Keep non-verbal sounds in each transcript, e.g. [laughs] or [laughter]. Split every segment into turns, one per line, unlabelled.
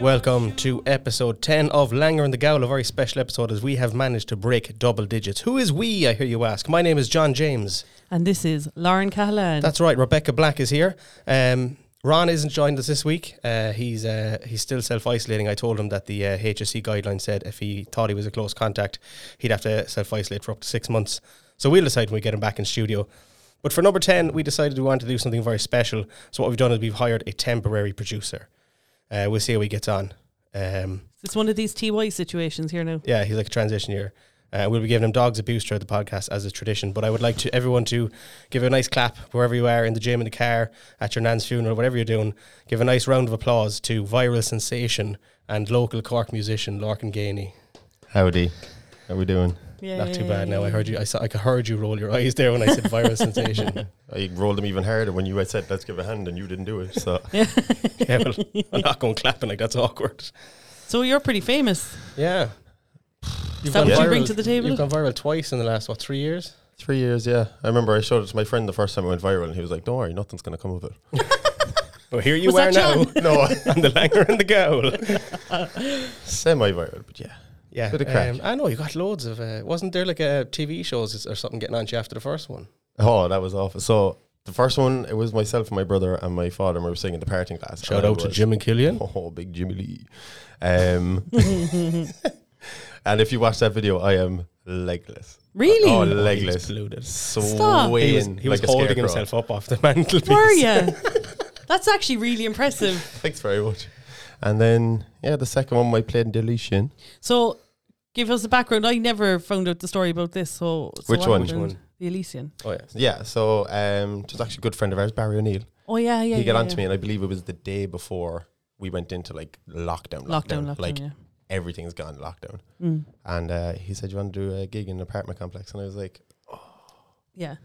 Welcome to episode 10 of Langer and the Gowl, a very special episode as we have managed to break double digits. Who is we, I hear you ask? My name is John James.
And this is Lauren Cahalan.
That's right, Rebecca Black is here. Um, Ron isn't joined us this week. Uh, he's uh, he's still self isolating. I told him that the uh, HSC guideline said if he thought he was a close contact, he'd have to self isolate for up to six months. So we'll decide when we get him back in studio. But for number 10, we decided we wanted to do something very special. So what we've done is we've hired a temporary producer. Uh, we'll see how he gets on. Um,
it's one of these TY situations here now.
yeah, he's like a transition year. Uh, we'll be giving him dogs abuse throughout the podcast as a tradition. But I would like to everyone to give a nice clap wherever you are in the gym, in the car, at your nan's funeral, whatever you're doing. Give a nice round of applause to viral sensation and local Cork musician Larkin Gainey.
Howdy. How we doing?
Not too bad. Now I heard you. I saw. I heard you roll your eyes there when I said viral [laughs] sensation.
I rolled them even harder when you had said let's give a hand and you didn't do it. So
Yeah, well, I'm not going clapping like that's awkward.
So you're pretty famous.
Yeah. You've
that
gone
what you
bring to the table?
You've gone viral twice in the last what three years?
[laughs] three years, yeah. I remember I showed it to my friend the first time it went viral and he was like, Don't worry, nothing's gonna come of it.
Well, here you
Was
are
that
now. [laughs]
John?
No, on the Langer and the Gowl.
Semi viral, but yeah.
Yeah,
Bit of crack.
um, I know you got loads of. Uh, wasn't there like a TV shows or something getting on to you after the first one?
Oh, that was awful. So the first one, it was myself, my brother, and my father, and we were singing the parting glass. And I was-
and Killian.
[laughs] Oh, big Jimmy Lee. Um, [laughs] and if you watch that video, I am legless.
Really?
Oh,
He's
legless.
polluted.
Stop.
Swaying
He was, he was
like a
holding
scarecrow.
himself up off the [laughs] mantelpiece.
Were you?
[laughs]
That's actually really impressive.
[laughs] Thanks very much. And then, yeah, the second one I played in deletion.
So give us the background. I never found out the story about this. So, so
Which
what
one?
happened?
Which one?
The Elysian.
Oh yeah.
Yeah, so um, it was actually a good friend of ours, Barry O'Neill.
Oh yeah, yeah.
he
yeah,
got on to
yeah.
me, and I believe it was the day before we went into like
Lockdown,
lockdown, lockdown,
lockdown.
like
yeah.
everything's gone lockdown.
Mm.
And uh, he said, "You want to do a gig in an apartment complex?" And I was like,
yeah.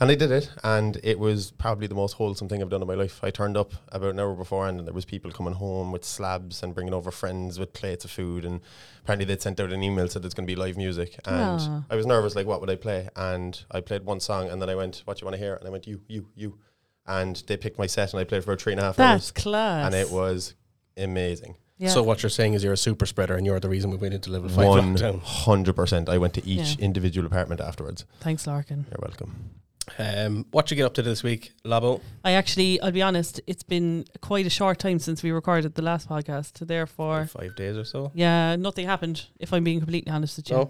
and I did it, and it was probably the most wholesome thing I've done in my life. I turned up about an hour beforehand, and there was people coming home with slabs and bringing over friends with plates of food, and apparently they'd sent out an email said there's going to be live music, and
Ah.
I was nervous, like what would I play? And I played one song, and then I went, "What do you want to hear?" And I went, "You, you, you," and they picked my set, and I played for about three and a half
That's
hours,
class.
and it was amazing.
Yeah.
So what you're saying is you're a super spreader and you're the reason we went into level five
One
lockdown.
hundred percent. I went to each
Yeah.
individual apartment afterwards.
Thanks, Larkin.
You're welcome.
Um, what you get up to this week, Labo?
I actually, I'll be honest, it's been quite a short time since we recorded the last podcast. Therefore,
Five days or so.
yeah, nothing happened. If I'm being completely honest with you,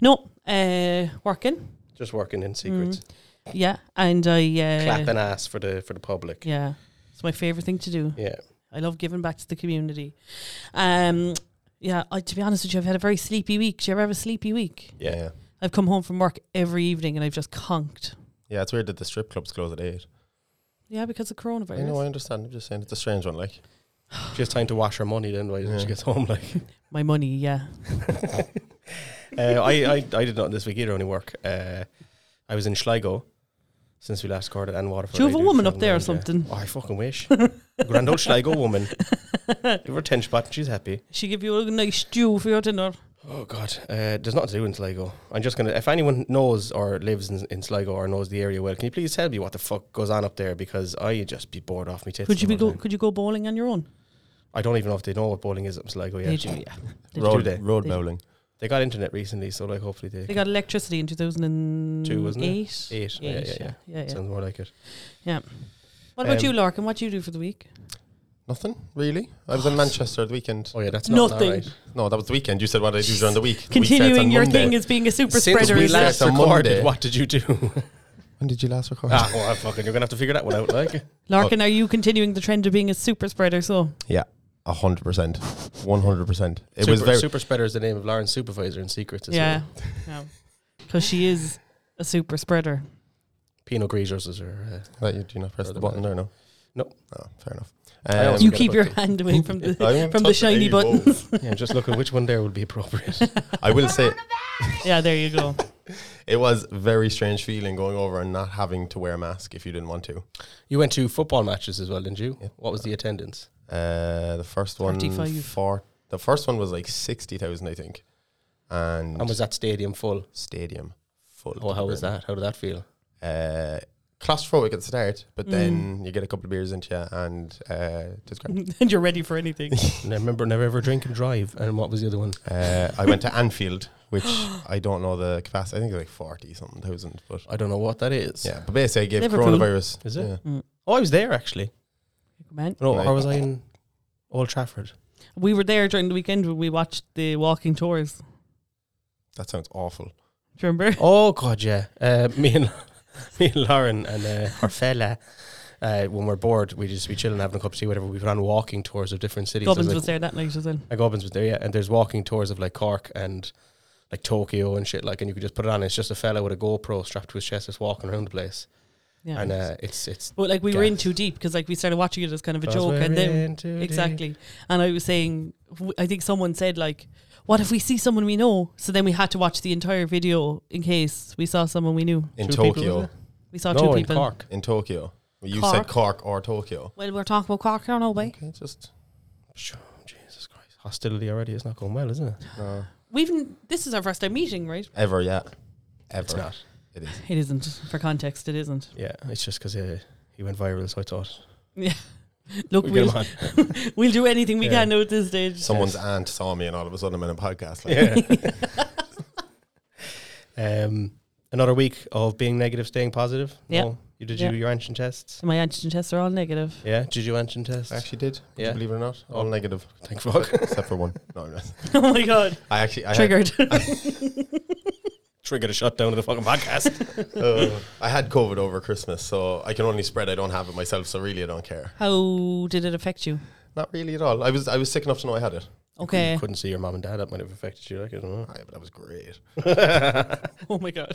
No,
No, uh, working. Mm.
just working in secrets,
Yeah, and I uh,
clapping ass for the for the public.
Yeah, it's my favorite thing to do.
Yeah.
I love giving back to the community. Um, yeah, I, to be honest with you, I've had a very sleepy week. Do you ever have a sleepy week?
Yeah.
yeah,
I've come home from work every evening and I've just conked.
Yeah, It's weird that the strip clubs close at eight.
Yeah, because of coronavirus.
I know, I understand. I'm just saying it's a strange one, like.
She has time to wash her money then by the time she
Yeah.
gets home. Like,
My money, yeah.
uh, I, I I did nothing this week either. Only work. Uh, I was in Sligo since we last recorded and Waterford.
Do you
I
have a woman up
travel
there or
around, yeah.
something?
Oh, I fucking wish. [laughs] Grand old Sligo
[laughs]
woman. Give her a ten spot. She's happy.
She give you a nice stew for your dinner.
Oh God, uh, there's nothing to do in Sligo. I'm just gonna. If anyone knows or lives in, in Sligo or knows the area well, can you please tell me what the fuck goes on up there? Because I just be bored off me tits.
could you
the
be
whole
go?
time.
Could you go bowling on your own?
I don't even know if they know what bowling is up in Sligo
They
yet.
do, yeah. They, do.
road
they?
road
They do.
bowling.
They got internet recently, so like hopefully they.
They got electricity in two thousand and
Two, wasn't it?
eight.
Eight, yeah, yeah, yeah.
yeah, yeah.
Sounds more like it.
What about
Um,
you, Larkin? What do you do for the week?
Nothing really. I was in Manchester the weekend.
Oh yeah, that's not
Nothing.
alright.
No, that was the weekend. You said what I do during the week. The week starts
[laughs]
on
Continuing your
Monday.
thing as being a super
Since
spreader.
we
is it?
last
It's a
recorded,
Monday.
what did you do?
When did you last record?
[laughs] ah, well, fucking, you're gonna have to figure that one out. [laughs] Like,
Larkin, are you continuing the trend of being a super spreader? So
Yeah, a hundred percent, one hundred percent. It
super,
was very.
super spreader is the name of Lauren's supervisor in secrets. As
yeah,
well.
because she is a super spreader.
Pinot Grigio's is her. Uh,
That you do not press the button there, no.
No.
Oh, fair enough.
I always
Um,
You
forget
keep
about
your
the-
hand away from
[laughs]
the
I won't
from the
touch it.
shiny
Hey, whoa.
buttons. [laughs]
uh, yeah, I'm just looking which one there would be [laughs] appropriate.
I will say
yeah, there you go. [laughs]
[laughs] it was very strange feeling going over and not having to wear a mask if you didn't want to.
you went to football matches as well, didn't you?
Yeah.
What was the attendance?
Uh, the first one,
35.
four- the first one was like sixty thousand, I think, and,
And was that stadium full?
stadium full.
Oh,
to
how
the
was
brim.
that? How did that feel?
Uh, claustrophobic at the start, but
Mm.
then you get a couple of beers into you and uh, just
[laughs]
great.
and you're ready
[laughs]
for anything.
And I remember never ever drink and drive. And what was the other one?
Uh, I went to Anfield,
[gasps]
which I don't know the capacity. I think it's like forty something thousand, but
I don't know what that is.
yeah. But basically, I gave
Liverpool.
coronavirus.
Is it?
Yeah.
Oh, I was there actually.
Man,
No,
Right.
or was I in Old Trafford?
we were there during the weekend when we watched the walking tours. Do
That sounds awful.
you
[laughs]
remember?
Oh God, yeah. Uh, me and [laughs] me and Lauren and
[laughs]
uh, our fella. Uh, when we're bored, we just be chilling, having a cup of tea, whatever. We put on walking tours of different cities.
Gobbins
There's,
was
like,
there that night as well.
uh, Gobbins was there, yeah. And there's walking tours of like Cork and like Tokyo and shit. Like, and you could just put it on. And it's just a fella with a GoPro strapped to his chest, just walking around the place.
Yeah.
And uh, it's it's
but like we were in
gas.
too deep because like we started watching it as kind of a
Because
joke
we're
and then
in too deep.
exactly. And I was saying, w- I think someone said like, "What if we see someone we know?" So then we had to watch the entire video in case we saw someone we knew.
In
Two people, was
Tokyo,
it?
We saw
No,
two
in
people.
Cork.
in Tokyo, you
Cork.
said Cork or Tokyo.
Well, we're talking about Cork, I don't know, why.
Okay, just
Sure, Jesus Christ, hostility already. It's not going well, isn't it?
no.
We've n- this is our first time meeting, right?
ever, yeah, ever.
It's not.
It is.
It isn't. For context, it isn't.
Yeah, it's just because uh, he went viral, so I thought
[laughs] Look,
we'll get
we'll,
him on.
we'll do anything we
Yeah.
can now at this stage.
Someone's aunt saw me, and all of a sudden I'm in a podcast. Like,
[laughs] Yeah. um, another week of being negative, staying positive.
Yeah.
No? You did
Yeah.
you your ancient tests?
My antigen tests are all negative.
Yeah. Did you ancient tests?
I actually did. Would
Yeah.
you believe it or not, all
Oh.
negative.
Thank [laughs] fuck.
except for one. No, I'm not.
[laughs] oh my god.
I actually I had,
Triggered.
[laughs] Triggered a shutdown of the fucking podcast. [laughs]
uh, I had COVID over Christmas, so I can only spread. I don't have it myself, so really I don't care.
How did it affect you?
Not really at all. I was I was sick enough to know I had it.
[laughs] Okay.
couldn't see your mom and dad. That might have affected you. Like, I don't know.
Aye, but that was great.
[laughs]
Oh my god.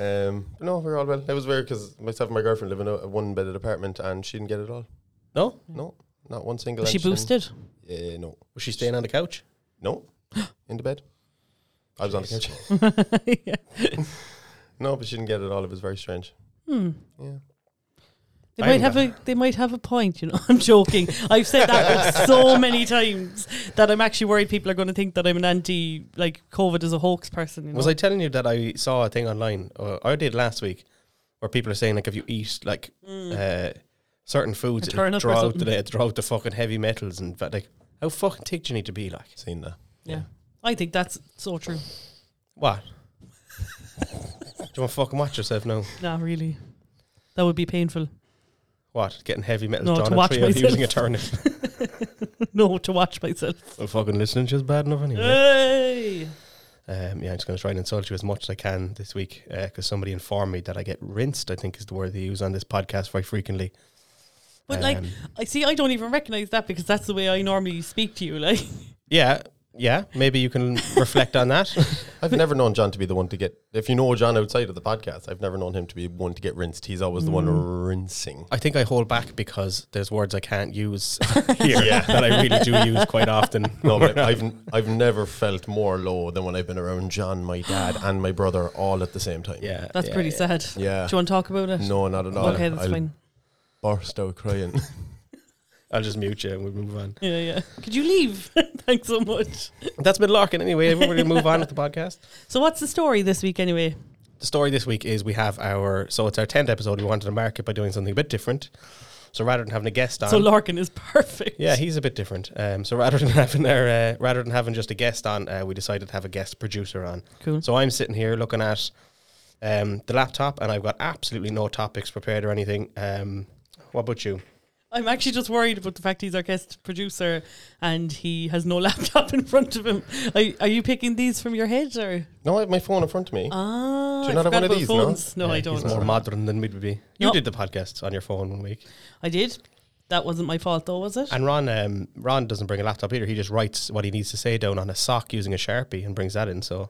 Um, but no, we are all well. It was weird because myself and my girlfriend live in a, a one bedded apartment, and she didn't get it all.
No?
No, not one single.
Was she
antigen.
boosted?
Yeah, no,
Was she staying on the couch?
[gasps]
no, in the bed. I was on the
[laughs]
couch.
yeah.
No, but she didn't get it all. It was very strange.
Hmm.
Yeah.
They
I
might have
haven't
a they might have a point, you know. [laughs] I'm joking. I've said that
[laughs]
so many times that I'm actually worried people are going to think that I'm an anti like COVID is a hoax person. You know?
Was I telling you that I saw a thing online, or I did last week, where people are saying like if you eat like
Mm.
uh, certain foods, it
turnip or
draw out
something.
the it draw out the fucking heavy metals and but like how fucking thick do you need to be like?
Seen that.
Yeah. I think that's so true.
What? do you want to fucking watch yourself now?
Nah, really. That would be painful. [laughs]
What? Getting heavy metals
No, to
drawn out
watch
through you [laughs]
myself.
using a turnip.
no, to watch myself.
well, fucking listening to you is bad enough
Uh.
anyway.
Hey.
Um, yeah, I'm just going to try and insult you as much as I can this week because somebody informed me that I get rinsed. I think is the word they use on this podcast very frequently.
But like
Um,
I see I don't even recognize that because that's the way I normally speak to you [laughs] like
yeah, yeah, maybe you can reflect on that.
[laughs]
I've never known John to be the one to get. If you know John outside of the podcast, I've never known him to be one to get rinsed. He's always the one
Mm.
rinsing.
I think I hold back because there's words I can't
[laughs]
use here that I really do use quite often.
No, but I've I've never felt more low than when I've been around John,
[sighs]
my dad, and my brother all at the same time.
Yeah,
That's
yeah,
pretty
yeah.
sad.
Yeah.
Do you want to talk about it?
No, not at all.
Okay, that's
I'll
fine.
burst out crying. [laughs]
I'll just mute you and we'll move on.
Yeah, yeah. Could you leave? [laughs] Thanks so much.
That's been Larkin anyway. Everybody move on with the podcast.
So, what's the story this week anyway?
The story this week is we have our so it's our tenth episode. We wanted to mark it by doing something a bit different. So rather than having a guest on,
So Larkin is [laughs] perfect.
yeah, he's a bit different. Um, so rather than [laughs] having our, uh, rather than having just a guest on, uh, we decided to have a guest producer on.
Cool.
So I'm sitting here looking at um, the laptop, and I've got absolutely no topics prepared or anything. Um, what about you?
I'm actually just worried about the fact he's our guest producer and he has no [laughs] laptop in front of him. Are, are you picking these from your head or?
no, I have my phone in front of
Uh.
me.
Ah, I
Do you not have
forgot
one of
about
these, no?
phones. No,
Yeah,
I
Uh, He's more
don't.
modern than we'd be. You
No.
did the podcast on your phone one week,
I did. That wasn't my fault though, was it?
and Ron, um, Ron doesn't bring a laptop either. He just writes what he needs to say down on a sock using a sharpie and brings that in. So,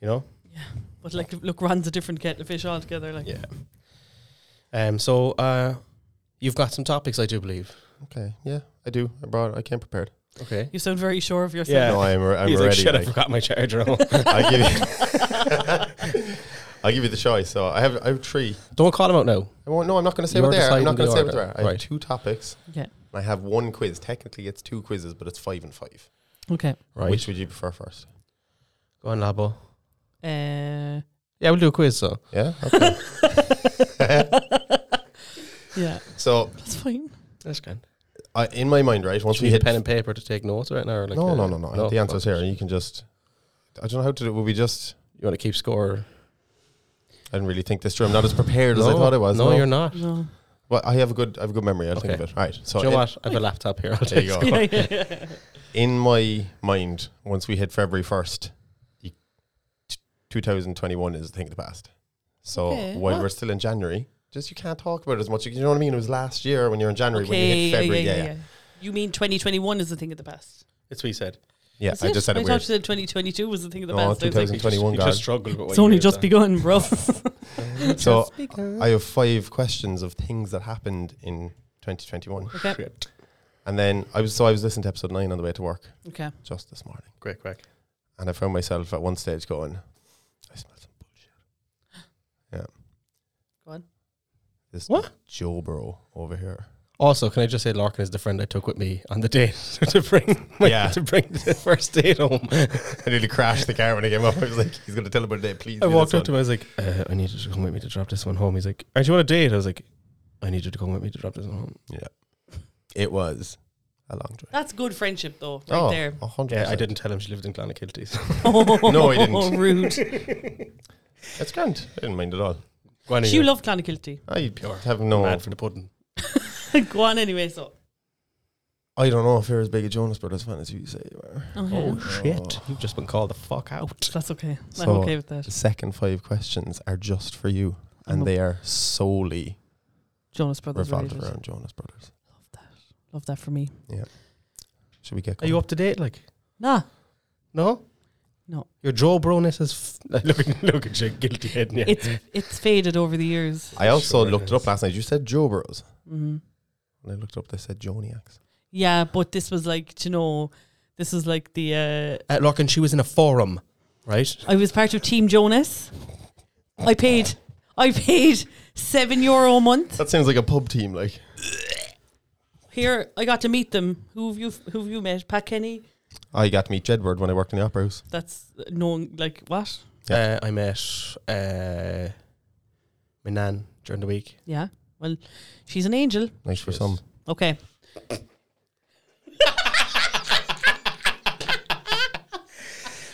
you know,
But like, look, Ron's a different kettle of fish altogether. Like,
yeah. Um. So, uh, you've got some topics, I do believe.
okay, yeah, I do. I brought. I came prepared.
Okay.
you sound very sure of yourself.
Yeah.
No, I'm. I'm
He's like,
ready.
shit, I
like,
forgot my charger. at home."
I'll give you. I'll give you [laughs] the choice. So I have. I have three.
[laughs] Don't call him out now.
I won't, no, I'm not going to say
You're
what they are. I'm not
deciding
going
the
to say what they
order.
are. I
Right.
have two topics.
Okay.
I have one quiz. Technically, it's two quizzes, but it's five and five.
Okay.
Right.
Which would you prefer first? [laughs]
Go on, Labo.
Uh,
Yeah, we'll do a quiz. So
Yeah.
[laughs]
Okay.
Yeah,
so
that's fine.
that's grand.
I, in my mind, right, once
Should
we
we
hit
hit pen and paper to take notes right now? Or like
no,
uh,
no, no, no, The answer's
fuck.
here. You can just. I don't know how to do it. Will we just.
You want to keep score?
I didn't really think this through. I'm not as prepared as I thought I was.
No, you're not.
No.
Well, I have a good. I have a good memory. I'll think
Okay.
of it. All right. So
Do you know
in-
what? I have a laptop here. I'll
There
take
you
you
go.
[laughs]
[laughs]
Yeah, yeah, yeah.
in my mind, once we hit February first, two thousand twenty-one is a thing of the past. So
Okay.
while
What?
we're still in January, just you can't talk about it as much. You know what I mean? It was last year when you're in January when you hit February. Yeah, yeah. yeah.
You mean 2021 is the thing of the past?
That's what he said.
Is
I just said
I
it
thought
weird.
you said 2022 was the thing of the
No,
past. I was like,
2000 21
You
guard.
just struggled. with what
it's only
year
just
that.
begun,
[laughs]
bro.
So I have five questions of things that happened in 2021,
okay.
Shit.
and then I was so I was listening to episode nine on the way to work
Okay.
just this morning,
Quick, quick.
and I found myself at one stage going, "I smell some bullshit."
[gasps]
Go on.
This
What?
Joe Bro over here. [laughs]
Also, can I just say Larkin is the friend I took with me on the date [laughs] to bring my,
Yeah.
to bring the first date home.
I nearly crashed the car when I came up. I was like, he's going to tell about that, please.
[laughs] I
do
walked
this
up to him.
one."
I was like, uh, "I need you to come with me to drop this one home." He's like, "Aren't you on a date?" I was like, "I need you to come with me to drop this one home."
It was a long drive.
That's good friendship, though, right
oh,
there.
100%.
Yeah, I didn't tell him she lived in Clonakilty. So.
[laughs]
[laughs]
No, I didn't.
Oh, Rude.
[laughs] That's grand. I didn't mind at all.
[laughs] Go on
Do you
anyway.
love
[laughs]
Clonakilty?
I
Pure.
have no.
mad for the pudding.
Go on anyway, so.
I don't know if you're as big a Jonas Brothers fan as you say you are.
Oh, yeah.
Oh shit!
Oh.
You've just been called the fuck out.
That's okay. I'm
So-
okay with that.
The second five questions are just for you,
I'm
and
a-
they are solely
Jonas Brothers.
revolved
related.
around Jonas Brothers.
Love that for me.
Should we get
Are you up to date? Like,
Nah.
no,
No.
Your Joe Broness is f- [laughs] like, look at look at your guilty head. Yeah.
It's it's faded over the years.
I also
Sure
looked
is.
it up last night. You said Joe Bros.
hmm
And I looked it up, they said Joniacs.
Yeah, but this was like, do you know, this is like the. Uh,
uh, Larkin, she was in a forum, right?
I was part of Team Jonas. I paid. I paid seven euro a month.
That sounds like a pub team, like.
Here, I got to meet them. Who have you? Who have you met? Pat Kenny.
I got to meet Jedward when I worked in the Opera House.
That's known. Like what?
Uh, I met uh, my nan during the week.
Yeah. Well, she's an angel.
Nice for
Cheers.
some.
Okay.
[laughs]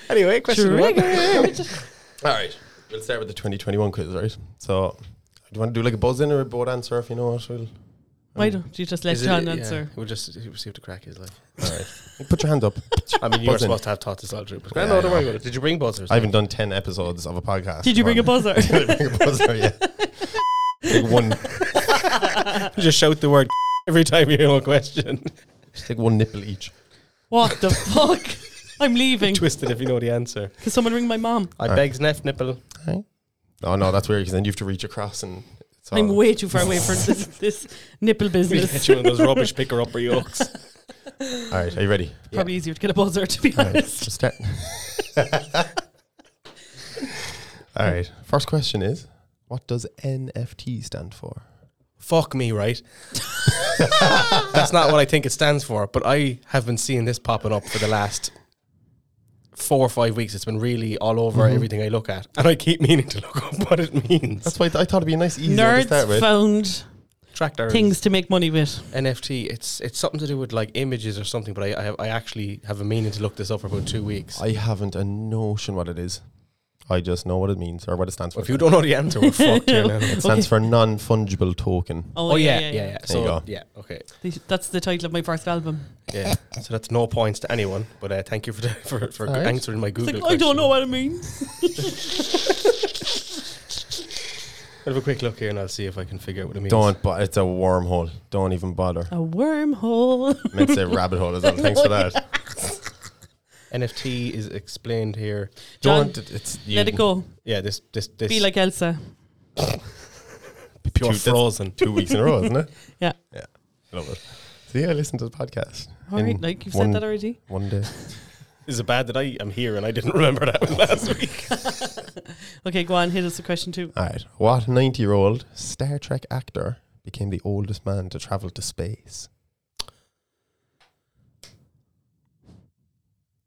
Anyway, question
[laughs] Sure.
one. [laughs]
All right. We'll start with the 2021 quiz, right? So, do you want to do like a buzz in or a board answer if you know it? We'll, Oh.
Why don't you just let
Is it-
John
yeah,
answer?
We'll just see what the crack is like.
All right. Put your hand up.
I mean, you were
Buzzing.
supposed to have taught this all through. But
Yeah,
no,
I
don't
know.
worry about it. Did you bring buzzers?
I
[laughs]
haven't done 10 episodes of a podcast.
Did you bring a
Come on.
buzzer?
[laughs] Did I bring a buzzer? Yeah. Take one,
just shout the word [laughs] every time you hear a
[laughs]
question.
just take one nipple each.
What the fuck? I'm leaving.
Twist it if you know the answer.
Can someone ring my mom?
I
Alright.
begs Neff nipple.
Oh, no, that's weird because then you have to reach across and it's all.
I'm way too far away for this, this nipple
We'll [laughs]
business.
get you one of those rubbish picker upper yokes.
all right. Are you ready?
Probably easier to get a buzzer, to be
All right.
honest.
Just start. [laughs] all right. First question is what does NFT stand for?
[laughs] Fuck me, right? That's not what I think it stands for, but I have been seeing this popping up for the last four or five weeks. It's been really all over
Mhm.
everything I look at, and I keep meaning to [laughs] look up what it means.
That's why I thought it'd be a nice, easy one to start
Nerds
with.
found
Tractor
things to make money with.
NFT. It's it's something to do with like images or something, but I I, have, I actually have a meaning to look this up for about two weeks.
I haven't a notion what it is. I just know what it means or what it stands for.
Well, if you don't know the answer, we're fucked here
[laughs]
now.
it stands for non fungible token.
Oh,
Oh yeah, yeah, yeah.
you
So
go.
yeah, okay,
They- That's the title of my first album.
yeah. So that's no points to anyone, but uh, thank you for the, for, for
Alright.
answering my
It's
Google.
like, I
question.
don't know what it means.
I'll have a quick look here, and I'll see if I can figure out what it means.
Don't, but it's a wormhole. Don't even bother.
A wormhole.
meant to say rabbit hole as well.
[laughs]
Thanks for
Oh,
that.
NFT is explained here.
John,
Don't. It's you,
Let it go.
Yeah, this this this
Be like Elsa.
pure
Two- that's-
frozen.
Two weeks in a row, isn't it?
[laughs] Yeah.
Yeah. Love it. See, I listened to the podcast.
All
in
right, like you've
one-
said that already.
One day.
Is it bad that I am here and I didn't [laughs] remember that one last
[laughs]
week?
Okay, go on. Hit us a question too.
All right. What 90 year old Star Trek actor became the oldest man to travel to space?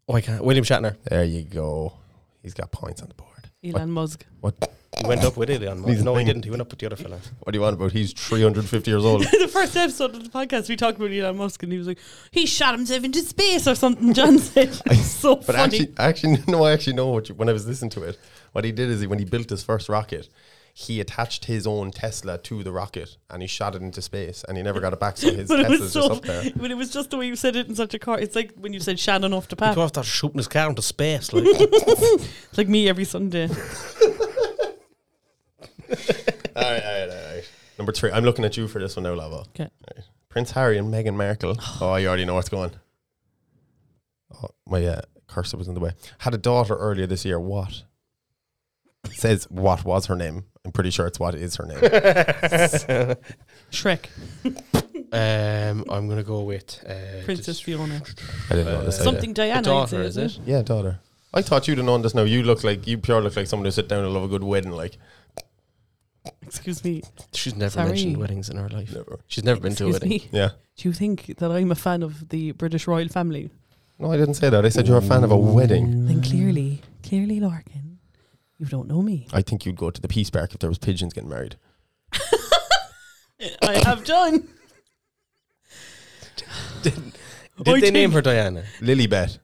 Oh, I can't. William Shatner. Oh,
There you go. He's got points on the board.
Elon Musk. [laughs]
He went up with Elon Musk.
He's
No, he
lying.
didn't. He went up with the other fella.
What do you want about? He's 350 years old.
the first episode of the podcast, we talked about Elon Musk, and he was like, "He shot himself into space or something."
[laughs]
John said, "It's [laughs] so
But
funny."
actually, actually, [laughs] no, I actually know what you, when I was listening to it. What he did is he, when he built his first rocket, he attached his own Tesla to the rocket and he shot it into space and he never got it back. So
[laughs]
his
but it
Tesla's
was
just
so.
up there.
But it was just the way you said it in such a car. It's like when you said Shannon off the
He
path.
off that shooting his car into space. Like, [laughs]
[laughs] It's like me every Sunday.
all right, all right, all right. Number three. I'm looking at you for this one now, Lava.
'Kay.
Right. Prince Harry and
[gasps]
Meghan Markle. oh, you already know what's going. Oh, my uh, cursor was in the way. Had a daughter earlier this year. What? It says what was her name? I'm pretty sure it's what is her name.
Shrek,
um, I'm gonna go with uh,
Princess
just-
Fiona,
I didn't know this. either.
something
the
Diana. I'd
daughter,
say,
is
isn't
it?
Yeah, daughter. I thought you'd have known this now. You look like you pure look like someone who sit down and love a good wedding. Like
Excuse me.
She's never
Sorry.
mentioned weddings in her life.
never.
She's never been to a
Excuse
wedding.
me.
Yeah.
Do you think that I'm a fan of the British royal family?
No, I didn't say that. I said you're a fan of a wedding.
Then clearly, clearly, Larkin, you don't know me.
I think you'd go to the peace park if there was pigeons getting married.
I have done.
Did
I
they name
think-
her Diana?
Lilybet.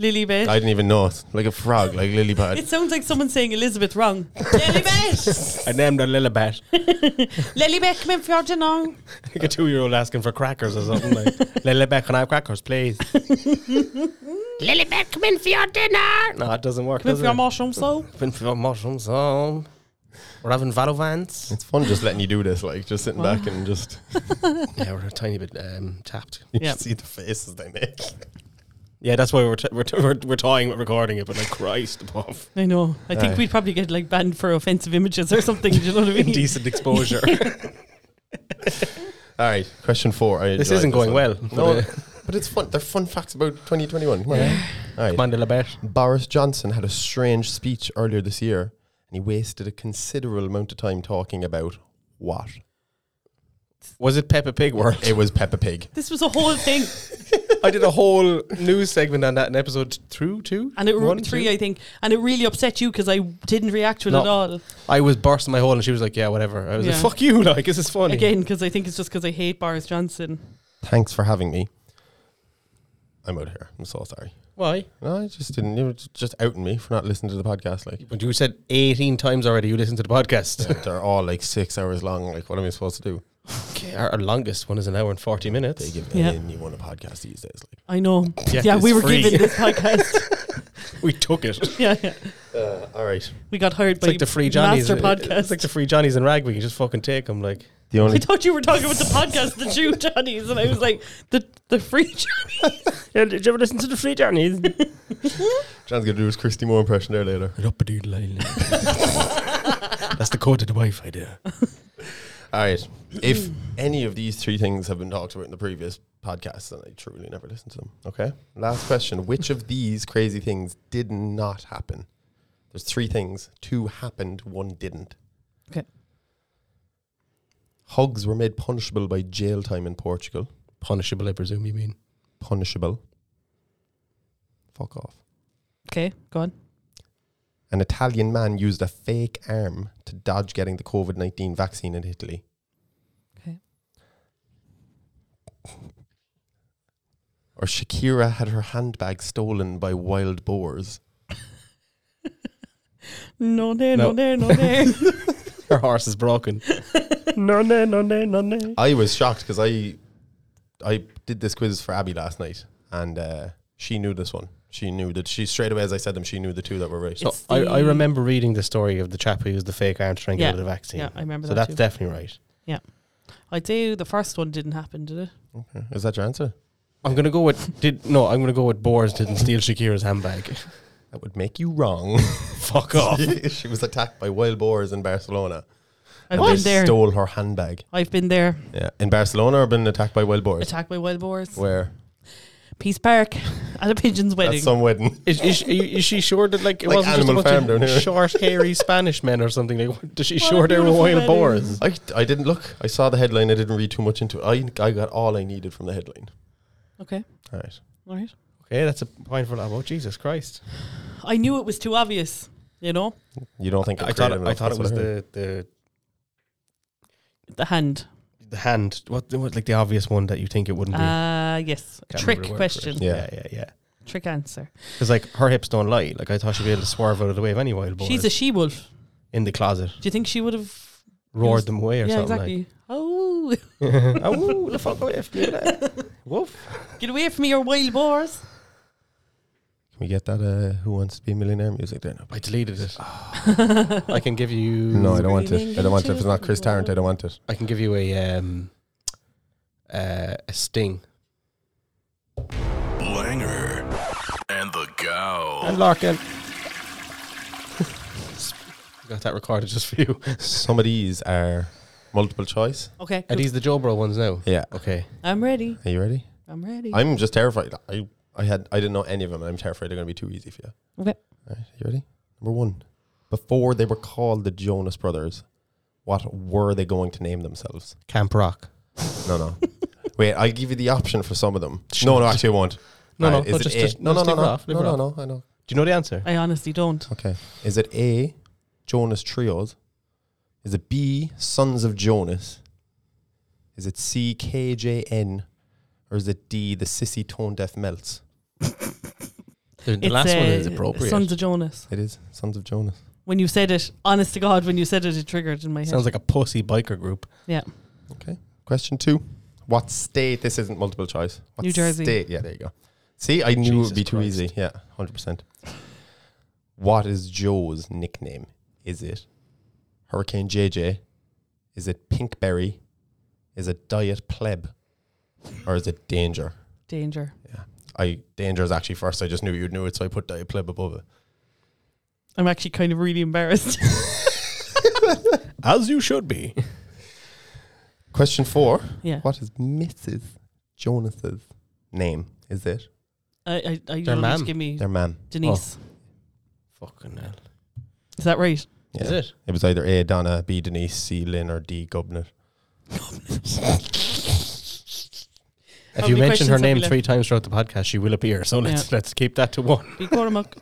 Lilybet.
I didn't even know it. Like a frog, like Lilybet.
[laughs] It sounds like someone saying Elizabeth wrong. Lilybet!
I named her Lilibet.
Lilybet, come in for your dinner.
like a two-year-old asking for crackers or something like [laughs] Lilibet, can I have crackers, [laughs] please?
Lilybet, come in for your dinner.
No, it doesn't work.
Come in
Does
for your
it?
mushroom soup.
Been for mushrooms. Um, we're having Valovans.
It's fun just letting you do this, like just sitting back and just
[laughs]
[laughs]
yeah, we're a tiny bit um, tapped.
you
Yeah.
should see the faces they make.
Yeah, that's why we're t- we're, t- we're we're toying with recording it, but like Christ above,
I know. I think
Aye.
we'd probably get like banned for offensive images or something. Do you know what I
[laughs]
mean?
decent exposure.
All right, question four. I
This
enjoyed
isn't going
one.
well,
No,
but, uh,
but it's fun. They're fun facts about 2021. Come on. All right.
[laughs] Mandela Bear.
Boris Johnson had a strange speech earlier this year and he wasted a considerable amount of time talking about what?
Was it Peppa Pig World?
It was Peppa Pig.
This was a whole thing.
[laughs] I did a whole news segment on that in episode through two
And it
One,
wrote three,
two?
I think. And it really upset you because I didn't react to it
No.
at all.
I was bursting my hole, and she was like, "Yeah, whatever." I was
Yeah.
like, "Fuck you!" Like, this is funny.
Again, because I think it's just because I hate Boris Johnson.
Thanks for having me. I'm out of here. I'm so sorry.
Why?
No, I just didn't. You were ju- just outing me for not listening to the podcast. Like
But you said eighteen times already. You listen to the podcast.
Yeah, [laughs] they're all like six hours long. Like what am I supposed to do?
Okay, our, our longest one is an hour and forty minutes.
They give
Yeah.
anyone a podcast these days. Like
I know.
Yeah,
Yeah,
it's
we were
free.
given this podcast.
[laughs]
[laughs]
we took it.
yeah, yeah.
uh, all right.
We got hired
It's
by
like the free Johnnies.
Master Podcast.
It's like the free Johnnies and Rag. We can just fucking take them. Like,
The
I
only
thought you were talking about the podcast, the Jew Johnnies, and I was like, the the free Johnnies.
yeah, did you ever listen to the free Johnnies?
John's gonna do his Christy Moore impression there later.
[laughs] That's the code to the Wi-Fi there.
All right. If any of these three things have been talked about in the previous podcasts, then I truly never listened to them. Okay. Last question. Which of these crazy things did not happen? There's three things. Two happened, one didn't.
Okay.
Hugs were made punishable by jail time in Portugal.
Punishable, I presume you mean.
Punishable. Fuck off.
Okay, go on.
An Italian man used a fake arm to dodge getting the COVID 19 vaccine in Italy.
Okay.
Or Shakira had her handbag stolen by wild boars.
No, there,
No.
no, there, no, there.
[laughs] Her horse is broken. no, no, no, no, no, no.
I was shocked because I, I did this quiz for Abby last night, and uh, she knew this one. She knew that she straight away as I said them, she knew the two that were right.
So
It's
I, I
the-
remember reading the story of the chap who used the fake arm to try and get
Yeah.
rid of the vaccine.
yeah, I remember
so
that.
that's
Too.
definitely right.
I'd say the first one didn't happen, did it?
Okay. Is that your answer?
I'm gonna go with did no. I'm gonna go with Boars didn't steal Shakira's handbag.
That would make you wrong. [laughs]
[laughs] Fuck off.
she was attacked by wild boars in Barcelona.
I've
and
been
they
there.
Stole her handbag.
I've been there.
Yeah, in Barcelona or been attacked by wild boars?
Attacked by wild boars.
Where?
Peace Park [laughs] at a pigeon's wedding.
At some wedding. [laughs]
Is, is, are you- is she sure that like it
Like
wasn't just a
Animal
bunch
Farm down
of
here.
short, hairy Spanish men or something? Like, what- does she
What a
sure they were
beautiful
wild
wedding.
boars?
I, I didn't look. I saw the headline. I didn't read too much into it. I, I got all I needed from the headline.
okay,
All right.
all right.
Okay, that's a point for that. Oh Jesus Christ!
I knew it was too obvious. You know,
You don't think
I thought it, I thought it was the, the
the hand.
the hand. What what like the obvious one that you think it wouldn't be?
Ah, yes.
Can't remember
Trick
the word for
question.
it. Yeah, yeah, yeah.
Trick answer.
Because like her hips don't lie. Like I thought she'd be able to swerve out of the way of any wild boars
She's a she wolf.
in the closet,
Do you think she would have?
roared them away or
Yeah,
something
exactly. Oh,
like. oh, the fuck away
[laughs]
from me! lad. Woof.
get away from me, your wild boars!
Can we get that? Uh, Who wants to be a millionaire? Music there now.
I deleted
[laughs]
it. I can give you.
No, I don't want
Screaming
it. I don't want it.
into
If it's not Chris
the
Tarrant, I don't want it.
I can give you a um, uh, a sting.
Blanger and the Gow.
And Larkin. [laughs] Got that recorded just for you.
[laughs]
[laughs]
Some of these are multiple choice.
Okay,
Are
cool.
these the Joe Bro ones now?
Yeah.
Okay.
I'm ready.
Are you ready?
I'm ready.
I'm just terrified. I I had I didn't know any of them, and I'm terrified they're going to be too easy for you.
okay.
All right, you ready? Number one. Before they were called the Jonas Brothers, what were they going to name themselves?
Camp Rock.
[laughs]
No, no. Wait, I'll give you the option for some of them. No, no, actually, I won't.
No,
All
no,
right,
no,
is it
just-
A?
just-
no,
no,
no,
just
no,
leave it
no,
off, leave
no,
it
no,
off.
no. I know.
Do you know the answer?
I honestly don't.
Okay. Is it A, Jonas Trios? Is it B, Sons of Jonas? Is it C, KJN? Or is it D, the Sissy Tone Deaf Melts?
The, the
It's,
last one
uh,
is appropriate.
Sons of Jonas.
It is Sons of Jonas.
When you said it, honest to God, when you said it, it triggered in my head.
Sounds like a pussy biker group.
yeah.
Question two. What state? This isn't multiple choice. What
New Jersey.
State? Yeah, there you go. See, I knew it
Jesus
would be too
Christ.
easy. Yeah, 100%. What is Joe's nickname? Is it Hurricane JJ? Is it Pinkberry? Is it Diet Pleb? Or is it Danger?
Danger.
I Danger is actually first. I just knew you knew it, so I put Diet Pleb above it.
I'm actually kind of really embarrassed. [laughs]
[laughs] As you should be.
Question four.
yeah.
What is Mrs. Jonas's name? Is it
I, I, I you don't need
ma'am. Oh.
to give me
their man?
Denise.
Fucking hell.
Is that right?
Is it?
It was either A, Donna, B, Denise, C, Lynn, or D, Gubner.
If
How
you mention
many questions
her
have we
name
left?
three times throughout the podcast, she will appear. So let's let's keep that to one.
Be
[laughs]
Cormac.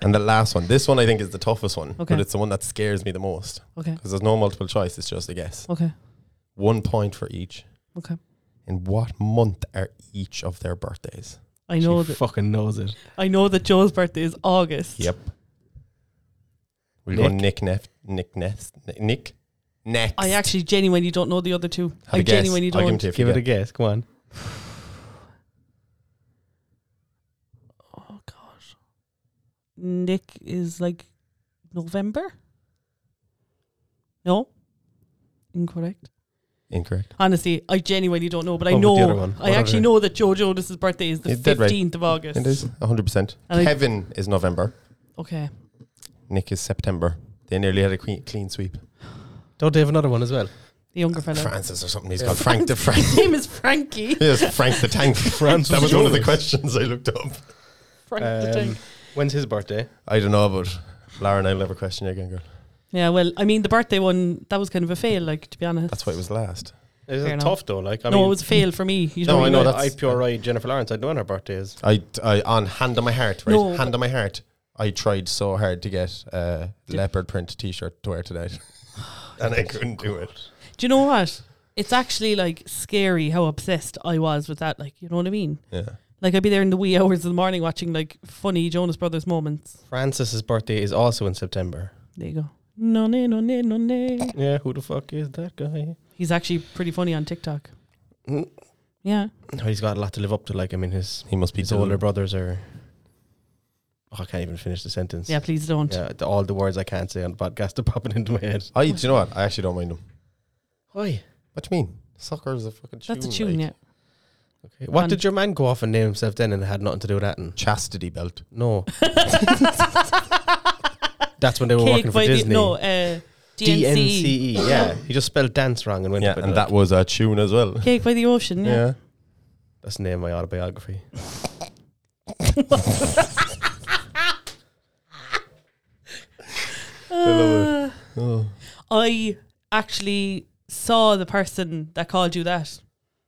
And the last one, this one I think is the toughest one,
Okay.
but it's the one that scares me the most
Okay.
because there's no multiple choice, it's just a guess.
Okay.
One point for each.
Okay.
In what month are each of their birthdays?
I know
she
that.
fucking knows it.
I know that Joe's birthday is August.
We'll go Nick Neff, Nick Neff, Nick, next.
I actually genuinely don't know the other two.
Have
I
a guess.
genuinely
I'll give
don't.
it to you if
Give
you
it a
get.
guess. Come on.
oh gosh. Nick is like November. No. Incorrect.
Incorrect.
Honestly, I genuinely don't know, but I
What was the other
know
one?
I
What
actually
other-
know that Joe Jonas's birthday is the
It's dead right.
fifteenth of August.
It is 100%.
And I-
Kevin is November.
Okay.
Nick is September. They nearly had a clean, clean sweep.
Don't they have another one as well?
The
Ah,
younger fellow.
Francis or something. He's called Frank the
[laughs]
Frank.
His [laughs] name is
[laughs]
Frankie.
Yes, Frank the Tank.
Francis
that was one of the
Jonas.
questions I looked up.
Frank the
Um,
Tank.
when's his birthday?
I don't know, but Lara and I'll never question you again, girl.
Yeah, well, I mean, the birthday one that was kind of a fail. Like to be honest,
That's why it was last.
Is
Fair
it
enough.
tough though? Like I
no,
mean,
it was a fail for me. You
No,
know,
I know
I,
that's-
I pure eyed Jennifer Lawrence. I know when her birthday is.
I, I on hand on my heart, right?
No,
hand
but-
on my heart. I tried so hard to get a leopard print T-shirt to wear tonight, [laughs] and I couldn't do it.
Do you know what? It's actually like scary how obsessed I was with that. Like, you know what I mean?
Yeah,
Like, I'd be there in the wee hours of the morning watching like funny Jonas Brothers moments.
Francis's birthday is also in September.
There you go. No, no, no, no, no, no.
Yeah, who the fuck is that guy?
He's actually pretty funny on TikTok.
Hmm.
Mm.
Yeah.
No, he's got a lot to live up to. Like I mean, his
he must be
his
doing-
older brothers are. Oh, I can't even finish the sentence.
Yeah, please don't.
Yeah, the- all the words I can't say on the podcast are [laughs] popping into my head.
I, do you know what? I actually don't mind him.
Why?
What do you mean? Soccer is a fucking tune.
That's a tune,
like.
yeah.
Okay. What
Um,
did your man go off and name himself then, and it had nothing to do with that? And
Chastity belt.
no, [laughs] that's when they were working for
by
Disney.
The, no, uh, DNC.
DNCE. E, Yeah, he just spelled dance wrong and went.
Yeah,
up with
and
like-
that was a tune as well.
Cake by the Ocean, yeah.
Yeah.
That's the name of my autobiography.
Uh,
Oh.
I actually saw the person that called you that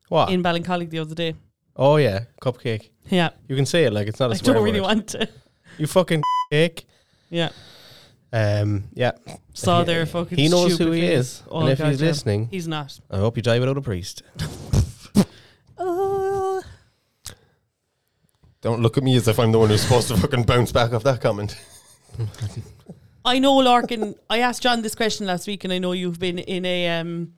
What?
in Ballincollig the other day.
oh yeah, cupcake.
Yeah.
You can say it like it's not a
I
swear
don't really
word.
want to.
You fucking cake.
Yeah.
Um, yeah,
Saw
He-
their fucking.
he knows
stupid
who he
face.
is,
Oh,
and if he's
goddamn.
listening,
He's not.
I hope you die without a priest.
Oh.
Don't look at me as if I'm the one who's supposed to fucking bounce back off that comment.
I know Larkin. I asked John this question last week, and I know you've been in a. Um,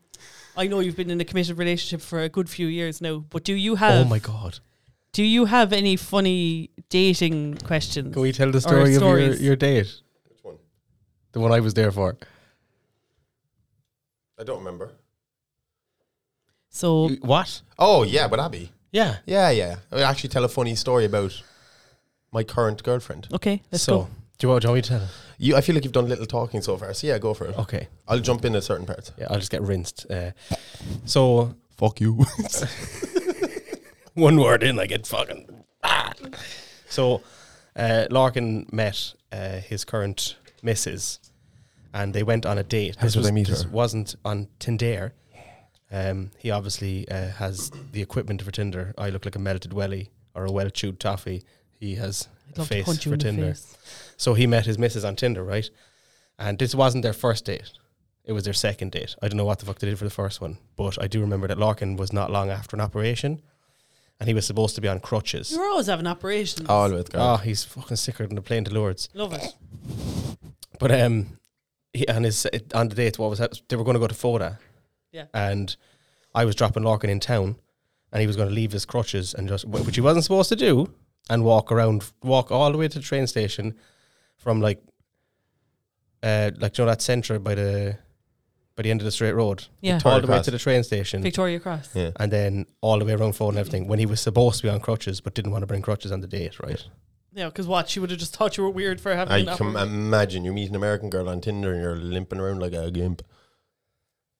I know you've been in a committed relationship for a good few years now. But do you have?
oh my god!
Do you have any funny dating questions?
Can we tell the story of your,
stories.
your date?
Which one?
The one I was there for.
I don't remember.
so
What?
Oh yeah, with Abby.
Yeah.
Yeah, yeah. I actually tell a funny story about my current girlfriend.
okay, let's
so,
go.
do you, want, do you want me to tell? it?
You, I feel like you've done little talking so far. So yeah, go for it.
Okay.
I'll jump in at certain parts.
Yeah, I'll just get rinsed. Uh, so
Fuck you.
[laughs] one word in, I get fucking. Ah. So, uh, Larkin met uh, his current missus, and they went on a date.
How did I meet
this
her?
wasn't on Tinder. Um, he obviously uh, has the equipment for Tinder. I look like a melted welly or a well-chewed toffee. He has
I'd
a
love to
face
punch you
for
in the
Tinder.
face.
So he met his missus on Tinder, right? And this wasn't their first date. It was their second date. I don't know what the fuck they did for the first one, but I do remember that Larkin was not long after an operation and he was supposed to be on crutches.
You're always having operations.
[laughs] All with
Oh,
God.
he's fucking sicker than the plane to Lourdes.
Love it.
But um, he, on his on the date, what was hap- they were going to go to Foda,
Yeah.
and I was dropping Larkin in town, and he was going to leave his crutches and just wh- which he wasn't supposed to do, and walk around, walk all the way to the train station, from like, uh, like you know that centre by the, by the end of the straight road,
Yeah.
Victoria
all the way
Cross.
to the train station,
Victoria Cross.
Yeah.
and then all the way around Foda and everything. When he was supposed to be on crutches, but didn't want to bring crutches on the date, right?
Yeah, because what? She would have just thought you were weird for having
I
an
can
operation.
imagine you meet an American girl on Tinder and you're limping around like a gimp.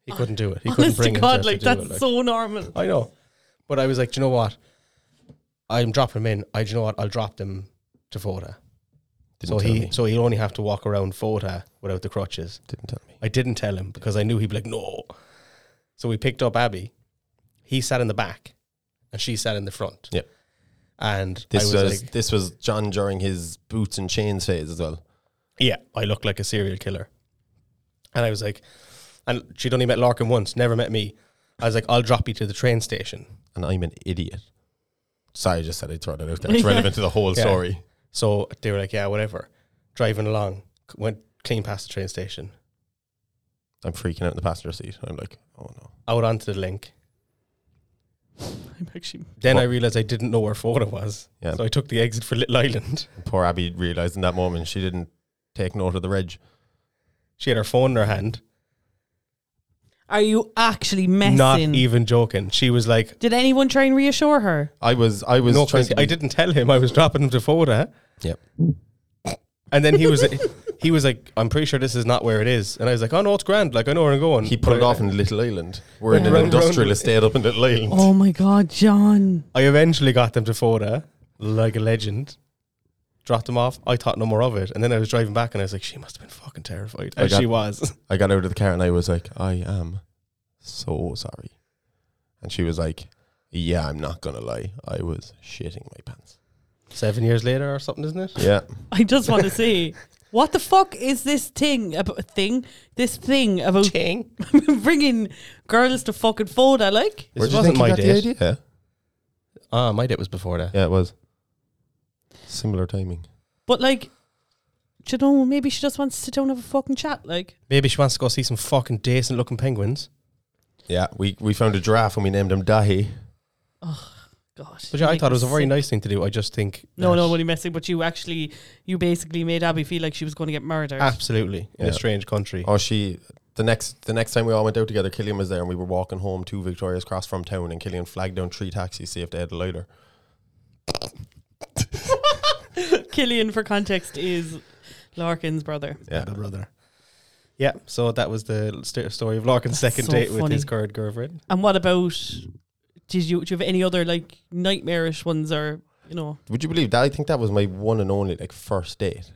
He couldn't do it. He couldn't
Oh, Honest to
bring
God,
himself
like
to do it,
that's so [laughs] normal.
I know. But I was like, do you know what? I'm dropping him in. I do you know what? I'll drop them to Fota.
Didn't
So
tell
he
me.
so he'll only have to walk around Fota without the crutches.
didn't tell me.
I didn't tell him because I knew he'd be like, no. So we picked up Abby. He sat in the back and she sat in the front.
Yep.
And I
This
was,
was,
like,
this was John during his boots and chains phase as well.
yeah, I look like a serial killer. And I was like, and she'd only met Larkin once, never met me. I was like, I'll drop you to the train station.
And I'm an idiot. Sorry, I just said I'd throw that out there. It's relevant to the whole
[laughs] Yeah.
story.
So they were like, yeah, whatever. Driving along, c- went clean past the train station,
I'm freaking out in the passenger seat. I'm like, oh no.
out onto the link.
I'm actually.
Then I
Well-
realized I didn't know where Foda was.
Yeah.
So I took the exit for Little Island. [laughs]
Poor Abby realized in that moment she didn't take note of the reg.
She had her phone in her hand.
Are you actually messing?
Not even joking. She was like,
Did anyone try and reassure her?
I was I was
no,
trying
Chris,
to
I
be-
didn't tell him I was dropping him to Foda.
Yep.
And then he was he was like, I'm pretty sure this is not where it is. And I was like, oh no, it's grand. Like, I know where I'm going.
He put it
But I-
off in Little Island. We're in an
Round-
industrial
round-
estate up in Little Island.
Oh my God, John.
I eventually got them to Foda, like a legend. Dropped them off. I thought no more of it. And then I was driving back and I was like, she must have been fucking terrified.
I
And she
got-
was.
I got out of the car and I was like, I am so sorry. And she was like, Yeah, I'm not gonna lie. I was shitting my pants.
Seven years later or something, isn't it?
Yeah.
I just want to say, what the fuck is this thing about thing? This thing about
Ting.
[laughs] bringing girls to fucking Foda, like
This wasn't my date.
idea?
Ah, my date was before that.
Yeah, it was. Similar timing.
but like, do you know? Maybe she just wants to sit down and have a fucking chat, like.
Maybe she wants to go see some fucking decent looking penguins.
Yeah, we, we found a giraffe and we named him Dahi.
God,
But yeah, I
make
thought it
me
was a very
sick.
nice thing to do. I just think
No,
that-
no, what are you messing? But you actually, you basically made Abby feel like she was going to get murdered.
Ah. absolutely in a
Yeah.
strange country.
Oh, she the next the next time we all went out together, Killian was there and we were walking home to Victoria's Cross from town and Killian flagged down three taxis to see if they had a lighter.
[laughs] Killian, for context, is Larkin's brother.
Yeah.
the brother. Yeah, so that was the st- story of Larkin's second
so
date with
funny.
his current girlfriend.
And what about? Did you do you have any other like nightmarish ones or you know
Would you believe that? I think that was my one and only like first date.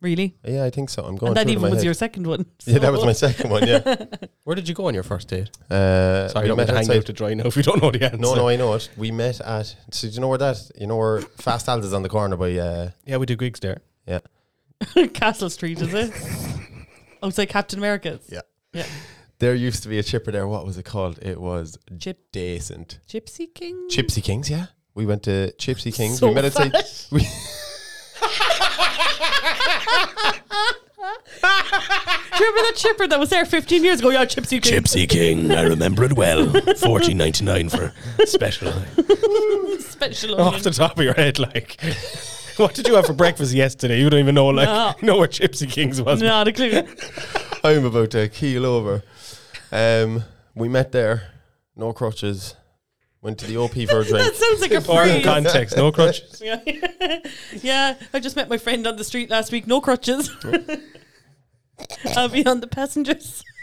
really?
Yeah, I think so. I'm going.
And that
through it in
even
my
was
head.
your second one.
[laughs] Yeah, that was
so-
my second one.
[laughs]
Yeah.
Where did you go on your first date?
Uh,
Sorry, I
we
don't mean
met
to hang you
outside-
out to dry now if you don't know the answer.
No, no, I know it. We met at. So do you know where that? You know where Fast Al's is on the corner by. Uh,
Yeah, we do gigs there.
yeah.
[laughs] Castle Street, is it? Outside Captain America's.
Yeah.
Yeah.
There used to be a chipper there. What was it called? It was
Chip
Decent.
Gypsy King.
Gypsy Kings, yeah. We went to Gypsy Kings.
So
we met outside.
fast.
We,
Do you remember that chipper that was there 15 years ago? Yeah, Gypsy King.
Gypsy King, I remember it well.
[laughs]
Fourteen ninety nine for special.
Special.
off the top of your head, like, [laughs] what did you have for breakfast yesterday? You don't even know, like,
No.
you [laughs] know where Gypsy Kings was. [laughs]
Not a clue.
I'm about to keel over. Um, we met there. No crutches. Went to the OP for
[laughs]
a drink.
[laughs] that sounds like a
Important
phrase.
context, no crutches.
yeah. [laughs] yeah, I just met my friend on the street last week. No crutches. [laughs] I'll be on the passengers.
[laughs]
[laughs]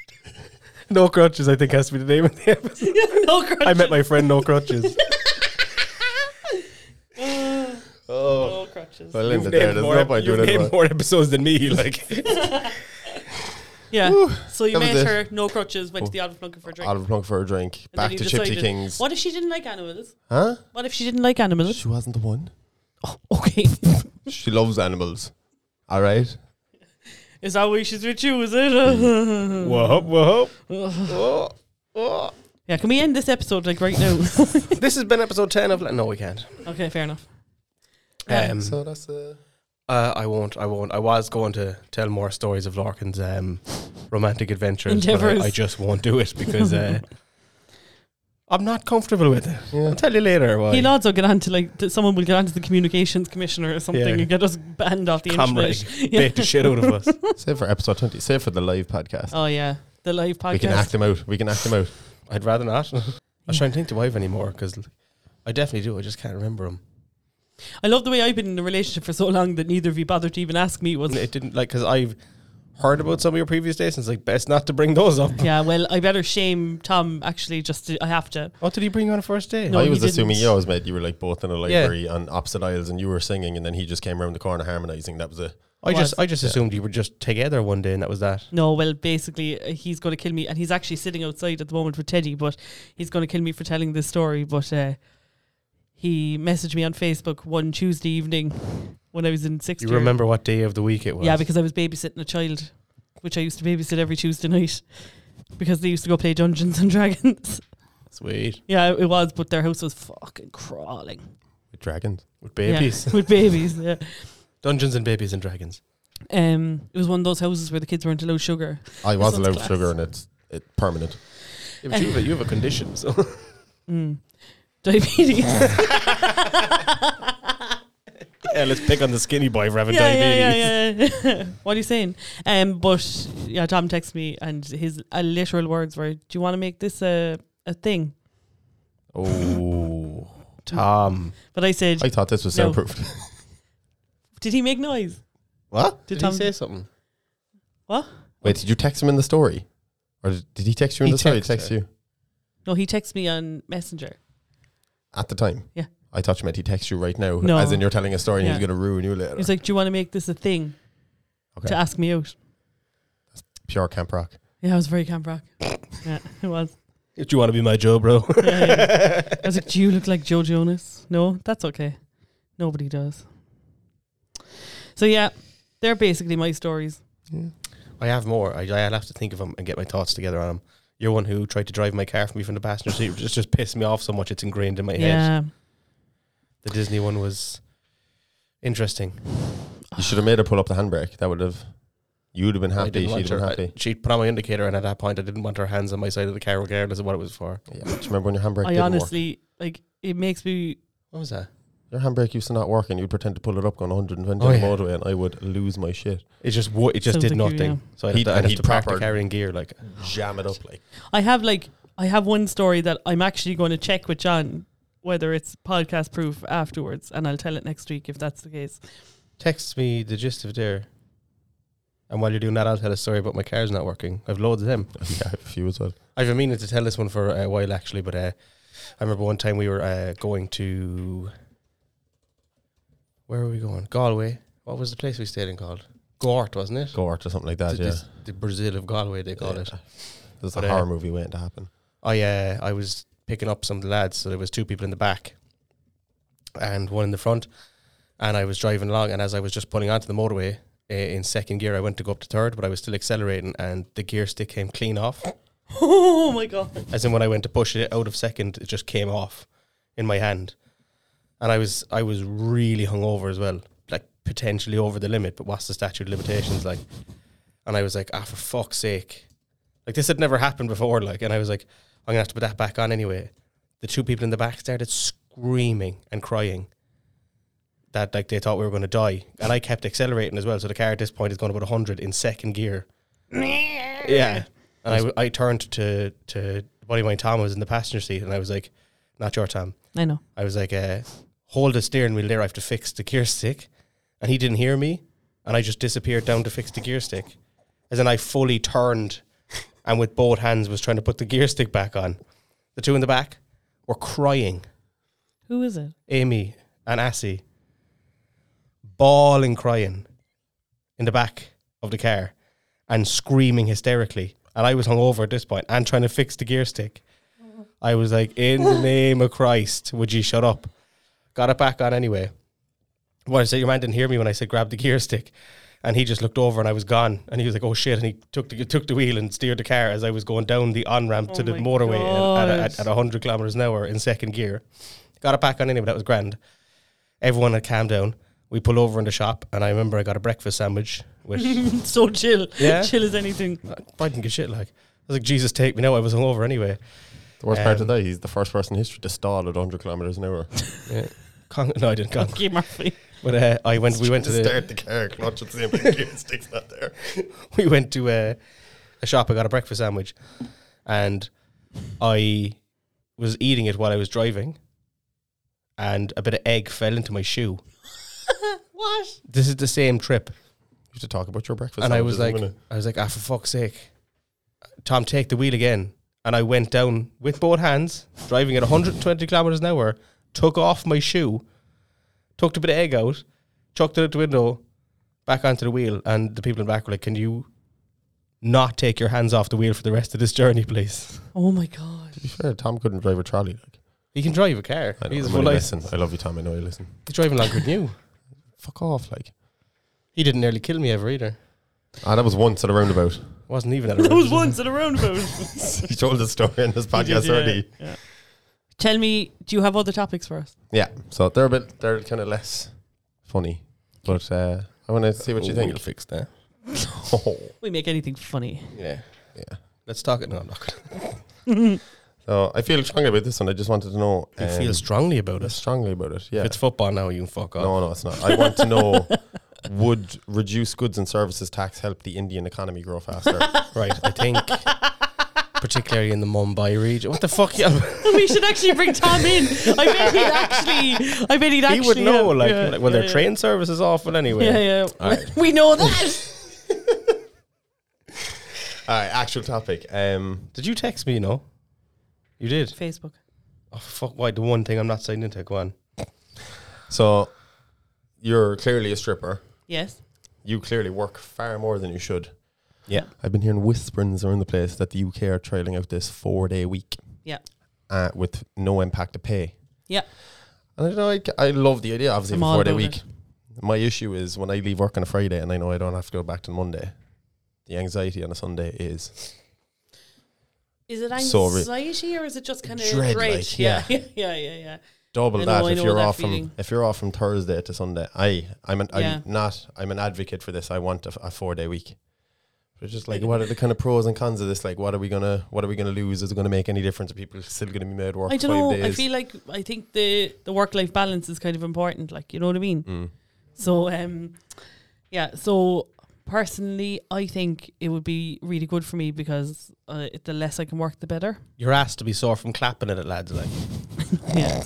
No crutches, I think has to be the name of the [laughs] episode.
no crutches.
I met my friend, no [laughs] crutches.
no crutches.
I'll end it Oh, there. There's no point doing
you've
it.
named
anymore.
more episodes than me, [laughs] like.
Yeah. so you
that was
met
it.
her, no crutches, went to the Olive Plunker for a drink.
Out of plug for a drink.
And then
Back
you
to Gypsy
decided-
Kings.
What if she didn't like animals?
Huh?
What if she didn't like animals?
[laughs] She wasn't the one.
Okay.
She loves animals. All right.
is that why she's with you, is it? [laughs]
whoa, whoa.
yeah, can we end this episode like right now? [laughs]
This has been episode 10 of. No, we can't.
okay, fair enough. Right.
Um,
So that's uh,
uh, I won't. I won't. I was going to tell more stories of Larkin's um, romantic adventures,
Endeavours.
but I, I just won't do it because uh, I'm not comfortable with it.
[laughs]
I'll tell you later. Why.
He'll also get on to like th- someone will get on to the communications commissioner or something
Yeah.
and get us banned off the
Comrade
internet. [laughs]
bait the shit out of us.
save for episode twenty. Save for the live podcast.
Oh yeah, the live podcast.
we can act them out. We can act them out.
I'd rather
[laughs]
not. I was trying to think do I have any more because I definitely do. I just can't remember them.
I love the way I've been in a relationship for so long that neither of you bothered to even ask me. Was
It didn't like because I've heard about some of your previous dates and it's like best not to bring those
[laughs]
up.
[laughs] yeah. Well, I better shame Tom. Actually, just to, I have to.
What did he bring you on a first date?
No,
I
he
was assuming
didn't.
you always made you were like both in a library on opposite aisles and you were singing and then he just came around the corner harmonizing. That was it.
I just
Was.
I just assumed you were just together one day and that was that.
No, well, basically, uh, he's going to kill me, and he's actually sitting outside at the moment with Teddy, but he's going to kill me for telling this story. But uh, he messaged me on Facebook one Tuesday evening when I was in sixth
You
year.
remember what day of the week it was?
Yeah, because I was babysitting a child, which I used to babysit every Tuesday night because they used to go play Dungeons and [laughs] Dragons.
sweet
yeah, it was, but their house was fucking crawling.
With dragons.
with
Yeah,
babies,
[laughs] with babies, yeah.
Dungeons and Babies and
[laughs]
Dragons.
Um, it was one of those houses where the kids weren't allowed sugar.
I was
sounds
allowed
class.
sugar and it's it permanent.
Yeah, but you, have a, you have a condition,
[laughs]
so
Mm.
[laughs]
Diabetes.
yeah. Let's pick on the skinny boy for having
yeah,
diabetes.
Yeah, yeah, yeah. [laughs] what are you saying? Um, but yeah, Tom texted me, and his uh, literal words were, "Do you want to make this a a thing?"
Oh, Tom.
But I said,
I thought this was
No.
soundproof.
"Did he make noise?"
what?
Did,
Tom-
he say something?
What?
Wait, did you text him in the story? Or did did he text you in
He
the story?
texted
Text
her.
you
No, he texted me on Messenger.
at the time.
Yeah.
I thought you meant he texts you right now,
No.
as in you're telling a story and
Yeah.
he's going to ruin you later.
He was like, "Do you want to make this a thing?"
Okay.
To ask me out.
Pure camp rock.
Yeah, I was very camp
[laughs]
rock. yeah, it was.
Do you want to be my Joe, bro?
Yeah, yeah. I was like, "Do you look like Joe Jonas?" No, that's okay. Nobody does. So yeah, they're basically my stories.
I have more. I, I'll have to think of them and get my thoughts together on them. You're one who tried to drive my car for me from the passenger seat. It just just pissed me off so much. It's ingrained in my head.
Yeah.
The Disney one was interesting.
You should have made her pull up the handbrake. That would have. You'd have been
I
happy.
didn't
She'd
want
have been
her.
happy.
I- she'd put on my indicator, and at that point, I didn't want her hands on my side of the car, regardless of what it was for.
Yeah. Do you remember when your handbrake
I
didn't
honestly like it makes me
What was that?
work? Your handbrake used to not work, and you'd pretend to pull it up going 120
Oh,
on the
yeah.
motorway, and I would lose my shit.
It just wo- it just
Sounds
did
like you,
nothing.
yeah.
So I'd
He'd-
have to, I'd
and
have
he'd
to park the
proper-
car in gear. Like
Jam it up like.
I have like I have one story that I'm actually going to check with John whether it's podcast proof afterwards, and I'll tell it next week if that's the case. [laughs]
text me the gist of there. And while you're doing that, I'll tell a story about my car's not working. I've loads of them.
[laughs] yeah, I have a few as well.
I've been meaning to tell this one for a while actually, but uh, I remember one time we were uh, going to where were we going? Galway. What was the place we stayed in called? Gort, wasn't it?
Gort or something like that.
The,
yeah.
this- the Brazil of Galway, they call
Yeah.
it.
There's
But,
a
uh,
horror movie waiting to happen.
I uh, I was picking up some of the lads, so there was two people in the back and one in the front, and I was driving along, and as I was just pulling onto the motorway, uh, in second gear. I went to go up to third, but I was still accelerating, and the gear stick came clean off.
Oh my
[laughs]
god.
As in, when I went to push it out of second, it just came off in my hand, and I was I was really hungover as well, like potentially over the limit. But what's the statute of limitations like? And I was like, ah, for fuck's sake! Like this had never happened before. Like, and I was like, I'm gonna have to put that back on anyway. The two people in the back started screaming and crying that like they thought we were going to die, and I kept accelerating as well. So the car at this point is going about 100 in second gear. yeah, and I, w- I turned to to a buddy of mine Tom who was in the passenger seat, and I was like, "Not your Tom."
I know.
I was like, uh, "Hold the steering wheel there. I have to fix the gear stick," and he didn't hear me, and I just disappeared down to fix the gear stick, as in I fully turned, and with both hands was trying to put the gear stick back on. The two in the back were crying.
Who is it?
Amy and Assie bawling, crying in the back of the car and screaming hysterically. And I was hungover at this point and trying to fix the gear stick. I was like, in
[laughs]
the name of Christ, would you shut up? Got it back on anyway. What I said, your man didn't hear me when I said grab the gear stick. And he just looked over and I was gone. And he was like, oh shit. And he took the, took the wheel and steered the car as I was going down the on ramp to
Oh
the
my
motorway at, at, at,
God.
at 100 kilometers an hour in second gear. Got it back on anyway. That was grand. Everyone had calmed down. We pulled over in the shop, and I remember I got a breakfast sandwich. Which
[laughs] so chill.
Yeah.
Chill as anything.
I didn't give a shit. Like I was like, Jesus, take me now. I was hungover anyway.
The worst part
Um,
of that, he's the first person in history to stall at 100 kilometers an hour.
Con- no, I didn't. Con-
Okay, [laughs] Murphy.
but uh, I went. We went [laughs] to the
start the car, clutch at the same time. gear stick's not there.
we went to a, a shop. I got a breakfast sandwich, and I was eating it while I was driving, and a bit of egg fell into my shoe.
What?
This is the same trip.
You have to talk about your breakfast.
and I was like,
sandwiches in a minute.
I was like, ah, for fuck's sake, Tom, take the wheel again. And I went down with both hands, driving at 120 kilometers an hour, took off my shoe, took a bit of egg out, chucked it out the window, back onto the wheel, and the people in the back were like, "Can you not take your hands off the wheel for the rest of this journey, please?"
Oh
[laughs]
my god.
to be fair, Tom couldn't drive a trolley. Like,
He can drive a car.
I know,
He's
I'm
full
only
license.
messing. I love you, Tom. I know you listen.
He's driving longer than you.
Fuck off, like.
He didn't nearly kill me ever either.
Ah, that was once at a roundabout.
[laughs] Wasn't even
[laughs]
at a
That was
roundabout.
once at a roundabout.
[laughs]
he told the story in this podcast
Yeah,
already.
yeah. Tell me, do you have other topics for us?
Yeah, so they're a bit, they're kind of less funny, but uh, I want to see what you
Oh,
think.
We'll fix that.
We make anything funny.
Yeah.
[laughs] Yeah.
Let's talk it. No, I'm not. Gonna.
So I feel strongly about this one. I just wanted to know. um,
You feel strongly about it.
strongly about it.
If
Yeah.
it's football now, you can fuck off.
No, no, it's not. I want
[laughs]
to know. Would reduce goods and services tax help the Indian economy
[laughs]
grow faster?
Right, I think, [laughs] particularly in the Mumbai region. What the fuck? [laughs] Yeah,
[laughs] we should actually bring Tom in. I bet [laughs] he'd actually. I bet he'd actually.
he would know.
yeah,
like,
yeah,
like, well,
yeah,
their
yeah.
train service is awful anyway.
Yeah, yeah.
Alright.
[laughs] We know that.
All right, actual topic. Um,
Did you text me? No, you did.
[laughs] Facebook.
Oh fuck! Why the one thing I'm not signing into? Go on.
so you're clearly a stripper.
Yes.
You clearly work far more than you should.
Yeah.
I've been hearing whisperings around the place that the UK are trialing out this four day week
Yeah.
uh, with no impact to pay.
Yeah.
And I don't know, I, c- I love the idea, obviously,
I'm
of a
all
four day
about
week. My issue is when I leave work on a Friday and I know I don't have to go back to Monday, the anxiety on a Sunday is
Is it
So re-
anxiety or is it just kind of
Dread,
dread?
like,
yeah. [laughs] yeah. Yeah. Yeah. Yeah.
double
I know,
that
I
if
know
you're
that
off
feeling.
from if you're off from Thursday to Sunday. I I'm an,
Yeah.
I'm not I'm an advocate for this. I want a, f- a four day week. But it's just like what are the kind of pros and cons of this? Like what are we gonna what are we gonna lose? Is it gonna make any difference? Are people still gonna be made work
I don't
five
know.
days?
I feel like I think the the work life balance is kind of important. Like you know what I mean.
Mm.
So um, yeah. So personally, I think it would be really good for me because uh, it- the less I can work, the better.
Your ass to be sore from clapping at it, lads. Like,
Yeah.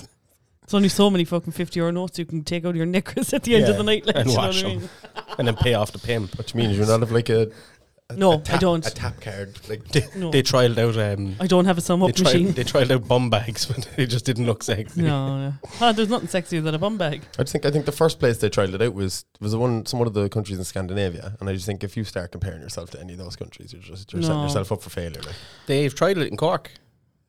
It's only so many fucking fifty euro notes you can take out of your knickers at the end of
Yeah,
the night. Like,
and
you know
wash
what I
'em.
mean?
and then pay off the pimp.
Which means you're not have like a, a
No,
a tap,
I don't.
a tap card like
No,
They trialed out. Um,
I don't have a sum
they
up machine. [laughs]
trialed, they trialed out bum bags, [laughs] but they just didn't look sexy.
No, no. Ah, there's nothing sexier than a bum bag.
I just think I think the first place they tried it out was was the one some one of the countries in Scandinavia, and I just think if you start comparing yourself to any of those countries, you're just you're setting
No.
yourself up for failure. Like.
They've tried it in Cork.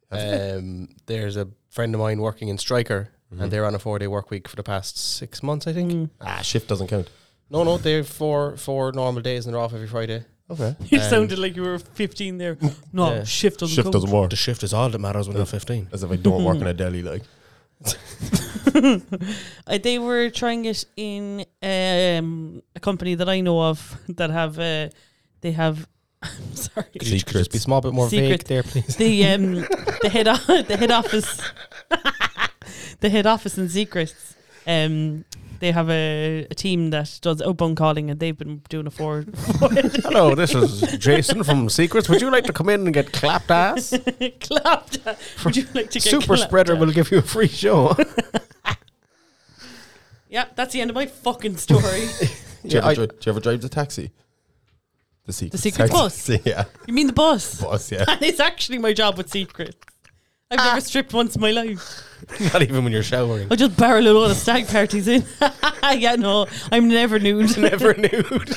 Um, there's a friend of mine
Mm-hmm.
working in Striker, and they're on a four day work week for the past six months, I think.
Mm. [laughs]
Ah, shift doesn't count.
No, no, they're four four normal days and they're off every Friday.
Okay.
You
Um,
sounded like you were 15 there. No,
Yeah.
shift doesn't
Shift
count.
doesn't work.
The shift is all that matters when you're 15.
As if I don't work in a deli, like.
Uh, they were trying it in um, a company that I know of [laughs] that have uh, they have [laughs] I'm sorry
Could you, could you just be small bit more vague
Secrets.
[laughs]
there, please?
the um the head o- the head office [laughs] the head office in secrets um they have a, a team that does outbound calling and they've been doing it for [laughs]
Hello, this is Jason from Secrets. Would you like to come in and get clapped
[laughs]
ass?
clapped at. would you like to get
Super
clapped
spreader
at?
will give you a free show.
yeah that's the end of my fucking
[laughs]
story
Do,
Yeah,
you ever
I-
dri- do you ever drive the taxi? The secret.
The secret
taxi. [laughs] yeah.
you mean the boss [laughs]
Bus, yeah.
and it's actually my job with secrets I've
Ah.
never stripped once in my life.
[laughs] Not even when you're
[laughs]
showering.
I just barrel a lot of stag parties in. [laughs] yeah, no, I'm never
[laughs]
nude.
Never [laughs] nude.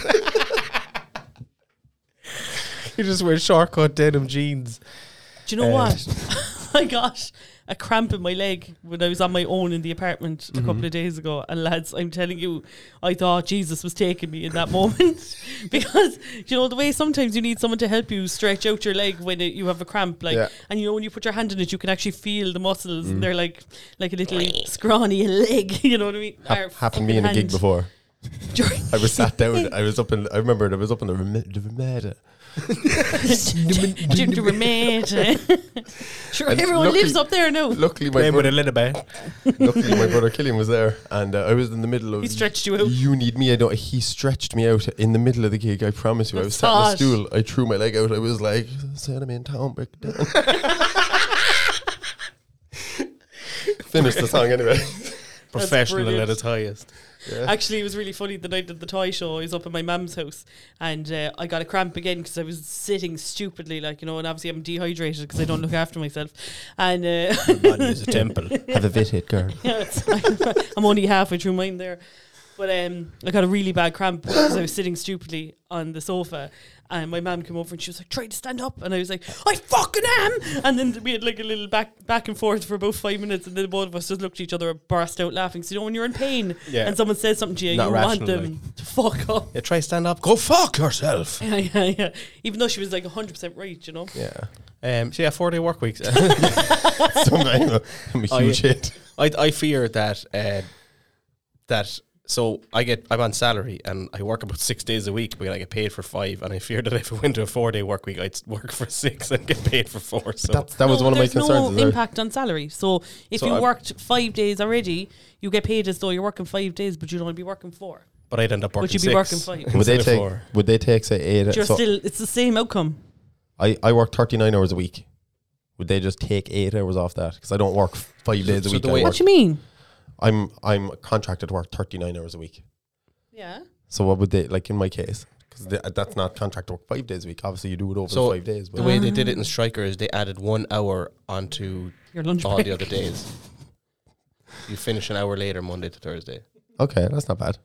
you just wear shortcut denim jeans.
Do you know
Uh,
what?
Uh,
[laughs] I got a cramp in my leg when I was on my own in the apartment a couple
Mm-hmm.
of days ago. And lads, I'm telling you, I thought Jesus was taking me in that moment [laughs] because you know the way sometimes you need someone to help you stretch out your leg when it, you have a cramp, like,
Yeah. Mm.
and you know when you put your hand in it, you can actually feel the muscles. And they're like like a little scrawny [laughs] leg. You know what I mean? Or
Hap- happened to me in a
fucking
gig
hand.
before.
[laughs] During-
I was
[laughs]
sat down. I was up in. I remember it, I was up in the Rem- the Ramada.
Ginger [laughs] remained. Sure,
And
everyone
luckily-
lives up there now.
Luckily, my brother,
little bit.
luckily my brother Killian was there, and uh, I was in the middle of.
He stretched you out.
You need me. I don't. He stretched me out in the middle of the gig. I promise you. I was sat on a
Massage.
stool. I threw my leg out. I was like, "Send me in town, break
[laughs]
it down." Finish the song anyway.
Professional
brilliant.
at its [laughs] highest.
Actually, it was really funny the night of the toy show. I was up at my mum's house and uh, I got a cramp again because I was sitting stupidly, like, you know, and obviously I'm dehydrated because I don't look after myself. And uh, [laughs]
Body is a temple.
Have a bit hit, girl.
yeah, it's- [laughs] I'm only halfway through mine there. But um, I got a really bad cramp because I was sitting stupidly on the sofa. And my mum came over and she was like, try to stand up. And I was like, I fucking am. And then we had like a little back back and forth for about five minutes. And then both of us just looked at each other and burst out laughing. So, you know, when you're in pain
Yeah.
and someone says something to you,
Not
you
rational,
want them to fuck up.
[laughs] Yeah, try stand up.
Go fuck yourself.
[laughs] Yeah, yeah, yeah. Even though she was like 100% right, you know?
Yeah.
Um, so yeah, four day work weeks. [laughs]
[laughs] So I'm a- I'm a
Oh, yeah.
huge hit.
I I fear that uh, that so I get I'm on salary and I work about six days a week, but I get paid for five, and I fear that if I went to a four day work week, I'd work for six and get paid for four. So
That's, that was
No,
one of my
there's
concerns.
no
is I-
impact on salary. So if
So
you
I'm-
worked five days already, you get paid as though you're working five days, but you'd only be working four.
but I'd end up working.
But you'd be
six
working five.
Would
instead
they
of
take?
four.
Would they take say eight?
But you're
so
still, it's the same outcome.
I I work thirty nine hours a week. Would they just take eight hours off that? Because I don't work five days a
so
week.
the
I
way-
work-
What do you mean?
I'm I'm contracted to work thirty nine hours a week.
Yeah.
So what would they like in my case? Because that's not contract work five days a week. Obviously, you do it over
So,
five days.
The
But
way they did it in Striker is they added one hour onto
Your lunch
all
Oh,
break.
the other days. You finish an hour later, Monday to Thursday.
okay, that's not bad.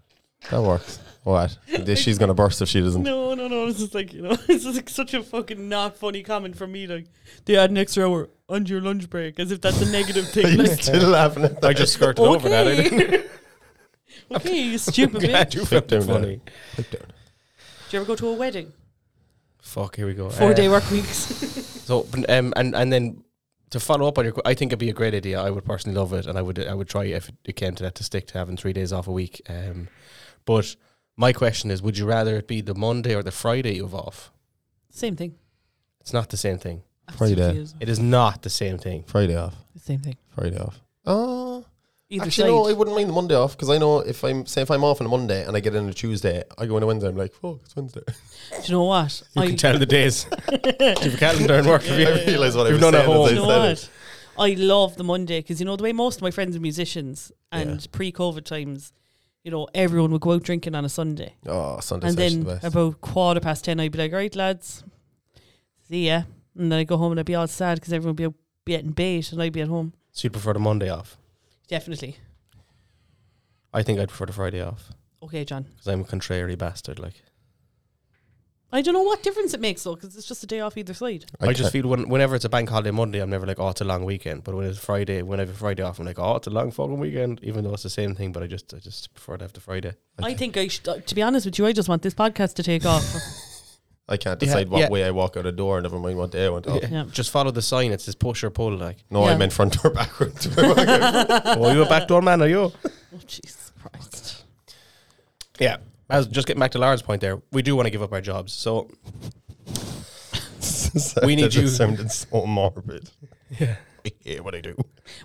That works. What? Th- She's gonna burst if she doesn't.
[laughs] No, no, no. This is like, you know, [laughs] this is like such a fucking not funny comment from me. Like, they add an extra hour on your lunch break as if that's a negative
Are
thing.
[laughs] you
Like,
still laughing at that?
I just skirted over that. I [laughs] didn't
okay. [laughs] okay, you
[laughs]
stupid bitch.
do
Flip
found it
down there.
funny.
Look down.
Do you ever go to a wedding?
Fuck, here we go.
Four
Uh,
day work weeks. [laughs]
So but, um, and and then to follow up on your, qu- I think it'd be a great idea. I would personally love it, and I would I would try if it came to that to stick to having three days off a week. Um, but my question is, would you rather it be the Monday or the Friday you have off?
Same thing.
It's not the same thing.
Friday.
It is not the same thing.
Friday off.
Same thing.
Friday off. Oh.
Either
Actually,
side.
no, I wouldn't mind the Monday off because I know if I'm say if I'm off on a Monday and I get in a Tuesday, I go in a Wednesday. I'm like, fuck, it's Wednesday. [laughs]
Do you know what?
You
I,
can tell the
[laughs]
days. you have a calendar and work.
I realize what
You've
I was
done at
saying. as
do you know
I said it.
what? I love the Monday because you know the way most of my friends are musicians, and
Yeah.
pre-COVID times, you know, everyone would go out drinking on a Sunday,
Oh, Sunday
and
session
then
the best.
about quarter past ten, I'd be like, "Right, lads, see ya," and then I would go home and I'd be all sad because everyone would be out getting bait, and I'd be at home.
So you prefer the Monday off?
Definitely.
I think I'd prefer the Friday off
Okay, John.
because I'm a contrary bastard. Like
I don't know what difference it makes though, because it's just a day off either side.
I, just feel when, whenever it's a bank holiday Monday, I'm never like, oh, it's a long weekend. But when it's Friday, whenever Friday off, I'm like, oh, it's a long fucking weekend, even though it's the same thing. But I just, I just prefer to have the Friday.
I think I should, uh, to be honest with you, I just want this podcast to take off.
I can't
Yeah,
decide what
yeah.
way I walk out a door, never mind what day I went off.
Yeah.
Just follow the sign. It says push or pull. Like, [laughs]
No,
Yeah.
I meant front door, [laughs] backward door.
oh, you a backdoor man? Are you?
oh, Jesus Christ.
Yeah. As just getting back to Lara's point there, we do want to give up our jobs.
[laughs]
So We [laughs] need
That just
you.
sounded so morbid. Yeah. I hate what I do.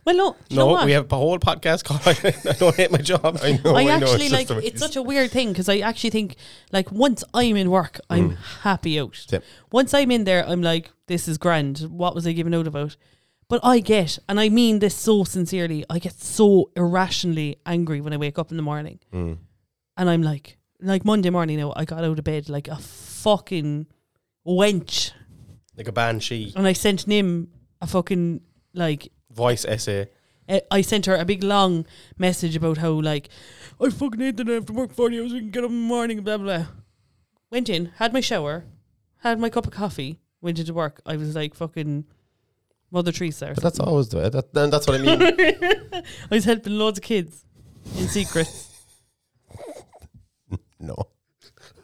Well, no, you know
no,
what?
we have a whole podcast called [laughs] I Don't Hate My Job.
Oh, I know.
I
I know,
actually
it's
like
just the way
it's
you
such a weird thing because I actually think like once I'm in work, I'm happy out.
Mm. Yep.
Once I'm in there, I'm like, this is grand. What was I giving out about? But I get, and I mean this so sincerely, I get so irrationally angry when I wake up in the morning,
Mm.
and I'm like, like Monday morning now, I got out of bed like a fucking wench,
Like a banshee
and I sent Nim a fucking like
voice essay.
uh, I sent her a big long message about how like I fucking hate that I have to work forty hours. We can get up in the morning. Blah blah. Went in, had my shower, had my cup of coffee. Went into work. I was like fucking Mother Teresa. Or
But that's always the way. That, then that's what I
[laughs]
mean.
something. [laughs] I was helping loads of kids in
[laughs]
secret.
no.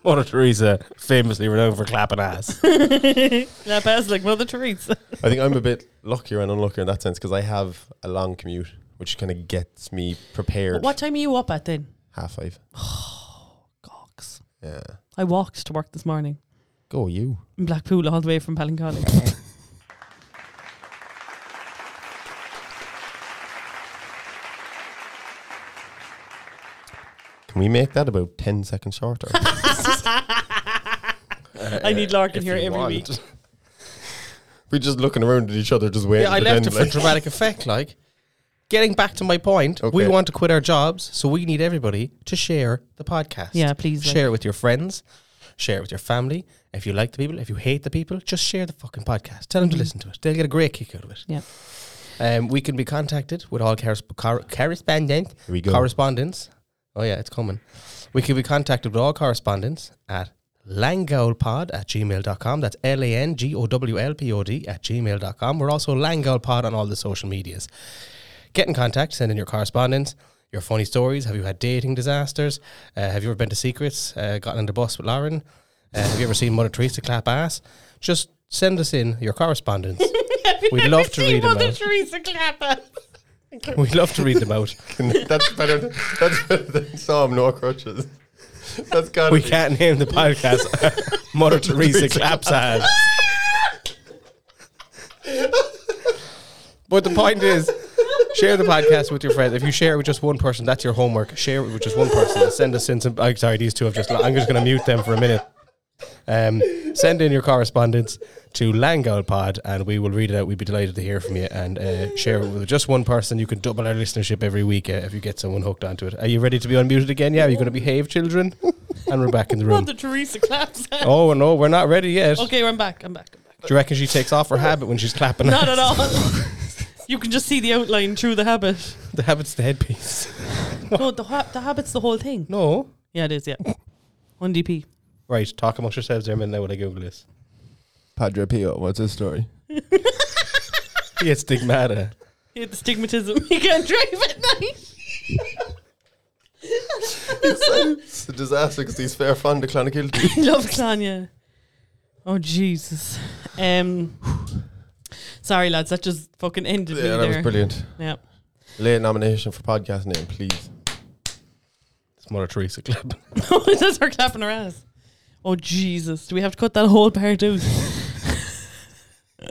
Mother Teresa, famously renowned for clapping ass.
Now pass like Mother Teresa.
I think I'm a bit luckier and unluckier in that sense because I have a long commute, which kind of gets me prepared.
what time are you up at then?
Half five.
Gox.
Yeah.
I walked to work this morning
Go you.
in Blackpool all the way from Ballincollig.
Can we make that about 10 seconds shorter?
Uh,
I need Larkin here every week.
[laughs]
We're just looking around at each other, just waiting.
Yeah, I
for
left it
them,
for
like-
dramatic effect. Like, getting back to my point, we
Okay.
want to quit our jobs, so we need everybody to share the podcast.
Yeah, please, like-
share it with your friends, share it with your family. If you like the people, if you hate the people, just share the fucking podcast. Tell them to listen to it. They'll get a great kick out of it.
Yeah.
Um, we can be contacted with all corres- cor- correspondence.
Here we go.
Correspondence. Oh yeah, it's coming. We can be contacted with all correspondence at langowlpod at gmail.com. That's L-A-N-G-O-W-L-P-O-D at gmail.com. We're also langowlpod on all the social medias. Get in contact, send in your correspondence, your funny stories. Have you had dating disasters? Uh, have you ever been to secrets? Uh, gotten on the bus with Lauren? Uh, have you ever seen Mother Teresa clap ass? Just send us in your correspondence. We'd
[laughs]
love to read them
Mother
out.
Teresa Clapper.
We'd love to read them out.
[laughs] that's better. Than, that's better than Sam. No crutches. [laughs] That's got.
We can't name the podcast Mother Teresa Claps Ass. But the point is, share the podcast with your friends. If you share it with just one person, that's your homework. Share it with just one person. Send us in some. I'm sorry, these two have just. I'm just going to mute them for a minute. Um, send in your correspondence to Langowlpod and we will read it out. We'd be delighted to hear from you and uh, share it with just one person. You can double our listenership every week uh, if you get someone hooked onto it. Are you ready to be unmuted again? Yeah, are you going to behave, children? And we're back in the
[laughs]
room.
Mother Teresa claps. [laughs]
Oh, no, we're not ready yet.
okay, I'm back. I'm back. I'm back.
Do you reckon she takes off her habit when she's clapping?
Not at all. [laughs] you can just see the outline through the habit.
[laughs] The habit's the headpiece.
No, the, ha- the habit's the whole thing.
No.
Yeah, it is. Yeah. 1DP.
Right, talk amongst yourselves there a minute now when I Google this.
Padre Pio. What's his story?
Yeah, it's stigmata.
You had the stigmatism. [laughs] You can't drive at night.
it's a disaster because he's fair fond of [laughs] Clonakilty.
[laughs] Love Tanya. Oh, Jesus. Um, sorry, lads. That just fucking ended me
yeah, that
there.
was brilliant.
Yeah.
Late nomination for podcast name, please.
It's Mother Teresa clapping.
[laughs] Just her clapping her ass. Oh Jesus! Do we have to cut that whole part
[laughs]
out? [laughs]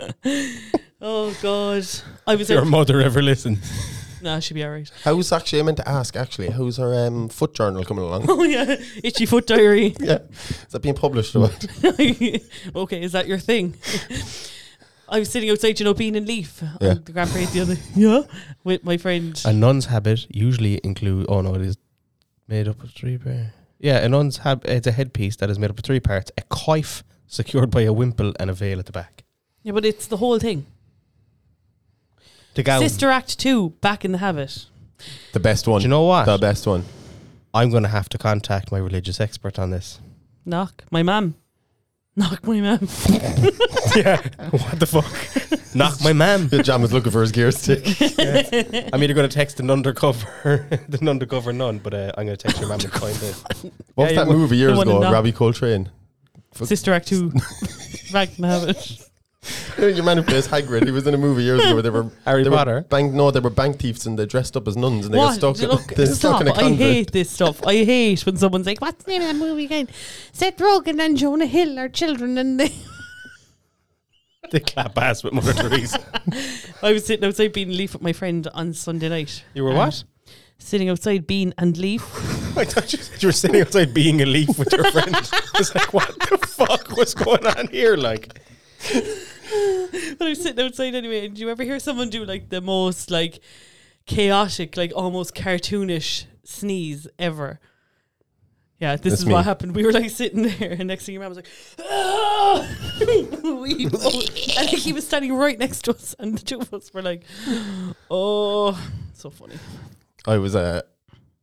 oh God! I was
Your
out.
mother ever listens.
Nah, she'll be alright.
How's actually I meant to ask? Actually, how's her um, foot journal coming along?
[laughs]
[laughs]
Oh yeah, itchy foot diary. [laughs]
yeah, is that being published? Or what?
okay, is that your thing? [laughs] I was sitting outside, you know, being in Leaf
Yeah.
on the Grand Parade the
[laughs]
other yeah [laughs] with my friend.
A nun's habit usually include. Oh no, it is made up of three parts. Yeah, a nun's habit. It's a headpiece that is made up of three parts: a coif secured by a wimple and a veil at the back.
yeah, but it's the whole thing.
The gown.
Sister Act Two, back in the habit.
The best one.
Do you know what?
The best one.
I'm going to have to contact my religious expert on this.
Knock, my mum. knock my man.
[laughs] yeah. What the [laughs] fuck? Knock my man.
Jam was looking for his gear stick.
I'm either going to text an undercover, [laughs] the undercover nun, but uh, I'm going to text your mum and find it.
What was
Yeah,
that
you-
movie years
you wanna
ago?
knock-
Robbie Coltrane.
Sister Act
[laughs]
2. Back to have it.
Your man who plays Hagrid. He was in a movie years ago where
[laughs]
they were
Harry
they Were
Potter?
bank, no, they were bank thieves and they dressed up as nuns and they
What?
got stuck. [laughs]
Look,
they got stuck
stop.
in
I
a convent.
hate this stuff. I hate when someone's like, what's the name of that movie again? Seth Rogen and Jonah Hill are children and
[laughs]
they... [laughs]
They clap ass with Mother Teresa.
I was sitting outside Bean and Leaf with my friend on Sunday night.
You were
Um,
what?
Sitting outside Bean and Leaf. [laughs]
I thought you said you were sitting outside being a leaf with your friend. It's like, what the fuck was going on here? Like,
but I was sitting outside anyway. And do you ever hear someone do like the most like chaotic, like almost cartoonish sneeze ever? Yeah, this
That's
is
me.
what happened. We were like sitting [laughs] there, and next thing your mum was like, "Ah!" [laughs] We- and he was standing right next to us, and the two of us were like, "Oh, so funny."
I was uh,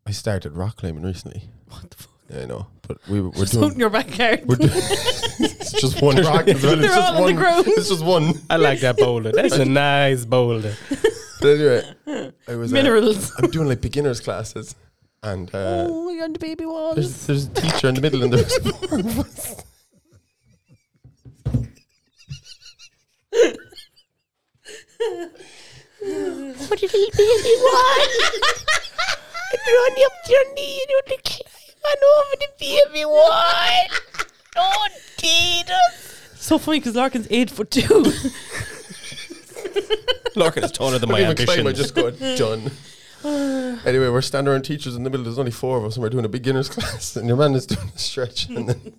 I started rock climbing recently.
What the fuck?
Yeah, I know, but we were, we're
Just out
doing.
in your backyard. [laughs]
We're doing it's just one rock. As well.
They're
it's just
all on the
one,
ground.
It's just one.
I like that boulder. That's a nice boulder.
But anyway, I was uh,
Minerals.
I'm doing like beginners classes, and uh,
oh, you're on the baby walls.
there's there's a teacher in the middle, and there's four of us.
But it'll be everyone. Run up to your knee and you'll climb on over the baby one. Don't tease us.
So funny because Larkin's eight foot two. [laughs]
Larkin is taller than
I
my
didn't even climb, I
ambitions.
just got
[laughs]
done. anyway, we're standing around teachers in the middle. There's only four of us, and we're doing a beginners [laughs] class. And your man is doing a stretch,
[laughs]
and then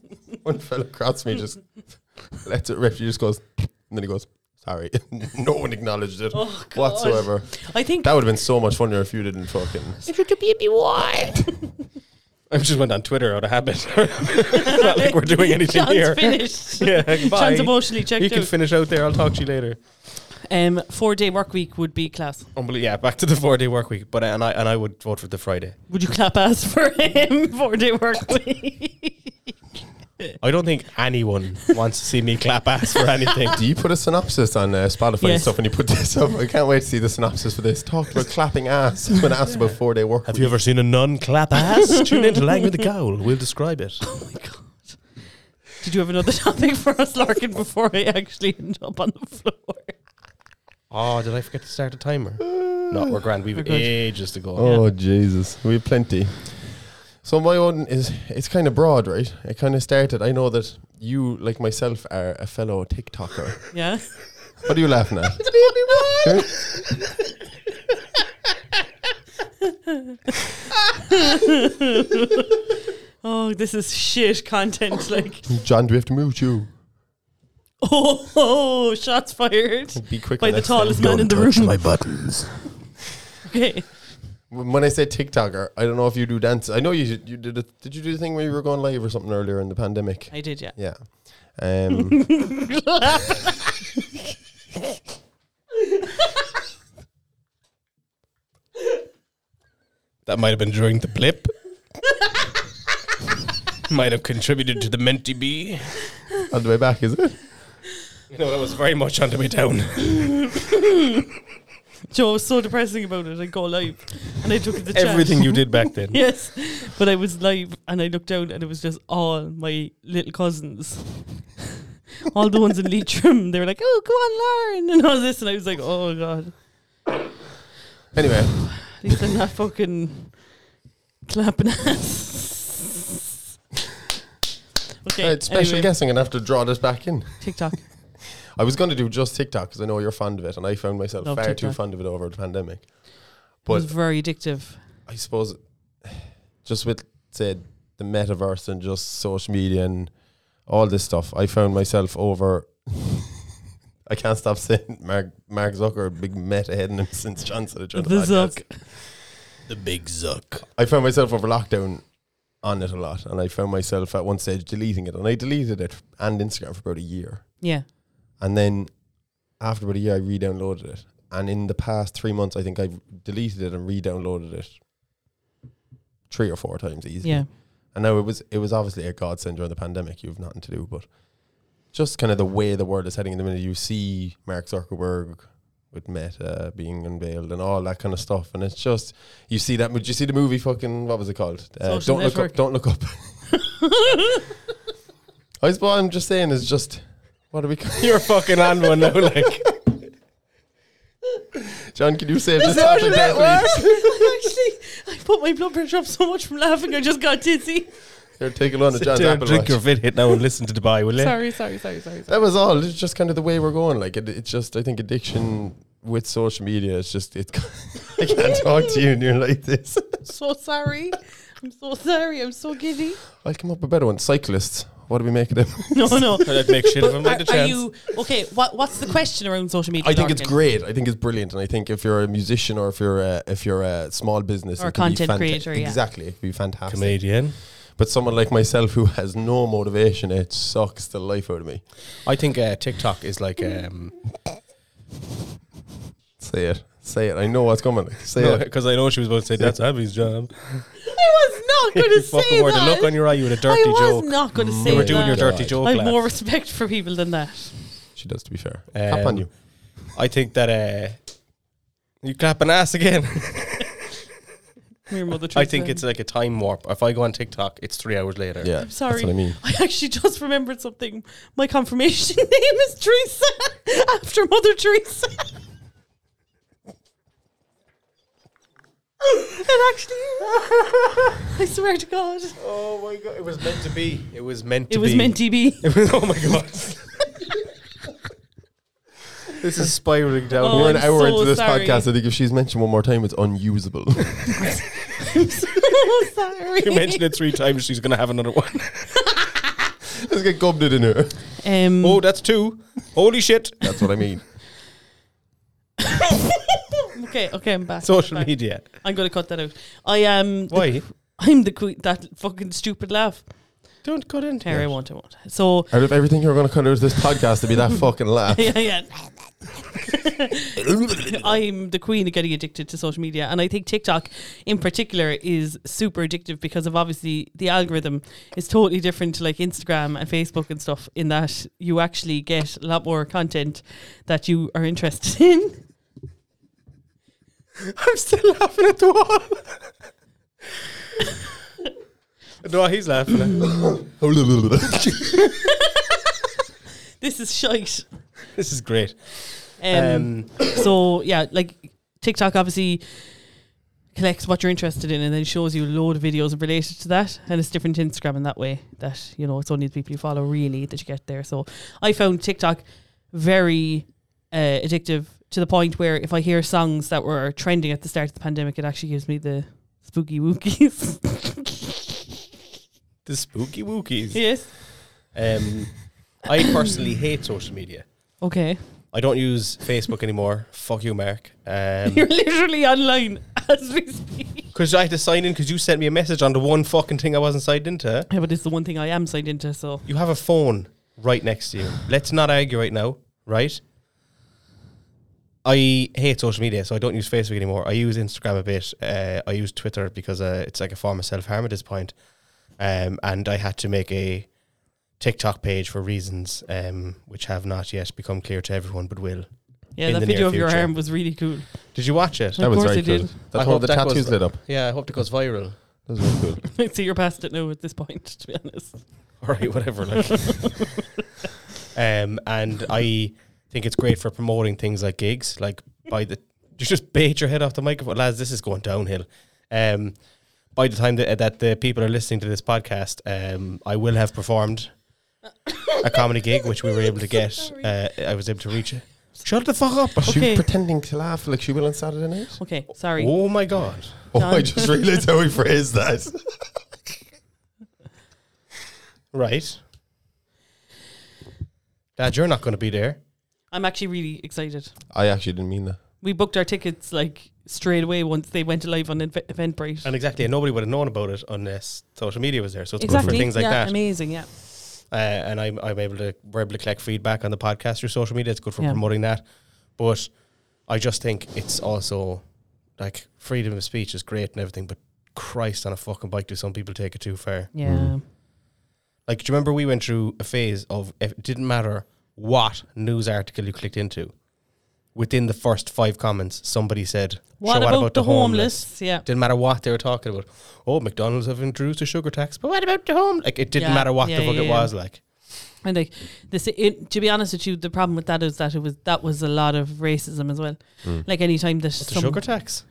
one fella across me just [laughs] lets it rip. He just goes, and then he goes, "Sorry." [laughs] no one acknowledged it
Oh, God.
whatsoever.
I think
That would have been so much funnier if you didn't
[laughs]
fucking.
It'll be baby one.
I just went on Twitter out of habit. [laughs] Not [laughs] like we're
[laughs]
doing anything
John's
here. [laughs]
finished.
Yeah, like, bye.
John's emotionally checked
You can
out.
finish out there. I'll talk to you later.
um, four day work week would be class.
Unbelievable. Yeah, back to the four day work week. But uh, and I and I would vote for the Friday.
Would you clap ass for him? [laughs] Four day work week.
I don't think [laughs] anyone wants to see me clap ass for [laughs] anything.
Do you put a synopsis on uh, Spotify and
Yes.
stuff when you put this up? I can't wait to see the synopsis for this. Talk about clapping ass. I've been asked about four day work.
Have you ever seen a nun clap [laughs] ass? Tune into Lang with the Cowl. We'll describe it.
oh my god. Did you have another [laughs] topic for us, Larkin, before I actually [laughs] end up on the floor?
Oh, did I forget to start a timer? no, we're grand. We've
We're good.
ages to go.
Oh Jesus, we have plenty. So my one is it's kind of broad, right? It kind of started. I know that you, like myself, are a
[laughs]
fellow TikToker.
[laughs]
Yeah.
what are you laughing at?
[laughs] Oh, this is shit content. Like, [laughs]
John, do we have to mute you?
oh, oh shots fired
Be quick.
by
on
the
that sound.
tallest man in the room.
buttons.
Okay.
When I say TikToker, I don't know if you do dance. I know you. You did. A, did you do the thing where you were going live or something earlier in the pandemic?
I did, yeah.
Yeah.
[laughs]
Um,
That might have been during the [laughs] blip. might have contributed to the Menti Bee.
on the way back, is it?
No, that was very much on the way down.
Joe was so depressing about it. I go live and I took the chat.
Everything you did back then.
[laughs] Yes, but I was live and I looked down and it was just all my little cousins. [laughs] all the ones in Leitrim. They were like, oh, go on, Lauren, and all this. And I was like, oh, God.
Anyway,
At least I'm not fucking clapping ass. [laughs] Okay.
uh, special
anyway,
guessing, and I have to draw this back in.
TikTok.
I was going to do just TikTok because I know you're fond of it, and I found myself
Love
far too
TikTok.
fond of it over the pandemic.
It was
But-
very addictive.
I suppose just with say the metaverse and just social media and all this stuff, I found myself over. [laughs] I can't stop saying Mark, Mark Zucker, big meta head in him since John said it. during
The
podcast.
Zuck.
The big zuck.
I found myself over lockdown on it a lot, and I found myself at one stage deleting it, and I deleted it and Instagram for about a year,
Yeah.
and then after about a year, I re-downloaded it, and in the past three months, I think I've deleted it and re-downloaded it three or four times easily.
Yeah.
I know it was it was obviously a godsend during the pandemic. You have nothing to do, but just kind of the way the world is heading in the minute. You see Mark Zuckerberg with Meta being unveiled and all that kind of stuff, and it's just you see that. Did you see the movie? Fucking what was it called? Uh,
Social
don't look up.
Network.
Don't
[laughs]
look up. I suppose what I'm just saying is just what are we? [laughs] ca-
You're fucking on one now, like.
John, can you say this topic there,
[laughs]
please?
Actually, I put my blood pressure up so much from laughing, I just got dizzy.
Here, take a look at
Sit
John's
down,
Apple
drink
Watch.
your vid hit now and listen to eh? Dubai, will you?
Sorry, sorry, sorry, sorry. sorry.
that was all. It's just kind of the way we're going. Like it, it's just I think addiction with social media. It's [laughs] just it. I can't talk to you and you're like this.
[laughs]
[laughs]
so sorry. I'm so sorry. I'm so giddy.
I'll come up with a better one. Cyclists. What do we make of them?
[laughs] No,
[laughs]
no.
I'd make shit of him
Are,
like the
are
chance.
you okay? What What's the question around social media?
I think it's
Darkin?
great. I think it's brilliant, and I think if you're a musician or if you're a, if you're a small business
Or
it could be
content
fanta-
creator, yeah.
exactly, it'd be fantastic.
Comedian.
But someone like myself who has no motivation, it sucks the life out of me.
I think uh, TikTok is like um
Say it, say it. I know what's coming. Say it.
because I know she was about to say that's Abby's job.
I was
[laughs]
not
You
going to
fucking
say
were the
that.
look on your eye. You had a dirty
I was
joke. Mm.
not going to say
You were doing
that.
your
God.
dirty joke.
I have
laugh.
more respect for people than [laughs] that.
She does, to be fair. Cap
Um,
on you.
I think that uh, you clapping ass [laughs] again.
Mere mother
I
Teresa.
think it's like a time warp. If I go on TikTok, it's three hours later.
Yeah,
sorry.
That's what I mean.
[laughs] I actually just remembered something. My confirmation [laughs] name is Teresa [laughs] after Mother Teresa. [laughs] it actually, [laughs] I swear to God,
Oh my god! It was meant to be. It was meant to
[laughs] it was
be.
meant to be.
[laughs] It was. Oh my god! this is spiraling down.
Oh,
We're an
I'm
hour
so
into this
sorry.
podcast. I think if she's mentioned one more time, it's unusable. [laughs]
I'm so sorry.
[laughs] You mentioned it three times. She's gonna have another one.
Let's get gobbled in her.
Um,
Oh, that's two. Holy shit!
That's what I mean.
okay, okay, I'm back.
Social
I'm back.
media.
I'm going to cut that out. I am.
[laughs]
the-
Why?
I'm the queen. That fucking stupid laugh.
Don't cut in.
Terry, I won't. I won't. So. [laughs]
Out of everything you're going to cut out of this podcast to be that fucking laugh.
yeah, yeah. I'm the queen of getting addicted to social media, and I think TikTok, in particular, is super addictive because of obviously the algorithm is totally different to like Instagram and Facebook and stuff. In that you actually get a lot more content that you are interested [laughs] in.
I'm still laughing at the wall. no, he's laughing. [laughs] At.
This is shite.
This is great.
um,
Um,
so yeah, like TikTok obviously collects what you're interested in and then shows you a load of videos related to that. And it's different to Instagram in that way that, you know, it's only the people you follow really that you get there. So I found TikTok very uh, addictive to the point where if I hear songs that were trending at the start of the pandemic, it actually gives me the spooky wookies. [laughs]
the spooky wookies.
yes.
Um, I personally hate social media.
Okay. [laughs]
I don't use Facebook [laughs] anymore. Fuck you, Mark.
You're
Because
literally online [laughs] as we speak.
I had to sign in because you sent me a message on the one fucking thing I wasn't signed into.
Yeah, but it's the one thing I am signed into, so
You have a phone right next to you. Let's not argue right now, right? I hate social media, so I don't use Facebook anymore. I use Instagram a bit. Uh, I use Twitter because uh, it's like a form of self harm at this point. Um, and I had to make a TikTok page for reasons um, which have not yet become clear to everyone, but will.
yeah,
In
that
the near
video of your
future.
arm was really cool.
Did you watch it?
Of
That was
course
very
I did.
good.
I
That's one
hope
of the
that
tattoos
goes-
lit up.
Yeah, I hope it goes viral.
That was very cool.
[laughs] I'd say you're past it now at this point, [laughs] to be honest.
[laughs] All right, whatever. Like, um, and I think it's great for promoting things like gigs. Like by the, [laughs] you just bait your head off the microphone, lads. This is going downhill. Um, by the time that, that the people are listening to this podcast, um, I will have performed a comedy gig, which we were able to get. Uh, I was able to reach. it. Shut the fuck up!
She
Okay.
[laughs] was pretending to laugh like she will on Saturday night.
Okay, sorry.
Oh my god!
Oh,
John.
I just realized how he phrased that. [laughs]
Right, Dad, you're not going to be there.
I'm actually really excited.
I actually didn't mean that.
We booked our tickets like straight away once they went live on Inve- Eventbrite.
And exactly, and nobody would have known about it unless social media was there. So it's good
exactly. Hmm.
for things like
yeah,
that.
Amazing. Yeah.
uh, and I'm, I'm able to we're able to collect feedback on the podcast through social media. It's good for
Yeah.
promoting that, but I just think it's also like freedom of Hmm. speech is great and everything, but Christ on a fucking bike, do some people take it too far?
Yeah.
Like, do you remember we went through a phase of if it didn't matter what news article you clicked into, within the first five comments, somebody said,
What
"So
about, the homeless? Yeah.
Didn't matter what they were talking about. Oh, McDonald's have introduced a sugar tax, but what about the home? Like, it didn't
Yeah,
matter what
yeah,
the fuck
yeah,
it
yeah.
was. Like,
And like this, it, to be honest with you, the problem with that is that it was that was a lot of racism as well. Like any time that
what's
some-
a Hmm. sugar tax?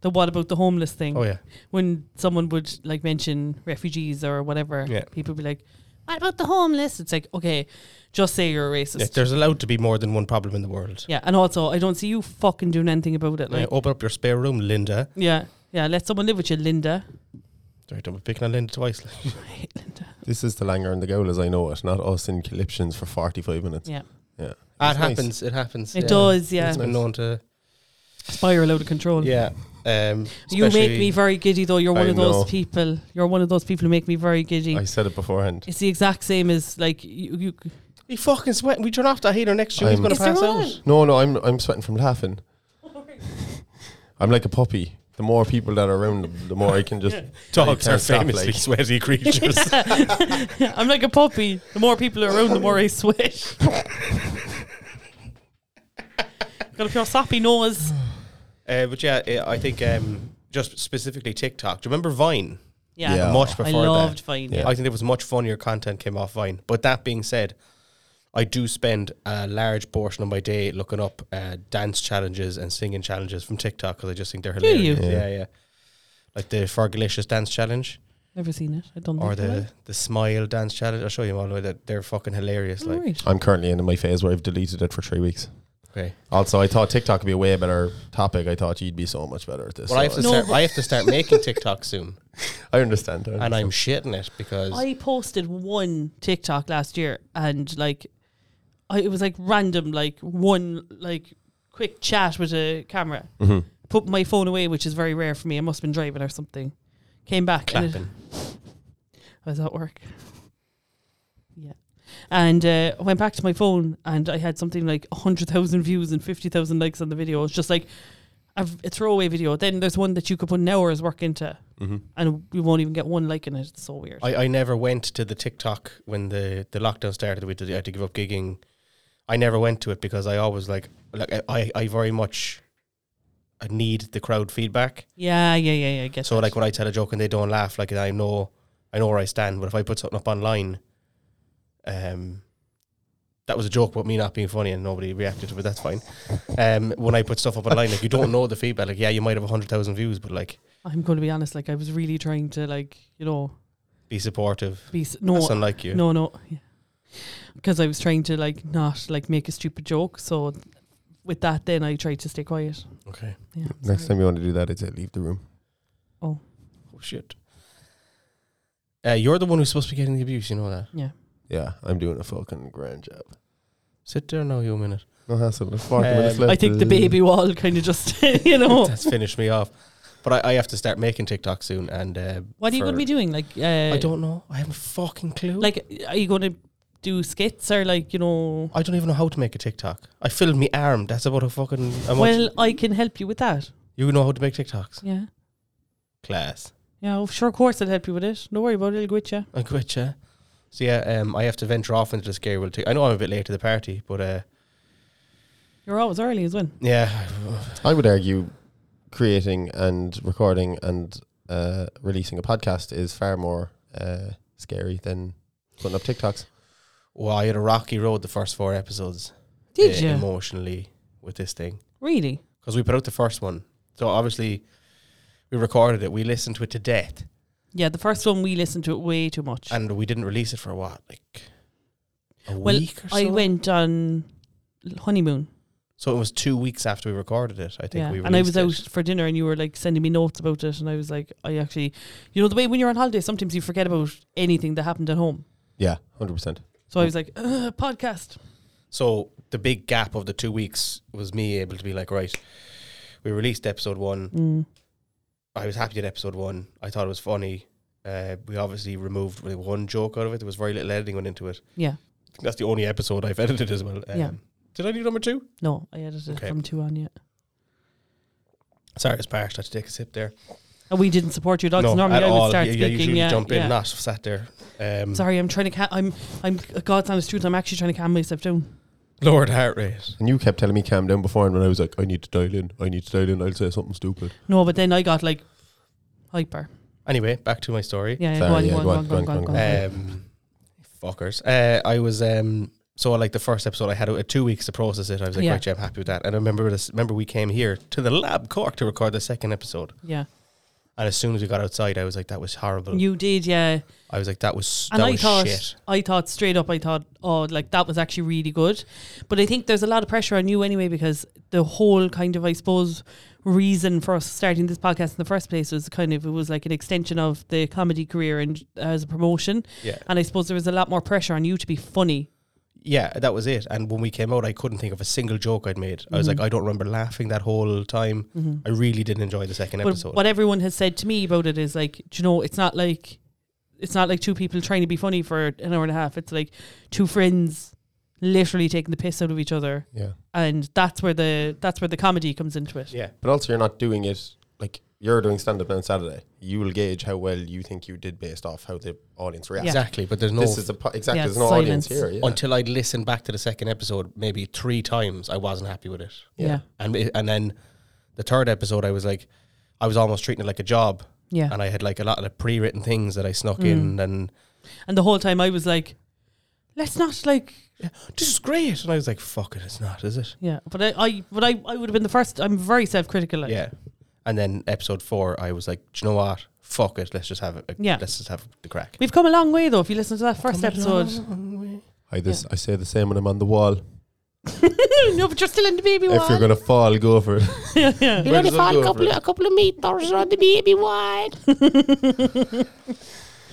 the what about the homeless thing?
Oh yeah,
When someone would like mention refugees or whatever,
Yeah.
people would be like, "What about the homeless?" It's like, okay, just say you're a racist.
yeah. There's allowed to be more than one problem in the world.
Yeah, and also I don't see you fucking doing anything about it.
Yeah,
Like,
open up your spare room, Linda.
yeah, yeah, let someone live with you, Linda.
Sorry, don't be picking on Linda twice. [laughs] Like.
I hate Linda.
This is the Langer and the Goal as I know it, not us in Calyptions for 45 minutes.
Yeah,
Yeah.
That
It's nice.
happens. Ah, It happens.
it does.
It's
Yeah,
been known to.
spiral out of control.
Yeah. Um,
You make
especially-
me very giddy though. You're one
I
of those
know.
people. You're one of those people who make me very giddy.
I said it beforehand.
It's the exact same as like you. you [laughs]
He fucking sweating. We turn off that heater next year. He's
I'm-
going to
Is there
pass
one?
out.
No, no, I'm I'm sweating
[laughs]
from laughing. I'm like a puppy. The more people that are around, the- the more I can just.
[laughs] Dogs
I
are
can't stop,
famously
[laughs]
like-
sweaty creatures.
I'm like a puppy. The more people are around, the more
[laughs]
I sweat. Got a pure soppy nose.
[laughs] uh, but yeah, I- I think um, just specifically TikTok. Do you remember Vine?
Yeah,
Yeah.
Much
I
before
loved
that.
Vine.
Yeah.
Oh. I think there was much funnier content came off Vine. But that being said, I do spend a large portion of my day looking up uh, dance challenges and singing challenges from TikTok because I just think they're
Do you?
hilarious. Yeah, yeah. Like the Fergalicious dance challenge
Never seen it. I don't.
or
think I
the, the smile dance challenge. I'll show you all the way that they're fucking hilarious.
have.
Like,
Alright.
I'm currently in my phase where I've deleted it for three weeks.
okay.
Also, I thought TikTok would be a way better topic. I thought you'd be so much better at this.
Well, I have to
So
No,
start.
but-
I have to start making TikTok soon,
I, I understand. I
and
understand.
I'm shitting it because
I posted one TikTok last year, and like, I, it was like random, like one like quick chat with a camera.
Mm-hmm.
Put my phone away, which is very rare for me. I must have been driving or something. Came back and it-
clapping.
I was at work. [laughs] Yeah. And uh, I went back to my phone and I had something like 100,000 views and 50,000 likes on the video. It's just like a, v- a throwaway video. Then there's one that you could put an hour's work into and we won't even get one like in it. It's so weird.
Mm-hmm. I, I never went to the TikTok when the, the lockdown started. We did, I had to give up gigging. I never went to it because I always like like I- I, I very much I need the crowd feedback.
yeah, yeah, yeah, yeah. I get
So
that.
like when I tell a joke and they don't laugh, like I know I know where I stand. But if I put something up online, um, that was a joke about me not being funny and nobody reacted to it. That's fine. Um, when I put stuff up online, like you
[laughs]
don't know the feedback. Like yeah, you might have hundred thousand views, but like
I'm going to be honest. Like I was really trying to like, you know,
be supportive.
be, s- no,
That's unlike you.
No, no. Because I was trying to like not like make a stupid joke. So with that, then I tried to stay quiet.
Okay.
Yeah.
Next
sorry.
time you want to do that, it's it, leave the room.
Oh shit. Uh, you're the one who's supposed to be getting the abuse. You know that.
Yeah, I'm doing a fucking grand job.
Sit there now, you a
[laughs]
minute.
No hassle. There's 40 minutes
Um,
left.
I think the baby wall kind of just, [laughs] you know.
That's finished me off. But I, I have to start making TikTok soon. And uh,
What are you
for-
going to be doing? Like, uh,
I don't know. I haven't a fucking clue.
Like, are you going to do skits or like, you know?
I don't even know how to make a TikTok. I filled me arm. That's about how fucking. How much
Well, I can help you with that.
you know how to make TikToks?
Yeah.
Class.
Yeah, oh, sure, of course I'll help you with it. Don't worry about it, it'll go with ya.
I quit, yeah. So yeah, um, I have to venture off into the scary world. Too. I know I'm a bit late to the party, but uh,
You're always early as well.
yeah,
I would argue creating and recording and uh, releasing a podcast is far more uh, scary than putting up TikToks.
well, I had a rocky road the first four episodes.
Did
uh,
you?
emotionally with this thing?
Really?
because we put out the first one. So obviously, we recorded it, we listened to it to death,
Yeah, the first one we listened to it way too much.
and we didn't release it for what like a
well,
week or so.
I Oh, went on honeymoon.
So it was two weeks after we recorded it. I think
Yeah,
we
and I was
released it.
out for dinner, and you were like sending me notes about it, and I was like, I actually, you know, the way when you're on holiday, sometimes you forget about anything that happened at home.
Yeah, 100%.
So I was like, Ugh, podcast.
So the big gap of the two weeks was me able to be like, right, we released episode one.
Mm.
I was happy at episode one. I thought it was funny. Uh, we obviously removed really one joke out of it. There was very little editing went into it.
Yeah.
That's the only episode I've [laughs] edited as well. Um,
Yeah.
Did I do number two?
No, I edited it
Okay.
from two on yet.
Sorry, it's parched. I had to take a sip there.
and we didn't support your dogs. Normally, I would start
yeah, yeah,
speaking.
usually
yeah,
jump in,
yeah.
not sat there. Um,
Sorry, I'm trying to. Ca- I'm. I'm. God's honest truth. I'm actually trying to calm myself down.
Lowered heart rate.
And you kept telling me calm down before, and when I was like, I need to dial in, I need to dial in, I'll say something stupid.
No, but then I got like hyper.
Anyway, back to my story.
Yeah, yeah,
Sorry,
go on,
yeah,
go on, go on, go on, go on, go on.
Um, fuckers. Uh, I was um, so like the first episode, I had uh, two weeks to process it. I was like,
Yeah.
right, yeah, I'm happy with that. And I remember this. Remember, we came here to the lab Cork to record the second episode.
yeah,
And as soon as we got outside, I was like, that was horrible.
you did, yeah.
I was like, that was
And
that
I
was
thought,
shit.
I thought straight up, I thought, oh, like that was actually really good. But I think there's a lot of pressure on you anyway because the whole kind of, I suppose, reason for us starting this podcast in the first place was kind of it was like an extension of the comedy career and uh, as a promotion.
Yeah.
And I suppose there was a lot more pressure on you to be funny.
Yeah, that was it. And when we came out, I couldn't think of a single joke I'd made. I was
Mm-hmm.
like, I don't remember laughing that whole time. I really didn't enjoy the second
But
episode.
what everyone has said to me about it is like, do you know, it's not like it's not like two people trying to be funny for an hour and a half. It's like two friends literally taking the piss out of each other.
Yeah.
And that's where the that's where the comedy comes into it.
yeah,
But also, you're not doing it like you're doing stand up on Saturday. You will gauge how well you think you did based off how the audience reacts.
exactly. But there's no
This is a po- exactly.
Yeah,
there's no audience here.
silence.
Yeah.
until I'd listened back to the second episode maybe three times. I wasn't happy with it.
Yeah.
and it- and then the third episode, I was like, I was almost treating it like a job,
Yeah. Mm.
and I had like a lot of the pre-written things that I snuck in, and
And the whole time I was like, let's not like
this is great, and I was like, fuck it, it's not, is it?
yeah. But I, I but I, I would have been the first I'm very self critical like
Yeah. And then episode four, I was like, do you know what? Fuck it, let's just have it.
Yeah.
let's just have the crack.
We've come a long way though if you listen to that first episode.
I this I say the same when I'm on the wall.
[laughs] no, but you're still in the baby
If you're
[laughs] one.
gonna fall, go for it.
You know,
Where
they
does it
fall
go
a couple,
for it?
a couple of meters on the baby one.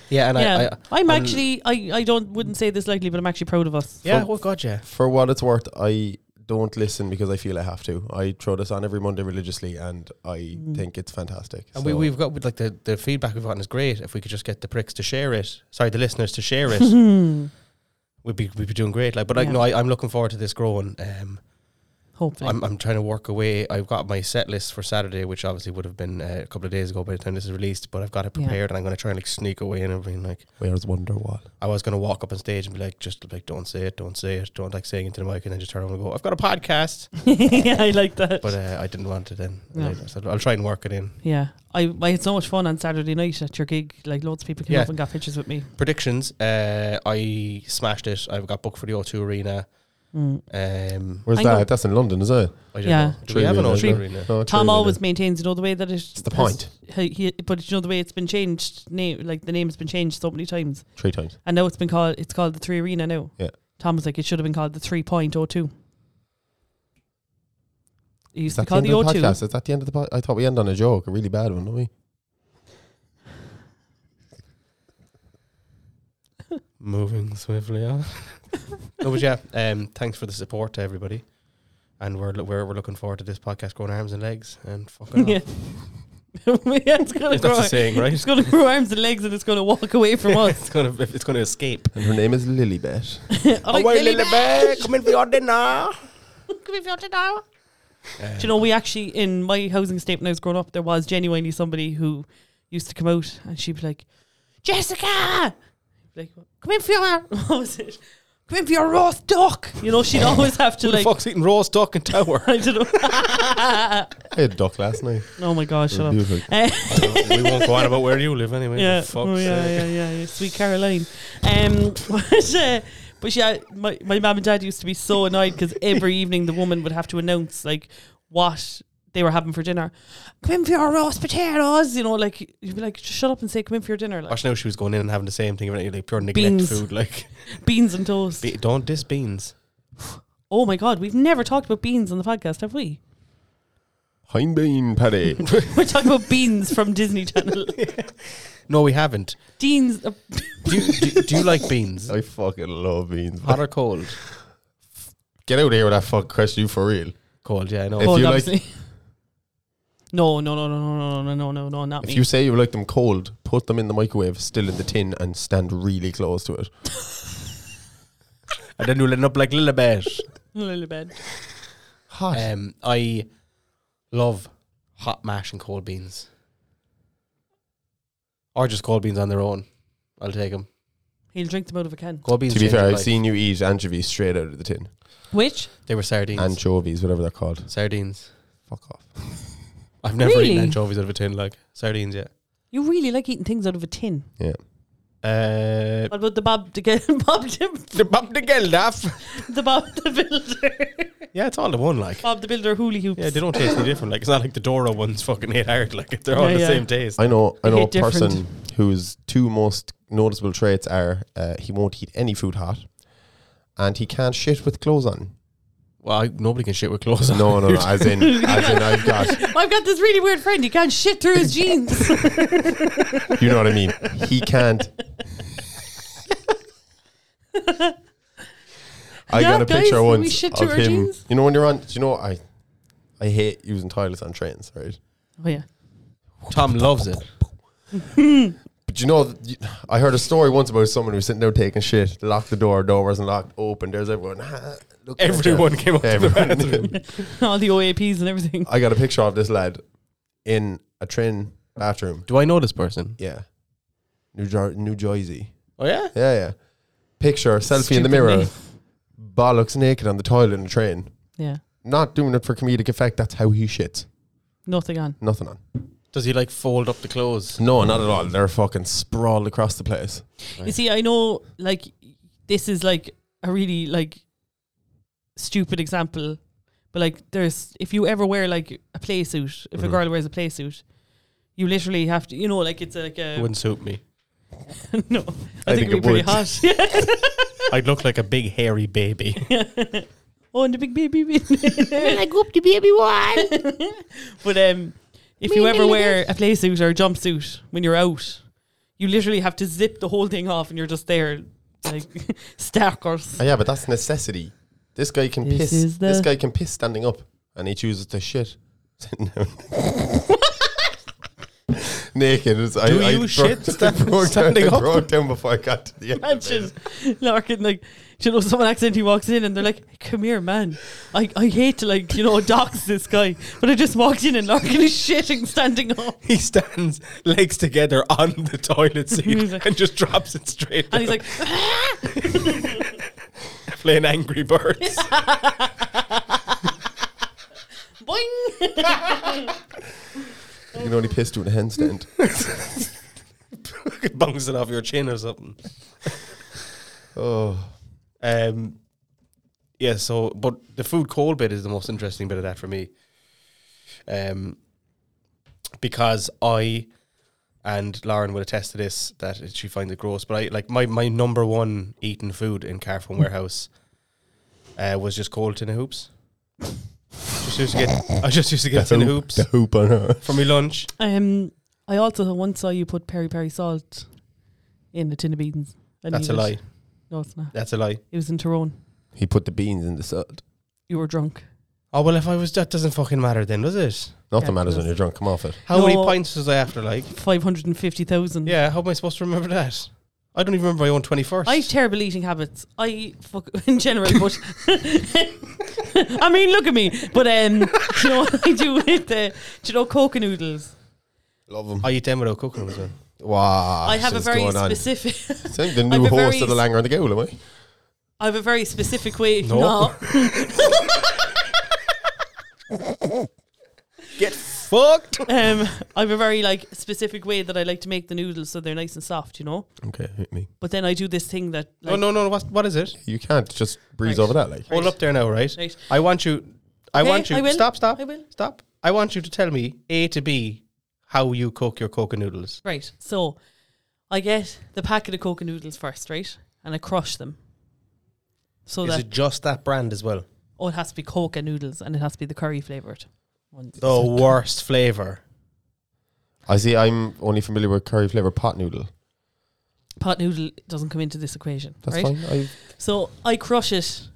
Yeah, and
Yeah.
I, I
I,
I'm-
am actually I, I don't wouldn't say this lightly, but I'm actually proud of us.
yeah, oh god, yeah.
For what it's worth, I don't listen because I feel I have to. I throw this on every Monday religiously, and I
Mm.
think it's fantastic.
And we,
So-
we've got with like the, the feedback we've gotten is great. If we could just get the pricks to share it, sorry, the listeners to share
[laughs]
it, we'd be we'd be doing great. Like, but like
Yeah.
no, I, I'm looking forward to this growing. Um,
Hopefully.
I'm I'm trying to work away. I've got my set list for Saturday, which obviously would have been uh, a couple of days ago by the time this is released. But I've got it
Yeah.
prepared, and I'm going to try and like sneak away and everything. Like,
Where's Wonderwall?
I was going to walk up on stage and be like, just like, don't say it, don't say it, don't like saying it to the mic, and then just turn around and go, I've got a podcast.
[laughs] yeah, I like that.
But uh, I didn't want it then.
No.
I said, I'll try and work it in.
yeah. I, I had so much fun on Saturday night at your gig. Like loads of people came
Yeah.
up and got pictures with me.
Predictions. Uh, I smashed it. I've got booked for the O2 Arena.
Mm.
Um,
Where's
I'm
that?
going-
That's in London, is it?
I don't
Yeah.
know. Do
Tree
we have an O2
Arena, isn't it?
Arena?
No, it's
Tom
Tree Arena.
always maintains, you know, the way that it's
the point.
He, he, but you know the way it's been changed. Name like the name's been changed so many times,
three times.
and now it's been called. It's called the Three Arena now.
Yeah.
Tom was like, it should have been called the Three Point O Two. It used
Is
to be
that
called
the end
the
of the
O
podcast?
Two.
Is that the end of the podcast? I thought we end on a joke, a really bad one, don't we?
Moving swiftly on. [laughs] no, but yeah, um, thanks for the support to everybody. And we're, we're, we're looking forward to this podcast growing arms and legs and fucking
[laughs] Yeah.
off.
yeah, [laughs] it's gonna
If that's
grow.
a saying, right?
It's gonna grow arms and legs, and it's gonna walk away [laughs] from us. [laughs]
it's gonna it's gonna escape.
And her name is Lilybet.
I like Lily Bell.
come in for your
[laughs]
dinner.
Can we felt it now?
Do you know, we actually, in my housing estate when I was growing up, there was genuinely somebody who used to come out and she'd be like, Jessica! Like, come in for your, [laughs] what was it? Come in for your roast duck! You know,
[laughs]
she'd always have to
Who the
like,
fuck's eating raw stock and tower?
[laughs] I don't know.
I had duck last night.
oh my gosh, [laughs] shut up.
Beautiful.
Uh,
[laughs] we won't go on about where you live anyway.
yeah.
for
Oh,
fuck's
yeah,
sake.
yeah, yeah, yeah. Sweet Caroline. Um, [laughs] but, uh, but yeah, my, my mum and dad used to be so annoyed because
[laughs]
every evening the woman would have to announce like what they were having for dinner. Come in for your roast potatoes, you know, like you'd be like, just shut up and say, come in for your dinner, like
Gosh, now she was going in and having the same thing, like pure neglect
Beans.
food. Like,
beans and toast.
be, don't diss beans.
oh my God, we've never talked about beans on the podcast, have we? [laughs]
Hindbean patty. [laughs]
We're talking about beans from Disney Channel.
No, we haven't.
Dean's. Uh,
Do you, do, do you like beans?
I fucking love
[laughs]
beans.
Hot or cold?
Get out of here with that fuck question, you for real.
Cold, yeah, I know.
If
cold,
you like-
obviously. No, no, no, no, no, no, no, no, no, no, not
If
me.
you say you like them cold, put them in the microwave, still in the tin, and stand really close to it.
And then you'll end up like Lilibet.
A little bit.
Hot.
Um, I love hot mash and cold beans. or just cold beans on their own. I'll take them.
He'll drink them out of a can.
Cold beans.
To be
change
fair,
your
I've
life.
seen you eat anchovies straight out of the tin.
Which?
they were sardines.
Anchovies, whatever they're called.
sardines.
Fuck off.
I've never
Really?
eaten anchovies out of a tin like sardines yet.
You really like eating things out of a tin.
[laughs]
Uh,
What about the Bob the Gel- [laughs] Bob the,
the Bob the Geldaff.
the Bob the Builder?
Yeah, it's all the one like.
[laughs] Bob the Builder Hooly Hoops.
Yeah, they don't taste any different. Like it's not like the Dora ones fucking hit hard. Like they're all
Yeah,
the
yeah.
same taste.
I know. I
They
know a
hit different.
person whose two most noticeable traits are uh, he won't eat any food hot, and he can't shit with clothes on.
Well, I, nobody can shit with clothes on.
No, no, no. As in, as in, I've got.
I've got this really weird friend. He can't shit through his [laughs] jeans.
You know what I mean? He can't.
Yeah,
I got a
guys,
picture
we
once
shit to
of
our
him.
jeans.
You know when you're on. Do you know I? I hate using toilets on trains, right?
Oh yeah.
[laughs] Tom loves it.
But you know, th- you- I heard a story once about someone who was sitting there taking shit, locked the door, door wasn't locked, open. There's everyone. "Ah," looking at you.
[laughs] Everyone came up to the
Everyone.
bathroom.
All the OAPs and everything.
[laughs] I got a picture of this lad in a train bathroom.
Do I know this person?
Yeah, New Jer- New Jersey.
Oh yeah.
Yeah, yeah. Picture selfie in
Stupid
the mirror.
name.
Bollocks naked on the toilet in a train.
Yeah.
Not doing it for comedic effect. That's how he shits.
Nothing on.
Nothing on.
Does he like fold up the clothes?
No, not at all. They're fucking sprawled across the place.
You see, I know like this is like a really like stupid example, but like there's if you ever wear like a play suit, if a
Mhm.
girl wears a play suit, you literally have to you know, like it's like a
Wouldn't suit [laughs] me.
[laughs] no. I,
I
think, it'd
think
be
it
pretty
would.
hot. [laughs] Yeah.
I'd look like a big hairy baby.
Oh, and the big baby.
When I go up to baby one,
but um, if you ever wear a play suit or a jumpsuit when you're out, you literally have to zip the whole thing off, and you're just there like [laughs] stackers.
Oh, yeah, but that's necessity. This guy can
This
piss.
is the-
This guy can piss standing up, and he chooses to shit [laughs] sitting down. Naked. It's- I,
Do
[laughs] I
you
broke-
shit sta-
broke
standing
down, I
up?
broke down before I got to the end. of it.
Imagine Larkin like. do You know, someone accidentally walks in and they're like, "Come here, man! I, I hate to like you know dox this guy, but I just walked in and Larkin is shitting standing up,
[laughs] He stands legs together on the toilet
[laughs] He's
seat
like-
and just drops it straight.
and he's like, [laughs]
playing Angry [laughs] Birds.
boing!
You can only piss doing a handstand.
Bounce it off your chin or something.
oh,
Um, yeah. So, but the food cold bit is the most interesting bit of that for me. Um, because I and Lauren would attest to this that she finds it gross. But I like my my number one eating food in Carphone Warehouse uh, was just cold tin of hoops. just used to get I just used to get tin of hoops
the hoop on her.
for my lunch.
Um, I also once saw you put peri peri salt in a tin of beans. I
That's a
knew it.
lie.
No, it's not.
That's a lie.
It was in Tyrone.
He put the beans in the salt.
You were drunk.
Oh well, if I was that doesn't fucking matter then, does it?
Nothing
Yeah,
matters
that's-
when you're drunk. Come off it.
How many
No.
pints was I after? Like,
Five hundred and fifty thousand.
yeah, how am I supposed to remember that? I don't even remember my own twenty first.
I have terrible eating habits. I fuck [laughs] in general, but I mean, look at me. But um, [laughs] do you know what I do with the, do you know coca noodles?
Love them.
I eat them Oh, without cooking them as
[laughs]
well.
Wow.
I have a
shit's
very
going on.
specific. [laughs]
I think the
I have
new
a
host
very
of the
s-
Langer and the Gowl, am I?
I have a very specific way.
No.
No.
Get fucked.
Um, I have a very like specific way that I like to make the noodles so they're nice and soft. You know.
Okay, hit me.
But then I do this thing that like,
No, Oh, no, no. What, what is it?
You can't just breeze
Right.
over that, like.
Hold up there now, right?
Right.
I want you. I
Okay,
want you.
I will.
Stop, stop,
I will.
stop. I want you to tell me A to B how you cook your coca noodles.
Right. So I get the packet of coca noodles first, right? And I crush them. So
is
that
it just that brand as well?
oh, it has to be coca noodles and it has to be the curry flavored ones.
Oh,
The worst flavor.
I see. I'm only familiar with curry flavour pot noodle.
Pot noodle doesn't come into this equation,
That's
right?
fine. I,
So I crush it.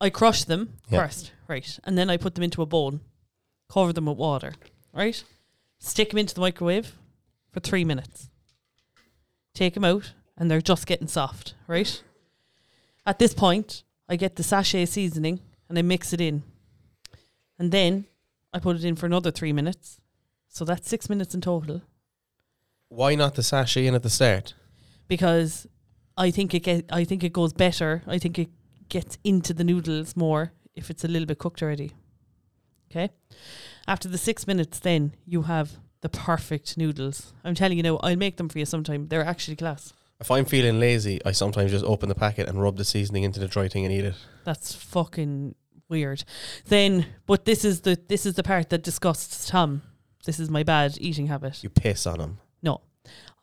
I crush them
Yeah.
first, right? And then I put them into a bowl, cover them with water, right? Stick them into the microwave for three minutes. Take them out, and they're just getting soft, right? At this point, I get the sachet seasoning and I mix it in. And then I put it in for another three minutes. So that's six minutes in total.
Why not the sachet in at the start?
because I think it get, I think it goes better. I think it gets into the noodles more if it's a little bit cooked already. Okay. After the six minutes, then you have the perfect noodles. I'm telling you now, I'll make them for you sometime. They're actually class.
If I'm feeling lazy, I sometimes just open the packet and rub the seasoning into the dry thing and eat it.
That's fucking weird. Then, but this is the this is the part that disgusts Tom. This is my bad eating habit.
You piss on them.
No.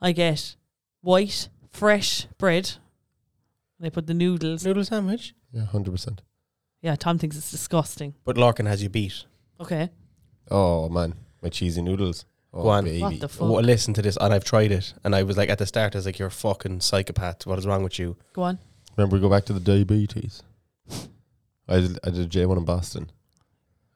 I get white, fresh bread. And I put the noodles.
Noodle sandwich.
Yeah, hundred percent.
Yeah, Tom thinks it's disgusting.
But Larkin has you beat.
Okay.
Oh man, my cheesy noodles. Oh,
Go on.
baby.
What the fuck?
Well, listen to this, and I've tried it, and I was like at the start, I was like, "You're a fucking psychopath. What is wrong with you?"
Go on.
Remember, we go back to the diabetes. I did, I did J one in Boston.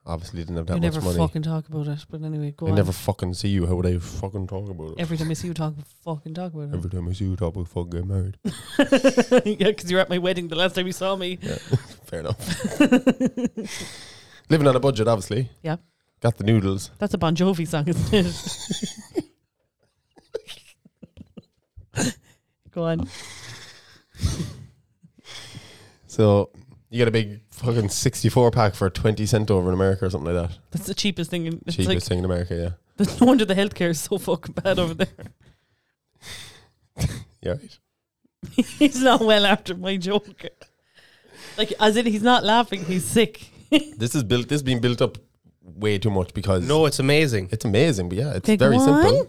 Obviously, didn't have that
you
much
never
money.
fucking talk about it. But anyway, go
I
on.
never fucking see you. How would I fucking talk about it?
Every time I see you talk, fucking talk about it.
Every time I see you, talk, we fucking get married.
[laughs] yeah, because you were at my wedding the last time you saw me.
Fair enough. Living on a budget, obviously.
Yeah.
Got the noodles.
That's a Bon Jovi song, isn't it? [laughs] go on.
So you get a big fucking 64 pack for 20 cent over in America or something like that.
That's the cheapest thing. In, it's
Cheapest thing in America, yeah.
like, no wonder the [laughs] healthcare is so fucking bad over there. [laughs]
Yeah, right.
he's not well after my joke. Like, as in, he's not laughing, he's sick.
This is built. This is being built up way too much because
No, it's amazing.
it's amazing. But yeah, it's
Take
very
one.
simple.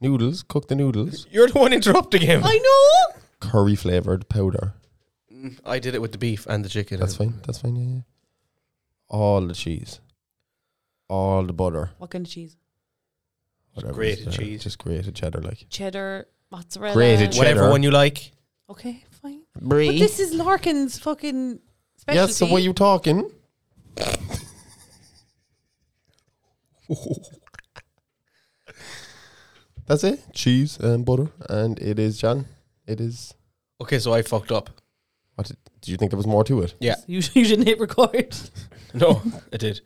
Noodles, cook the noodles,
You're the one interrupting him. I,
I know!
curry flavored powder.
Mm, did it with the beef and the chicken.
That's fine. That's fine. Yeah, yeah. All the cheese, all the butter,
What kind of cheese?
whatever.
grated
it's there.
cheese.
just grated cheddar, like
Cheddar, mozzarella.
Grated cheddar.
Whatever one you like.
Okay, fine. But
brie.
this is Larkin's fucking
Yeah.
specialty.
So what you talking? [laughs] That's it. Cheese and butter, and it is John. It is.
Okay, so I fucked up.
What did, did you think there was more to it?
Yeah,
You, [laughs] you didn't hit record.
no, [laughs] I did.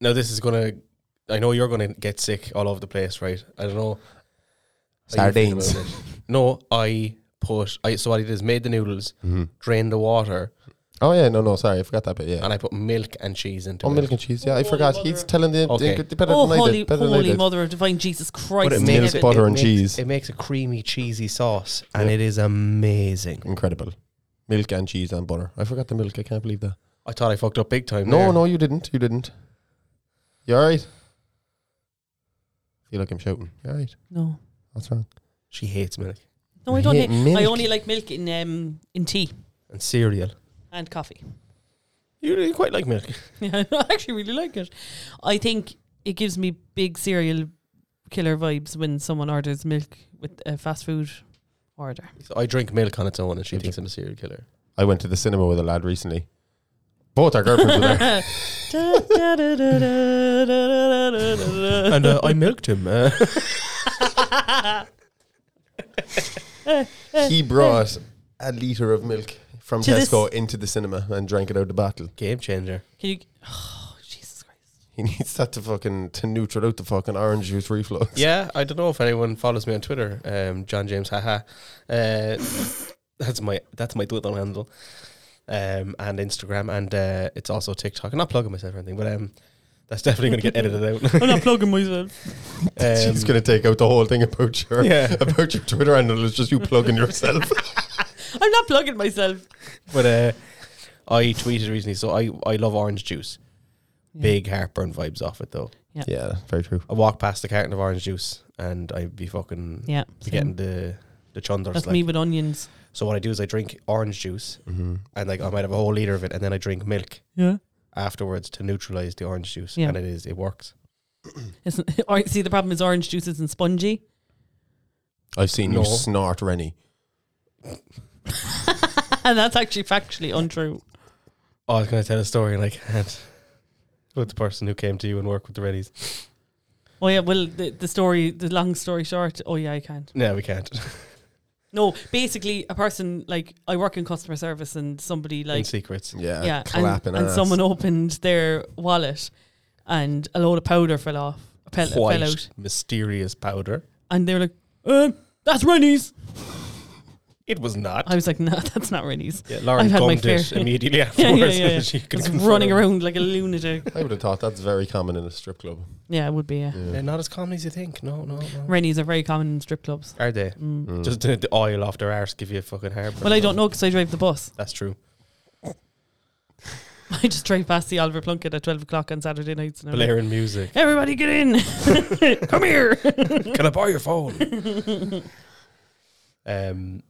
Now this is gonna. I know you're gonna get sick all over the place, right? I don't know. how you feel
Sardines.
about it. No, I put. I so what I did is made the noodles, drained the water,
Oh yeah, no, no, sorry, I forgot that bit. Yeah.
and I put milk and cheese into
Oh,
it.
milk and cheese. Yeah, I forgot. He's telling the,
Okay.
the, the better
Oh,
than I
holy,
did. Better than I
holy
did.
mother of divine Jesus Christ.
it
in
makes
heaven.
butter
it
and
makes-
cheese.
It makes a creamy, cheesy sauce, and
Yeah.
it is amazing.
Incredible. Milk and cheese and butter. I forgot the milk. I can't believe that.
I thought I fucked up big time.
No,
there.
no, you didn't. You didn't. You all right? feel like I'm shouting. You all right?
No.
What's wrong?
She hates milk
No, I don't
hate
hate
milk.
I only like milk in um in tea
and cereal.
and coffee. [laughs]
You really quite like milk.
Yeah, I actually really like it. I think it gives me big cereal killer vibes when someone orders milk with a fast food
[laughs]
order.
So I drink milk on its own, and she
Did
thinks I'm a serial killer.
I went to the cinema with a lad recently. Both our girlfriends were there.
Da, da, da, da, da, da, da, da, da.
and uh, I milked him. Uh,
[laughs]
He brought a liter of milk from
To this-
Tesco into the cinema and drank it out the bottle.
[laughs] game changer.
Can you [sighs] oh, Jesus Christ.
He [laughs] needs that to fucking to neutral out the fucking orange juice reflux.
Yeah, I don't know if anyone follows me on Twitter. Um, John James, haha. Uh, [laughs] that's my that's my Twitter handle, um, and Instagram, and uh, it's also TikTok. I'm not plugging myself or anything, but um, that's definitely going to get edited out.
I'm not plugging myself.
[laughs] She's
[laughs] Um,
gonna take out the whole thing about your
Yeah.
[laughs] about your Twitter handle. It's just you plugging yourself.
I'm not plugging myself.
but uh, I tweeted recently, so I I love orange juice.
Yeah.
Big heartburn vibes off it though.
[laughs] yeah, very true.
I walk past the carton of orange juice and I'd be fucking
Yeah.
be getting the the chunders.
That's
like.
me with onions.
So what I do is I drink orange juice
Mm-hmm.
and like I might have a whole liter of it, and then I drink milk
Yeah.
afterwards to neutralize the orange juice,
Yeah.
and it is it works.
[laughs] Isn't, or, see, the problem is orange juice isn't spongy. [laughs]
I've seen
No.
you snort Rennie.
and that's actually factually untrue.
Oh, I was gonna tell a story and I can't. [laughs] With the person who came to you and worked with the Reddies.
Oh, yeah. Well, the, the story, the long story short, oh, yeah, I can't.
No, we can't. [laughs]
No, basically, a person like I work in customer service and somebody
In
like,
secrets.
Yeah,
yeah, and,
clapping
and someone opened their wallet and a load of powder fell off. fell,
white
fell out.
mysterious powder.
And they were like, um, that's Rennie's.
It was not.
I was like, no, [laughs] that's not Rennie's.
yeah, Lauren
I've had my
gummed it
fair-
immediately
[laughs] Yeah,
afterwards.
yeah, yeah.
[laughs]
yeah.
she could
Just
confirm.
running around like a lunatic.
I would have thought that's very common in a strip club.
Yeah, it would be. Yeah.
Yeah, not as common as you think. No, no, no.
Rennies are very common in strip clubs.
Are they?
Mm.
Just the, the oil off their arse give you a fucking heartburn.
Well, I don't know because I drive the bus. [laughs]
That's true.
I just drive past the Oliver Plunkett at 12 o'clock on Saturday nights. And I'm like,
Blaring
[laughs]
music.
Everybody get in. Come here. [laughs]
Can I borrow your phone? um.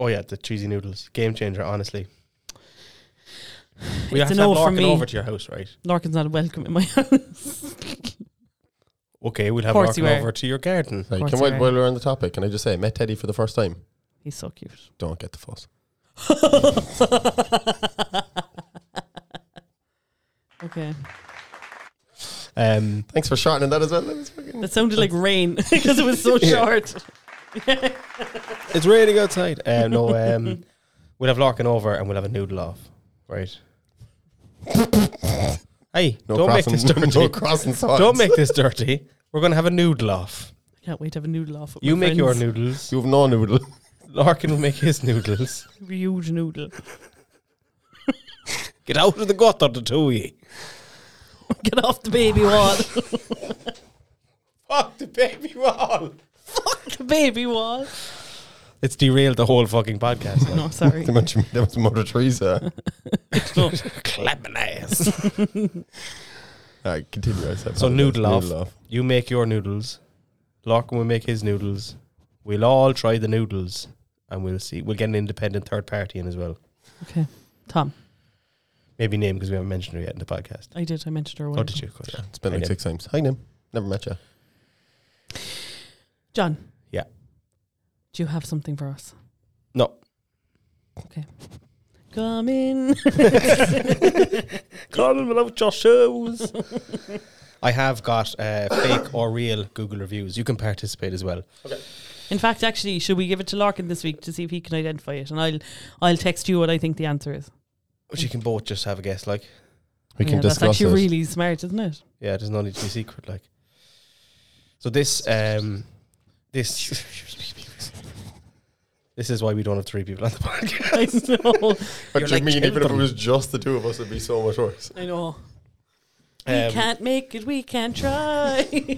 Oh yeah, the cheesy noodles, game changer. Honestly, we
It's
have to
a
have
no for
Larkin
me.
over to your house, right?
Larkin's not welcome in my house. [laughs]
Okay, we'll have
Of course
Larkin
you are.
over to your garden.
Like,
course
can
you
wait
are.
while we're on the topic? Can I just say, I met Teddy for the first time.
He's so cute.
Don't get the fuss.
okay.
Um,
Thanks for shortening that as well. That was fucking-
That sounded like rain [laughs] because it was so short.
it's raining outside. Um, no, um, we'll have Larkin over and we'll have a noodle off, right? hey,
no
don't make
crossing,
this [laughs] dirty.
[laughs] No crossing swords.
don't make this dirty. We're gonna have a noodle off.
Can't wait to have a noodle off. with
You
my
make your
friends.
noodles.
You have no [laughs] noodle.
Larkin will make his noodles.
huge noodle. [laughs]
Get out of the gutter, the two of you.
Get off the baby wall. [laughs]
Fuck the baby wall.
the baby wall.
It's derailed the whole fucking podcast.
No, sorry.
Too much. That was Mother Teresa.
[laughs]
No.
Clapping ass.
All right, continue. I said
So
apologize.
noodle off.
Noodle off.
You make your noodles. Larkin will make his noodles. We'll all try the noodles, and we'll see. We'll get an independent third party in as well.
Okay. Tom,
Maybe name because we haven't mentioned her yet in the podcast.
I did. I mentioned her. a while
Oh, did
ago.
you? Of course.
Yeah, it's been like
Okay.
six times. Hi, Nim. Never met you.
John.
Yeah.
Do you have something for us?
[laughs] No.
Come in.
Colin will out your shows. [laughs] I have got uh, fake or real Google reviews. You can participate as well.
In fact, actually, should we give it to Larkin this week to see if he can identify it? And I'll I'll text you what I think the answer is.
But you can both just have a guess. Like,
We can
Yeah, that's
discuss
actually
it.
really smart, isn't it? [laughs]
yeah, there's no need to be secret. Like, so this, um, this, [laughs] this is why we don't have three people on the podcast.
I know.
But
You're
you
like
mean even if it
children.
was just the two of us, it'd be so much worse.
I know. we
Um,
can't make it. We can't try. [laughs]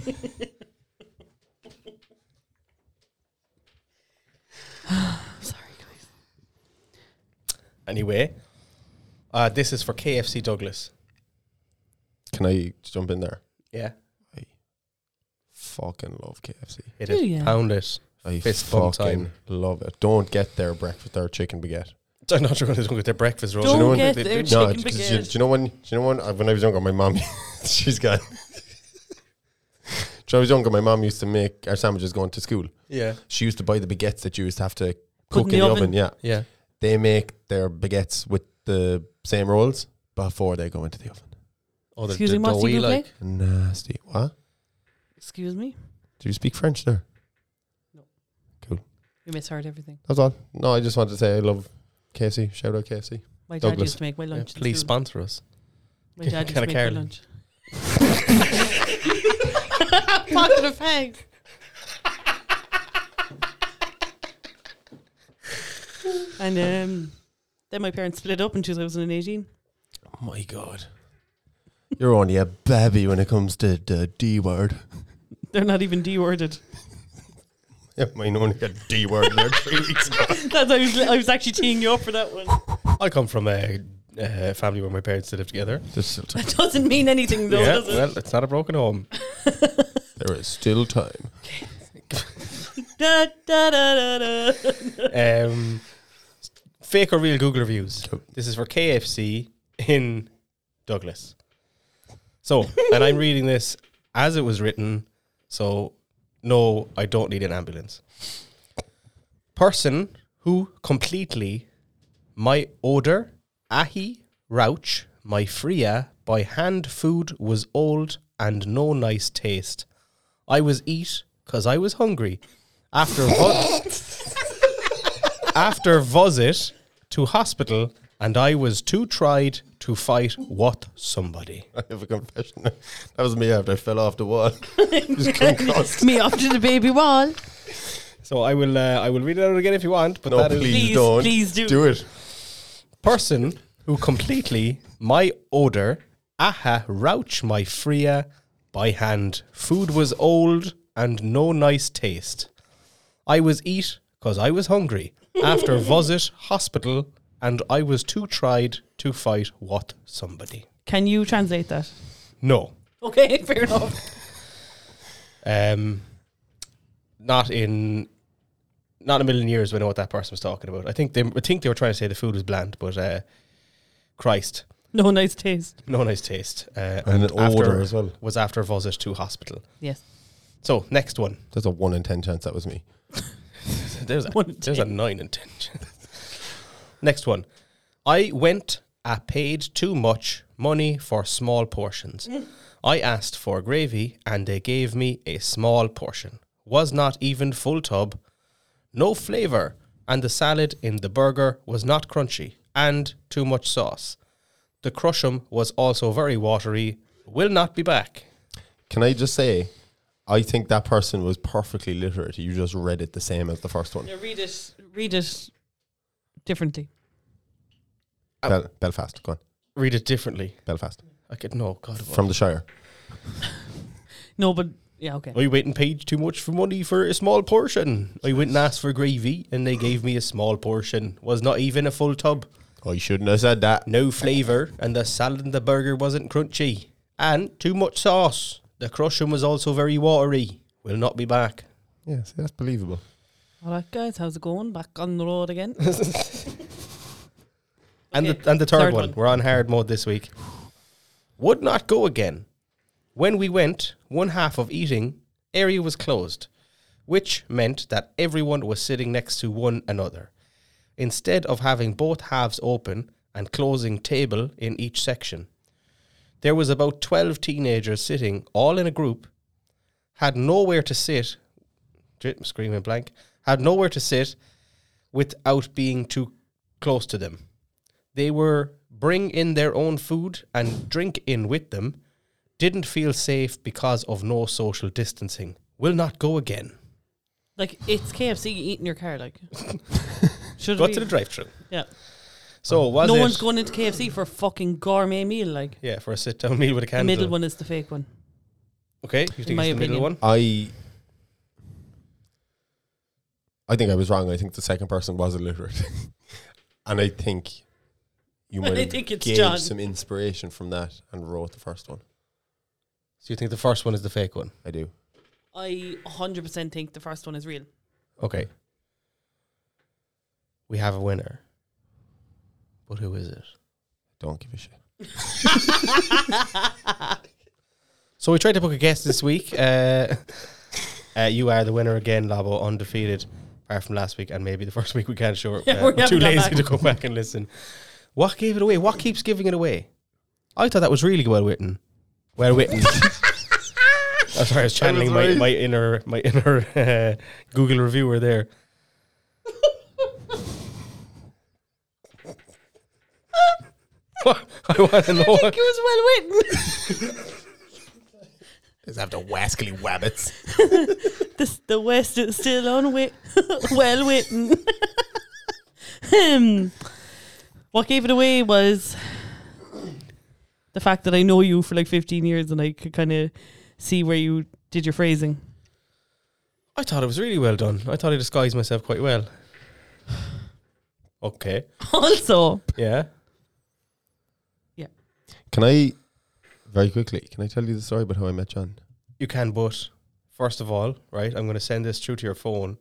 Sorry, guys.
Anyway, uh, this is for KFC Douglas.
Can I jump in there?
Yeah,
Fucking love KFC.
hit
Do
it,
ya?
pound it.
I
Fist
fucking
bump time.
love it. Don't get their breakfast, their chicken baguette.
I'm not sure they don't get their breakfast rolls.
Don't
know what
get
they
their
No,
chicken
'cause you, do
baguette.
you know when? Do you know when? uh, When I was younger, my mom, [laughs] she's gone. [laughs] when I was younger, my mom used to make our sandwiches going to school.
Yeah,
She used to buy the baguettes that you used to have to
Put
cook
in
in
the
the
oven.
oven. Yeah,
yeah.
they make their baguettes with the same rolls before they go into the oven.
Oh,
Excuse me, what's he like?
Nasty. What?
Excuse me.
Do you speak French there?
You misheard everything.
That's all. No, I just wanted to say I love KFC. Shout out KFC.
My dad
Douglas.
used to make my lunch. in
please
school.
sponsor us.
My dad used
Can I
to make my
carry them?
lunch. [laughs] Pocket of fags. and um, then my parents split up in 2018.
My God. You're only a baby when it comes to the D [laughs] word.
They're not even D-worded.
Mine only got D word in there [laughs] three weeks ago.
[laughs] That's, I, was, I was actually teeing you up for that one.
I come from a, uh family where my parents lived together.
There's still time.
That [laughs] doesn't mean anything though,
yeah,
does it?
well, it's not a broken home.
There is still time.
Da, da, da, da, da.
um, fake or real Google reviews.
Cool.
This is for KFC in Douglas. So, and I'm reading this as it was written. So, no, I don't need an ambulance. Person who completely my odor, ahi, rouch, my fria by hand food was old and no nice taste. I was eat because I was hungry. After what? after visit to hospital and I was too tried to fight what somebody.
[laughs] I have a confession. [laughs] That was me after I fell off the wall. [laughs] Just concussed.
[laughs] Me up to the baby wall.
So I will uh, I will read it out again if you want, but
No,
that is
please,
Please,
don't.
please do.
Do it.
person who completely my odor aha rouch my fria by hand. Food was old and no nice taste. I was eat cause I was hungry after visit hospital and I was too tried to fight what somebody.
Can you translate that?
No.
Okay, [laughs] fair enough.
Um, not in, not in a million years. We know what that person was talking about. I think they, I think they were trying to say the food was bland, but uh, Christ,
No nice taste.
no nice taste. Uh,
And an
after-
odor as well.
was after visit to hospital.
Yes.
So next one.
There's a one in ten chance that was me.
There's a,
One in
there's a nine and ten. next one. I went. I paid too much money for small portions. I asked for gravy and they gave me a small portion. Was not even full tub. No flavor. And the salad in the burger was not crunchy and too much sauce. The crushum was also very watery. Will not be back.
Can I just say, I think that person was perfectly literate. You just read it the same as the first one.
read it. Read it differently.
Bel- Belfast, go on.
Read it differently.
Belfast.
I could no God. what-
From the Shire.
No, but yeah, okay.
I went and paid too much for money for a small portion. I went and asked for gravy, and they gave me a small portion. Was not even a full tub.
Oh, you shouldn't have said that.
No flavour, and the salad and the burger wasn't crunchy. And too much sauce. The crushing was also very watery. Will not be back.
Yeah, see, that's believable.
All right, guys, how's it going? Back on the
[laughs]
road again.
And
Okay,
the and the third,
third
one.
one.
We're on hard mode this week. Would not go again. When we went, one half of eating area was closed, which meant that everyone was sitting next to one another. Instead of having both halves open and closing table in each section, there was about 12 teenagers sitting all in a group, had nowhere to sit, dri- screaming blank, had nowhere to sit without being too close to them they were bring in their own food and drink in with them didn't feel safe because of no social distancing will not go again
like it's KFC eating your car.
[laughs]
Like should
go
we?
to the drive-through
yeah.
so was
No
it
one's going into KFC for a fucking gourmet meal. Like
yeah for a sit-down meal with a
the
candle
middle one is the fake one.
okay you think
my
it's the middle
opinion.
one
I. I think I was wrong. I think the second person was illiterate, [laughs] and I think
[laughs]
you
I
might have
think it's
gave
John.
some inspiration from that and wrote the first one.
so you think the first one is the fake one
I do.
I 100% think the first one is real.
okay we have a winner but who is it
Don't give a shit.
so we tried to book a guest this week uh, [laughs] uh, you are the winner again labo undefeated apart from last week and maybe the first [laughs] week we can't sure
Yeah,
uh,
we
we're too
haven't gone
lazy
back.
to go back and listen what gave it away what keeps giving it away I thought that was really well written well written I'm sorry I was channeling my, my inner my inner [laughs] uh, Google reviewer there [laughs] I want to know what-
It was well written.
Does have the wascally wabbits?
the, [laughs] the West is still on [laughs] wait, well [laughs] waiting. um, what gave it away was the fact that I know you for like 15 years and I could kind of see where you did your phrasing.
I thought it was really well done. I thought I disguised myself quite well. Okay.
[laughs] Also,
Yeah.
Can I, very quickly, can I tell you the story about how I met John?
You can, but first of all, right, I'm going to send this through to your phone.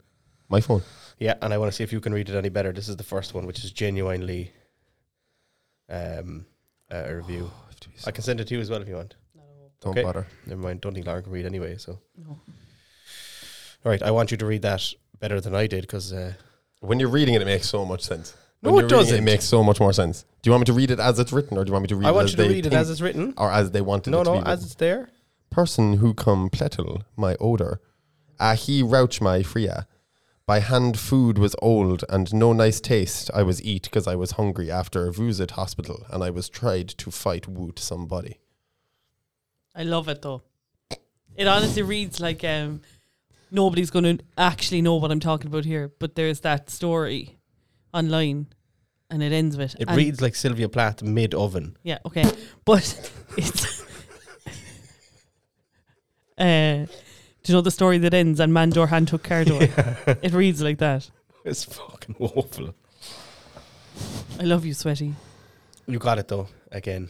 My phone.
Yeah, and I want to see if you can read it any better. This is the first one, which is genuinely um, uh, a review.
Oh,
I can send it to you as well if you want.
Don't
Okay.
bother.
Never mind. Don't think Lauren can read anyway. So,
No.
all right, I want you to read that better than I did because uh,
When you're reading it, it makes so much sense.
No,
When
it
you're reading
doesn't.
It makes so much more sense. Do you want me to read it as it's written, or do you want me to read
I
it
want
as
you to
they
read it
think-
as it's written.
or as they wanted
No,
it to
no,
be written?
as it's there.
person who come pletal my odor, ah he rouch my fria, By hand food was old and no nice taste. I was eat because I was hungry after a visit hospital and I was tried to fight woot somebody. [laughs]
I love it though. It honestly reads like um, nobody's going to actually know what I'm talking about here, but there's that story online, and it ends with
It
and-
reads like Sylvia Plath mid oven.
Yeah, okay, but [laughs] it's. uh, do you know the story that ends and Mandorhan took Cardor? It reads like that.
[laughs] It's fucking awful.
I love you, sweaty.
You got it though. Again,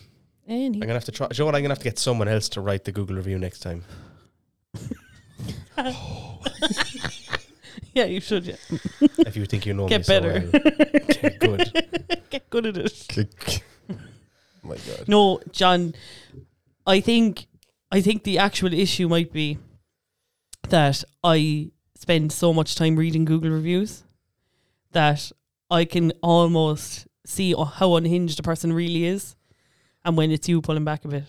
I'm
Any
gonna have to try. do You know what? I'm gonna have to get someone else to write the Google review next time.
yeah, you should. Yeah.
If you
[laughs]
think you know me,
Get
so
better.
well. Get good.
Get good at it.
My God.
No, John, I think I think the actual issue might be that I spend so much time reading Google reviews that I can almost see o- how unhinged a person really is, and when it's you pulling back a bit,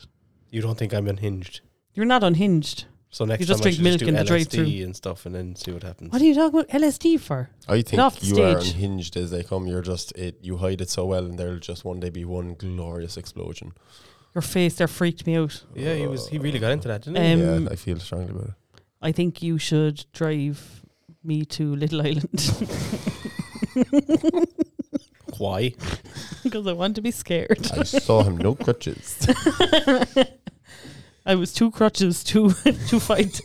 You don't think I'm unhinged?
you're not unhinged.
So next
just
time
drink
I should
milk
just do
in the
LSD
drive-through.
and stuff, and then see what happens.
What are you talking about LSD for?
I
off
think
the
you are
stage.
unhinged as they come. You're just it. You hide it so well, and there'll just one day be one glorious explosion.
Your face there freaked me out.
yeah, he was. He really got into that, didn't he?
Um,
yeah, I feel strongly about it.
I think you should drive me to Little Island [laughs]
Why?
because I want to be scared. [laughs]
I saw him no crutches.
I was two [laughs] crutches to to fight.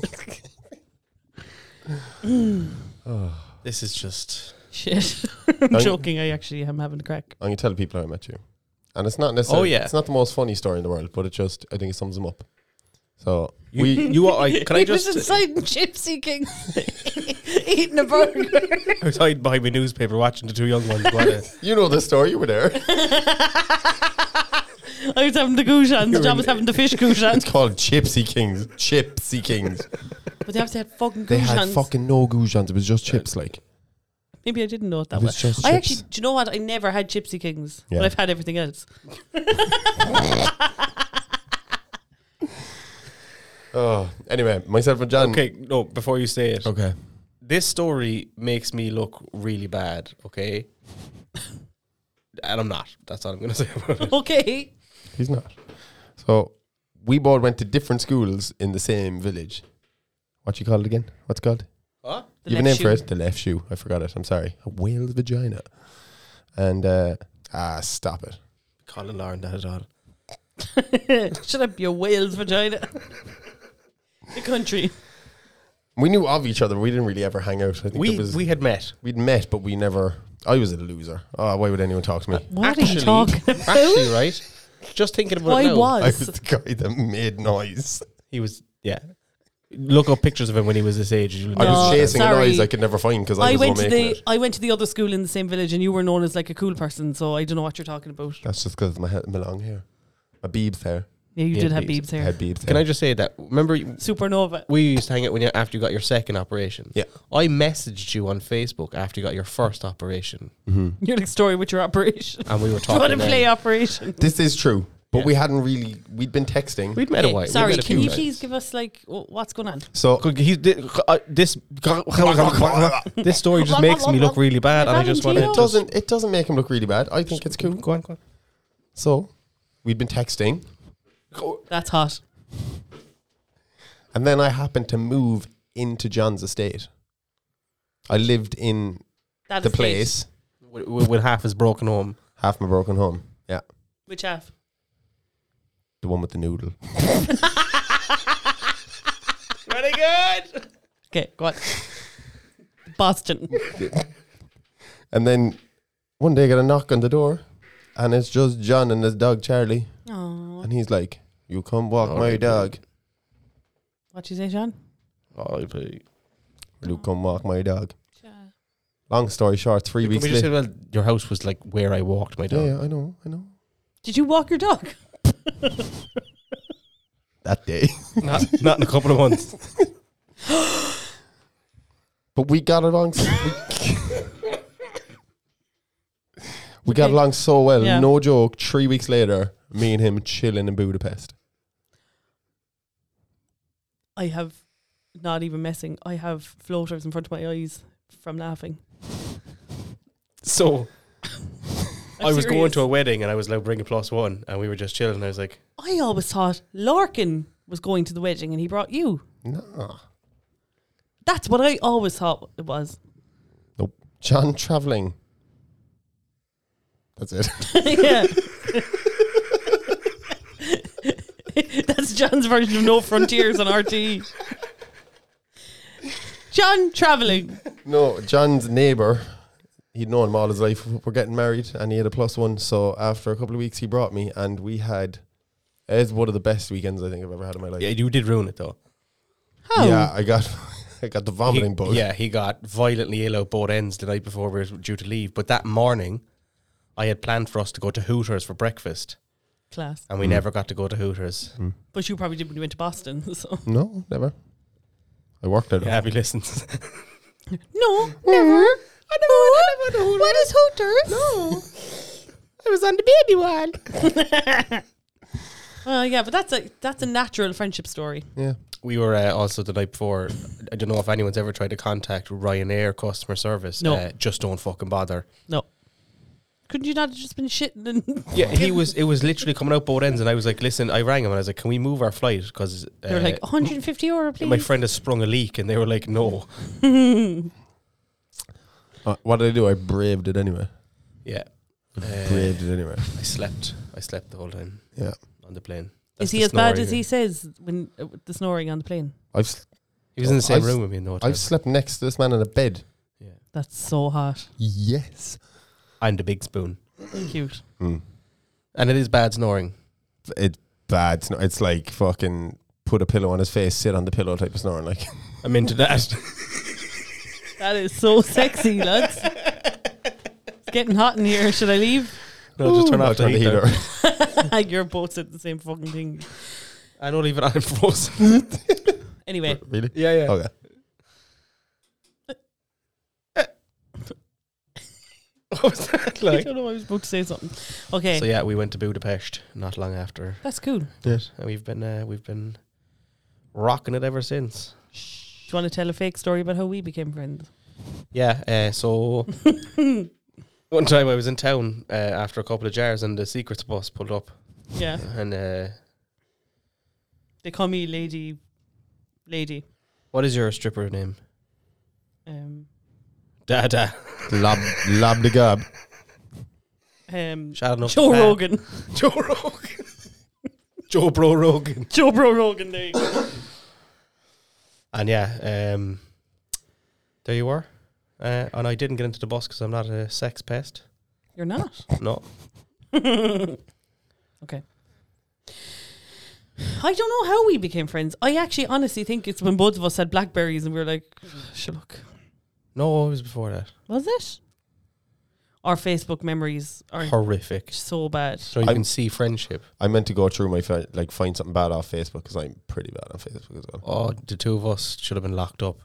This is just.
Shit, I'm
Don't-
joking. I actually am having a crack.
I'm gonna tell people how I met you, and it's not necessarily.
Oh, yeah.
it's not the most funny story in the world, but it just I think it sums them up. So
You,
we
[laughs] you are. I, can I
[laughs] he
just?
was inside
[laughs]
Gypsy Kings [laughs] eating a burger.
I was hiding behind my newspaper watching the two young ones. go at
[laughs]
it.
you know the story. You were there. [laughs]
I was having the goujons. John was having the
[laughs]
fish goujons.
It's called Gypsy Kings. Gypsy Kings.
But they have to have fucking goujons.
They had fucking no goujons. It was just chips. Like
Maybe I didn't know it that
It
well.
was just
I
chips.
actually, do you know what? I never had Gypsy Kings,
Yeah.
but I've had everything else.
Oh, anyway, myself and John.
Okay, no. Before you say it,
Okay.
this story makes me look really bad. Okay, and I'm not. That's all I'm gonna [laughs] say about it.
Okay.
He's not. So we both went to different schools in the same village. What you call it again? What's it called?
Huh?
The
you have a
left
name for
shoe.
it? The left shoe. I forgot it. I'm sorry. A whale's vagina. And uh ah, stop it.
Colin Lauren that at all.
[laughs] Shut up, your whale's vagina. [laughs] the country.
We knew of each other. but We didn't really ever hang out. I think
We
it was
we had met.
we'd met, but we never. I was a loser. Oh, why would anyone talk to me?
What are you
[laughs]
talking about?
Actually, right? Just thinking about it
Why
now.
I was
was?
the guy that made noise.
He was. Yeah. Look up pictures of him when he was this age. You'll
I was
No,
chasing a
sorry.
noise I could never find because I,
I
was
went
went
to
making
the
it.
I went to the other school in the same village, and you were known as like a cool person. So I don't know what you're talking about.
That's just because my he- my long hair, my beebs hair.
Yeah, you
Yeah,
did have
babes.
beebs
I
here.
had beebs.
Can
hair.
I just say that? Remember, you-
Supernova. [laughs]
we used to hang out when you after you got your second operation.
Yeah.
I messaged you on Facebook after you got your first operation,
Your like story with your
[laughs]
operation.
and we were
[laughs] Do you
talking.
want to
then.
play operation?
This is true, but
Yeah.
we hadn't really. We'd been texting.
We'd met a
Okay,
while. we'd
Sorry,
met a
can
few
you
times.
please give us like wh- what's going on?
so
Could- He's, di- uh, this [laughs] this story just makes me look really bad, and I just wanted
Valentino?
to.
doesn't it doesn't make him look really bad. I think it's cool.
Go on, go on.
So we'd been texting,
That's hot.
and then I happened to move into John's estate. I lived in
That
the
is
place,
With, with half his broken home.
half my broken home. Yeah,
great. Which half?
the one with the noodle.
Very good.
Okay, go
[laughs]
on. Boston. [laughs]
And then one day I get a knock on the door, and it's just John and his dog Charlie,
Oh,
and he's like, "You come walk
All
my
right,
dog.
what you say, John?
You come walk my dog." Long story short, three
Can we
weeks
just say,
later.
well, your house was like where I walked my
Yeah,
dog.
yeah, I know, I know.
Did you walk your dog?
That day.
Not, not in a couple of months.
But we got along. s-
[laughs]
we- we got
Okay.
along so well.
Yeah.
No joke. Three weeks later, me and him chilling in Budapest.
I have not even messing. I have floaters in front of my eyes from laughing.
So
I'm
I was going
serious.
to a wedding and I was like, bring a plus one, and we were just chilling. And I was like,
I always thought Larkin was going to the wedding and he brought you.
Nah.
That's what I always thought it was. [laughs]
Nope. John traveling. That's it. [laughs]
yeah. [laughs] That's John's version of No Frontiers on RT. John traveling.
no, John's neighbor. He'd known him all his life. We're getting married, and he had a plus one. So after a couple of weeks, he brought me, and we had. It's one of the best weekends I think I've ever had in my life.
yeah, you did ruin it though.
Oh,
Yeah, I got, [laughs] I got the
He-
vomiting bug.
Yeah, he got violently ill out both ends the night before we were due to leave. But that morning, I had planned for us to go to Hooters for breakfast,
class.
and we never got to go to Hooters.
But you probably did when you went to Boston. [laughs] So
No, never. I worked at
Yeah, Abby listens.
no, Mm-hmm.
Never. I never went on What is Hooters? No. I was on the baby one.
[laughs] uh, yeah, but that's a that's a natural friendship story.
Yeah.
[laughs] we were uh, also the night before. I don't know if anyone's ever tried to contact Ryanair customer service.
No.
Uh, just don't fucking bother.
No, couldn't you not have just been shitting? And [laughs]
Yeah, he was. It was literally coming out both ends, and I was like, "Listen," I rang him and I was like, "Can we move our flight?" Because
they were like 150 euro, please.
my friend has sprung a leak, and they were like, "No."
Uh, what did I do? I braved it anyway.
Yeah, Uh,
Braved it anyway.
I slept. I slept the whole time
Yeah.
on the plane.
Is
That's
he
the
as bad
snoring.
as he says when uh, with the snoring on the plane?
I've s-
He was in the same
Oh, I've-
room with me in the hotel.
I've slept next to this man in a bed.
yeah,
That's so hot,
Yes.
and a big spoon,
cute.
Hmm.
and it is bad snoring.
It's bad. It's, not, it's like fucking put a pillow on his face, sit on the pillow type of snoring. Like
I'm into that.
That is so sexy, lads. It's getting hot in here. Should I leave?
[laughs]
[laughs]
no,
[laughs]
just turn
I'll
off the heater.
Your both said the same fucking thing.
I don't even. I'm frozen.
[laughs]
Anyway,
really?
yeah, yeah.
Okay. Oh.
[laughs] What was
[laughs]
that
I
like?
don't know. I was about to say something. Okay,
So yeah, we went to Budapest not long after,
that's cool. Do
Yes.
and we've been uh, we've been rocking it ever since.
you want to tell a fake story about how we became friends?
Yeah. Uh,
[laughs]
so one time I was in town uh, after a couple of jars, and the secrets bus pulled up,
Yeah,
and uh,
they call me Lady, Lady.
what is your stripper name?
Um,
Dada. [laughs]
Lob, lob the gob.
um,
Shout out
Joe Rogan.
Joe Rogan. [laughs] Joe Bro Rogan.
[laughs] Joe Bro Rogan. There you go.
And yeah, um, there you were. Uh, and I didn't get into the bus because I'm not a sex pest.
You're not.
No.
okay. I don't know how we became friends. I actually honestly think it's when both of us had blackberries and we were like, "Sure, look,
No, it was before that.
was it? Our Facebook memories are
Horrific.
so bad.
So you
I'm-
can see friendship.
I meant to go through my fa- like find something bad off Facebook because I'm pretty bad on Facebook as well.
Oh, the two of us should have been locked up.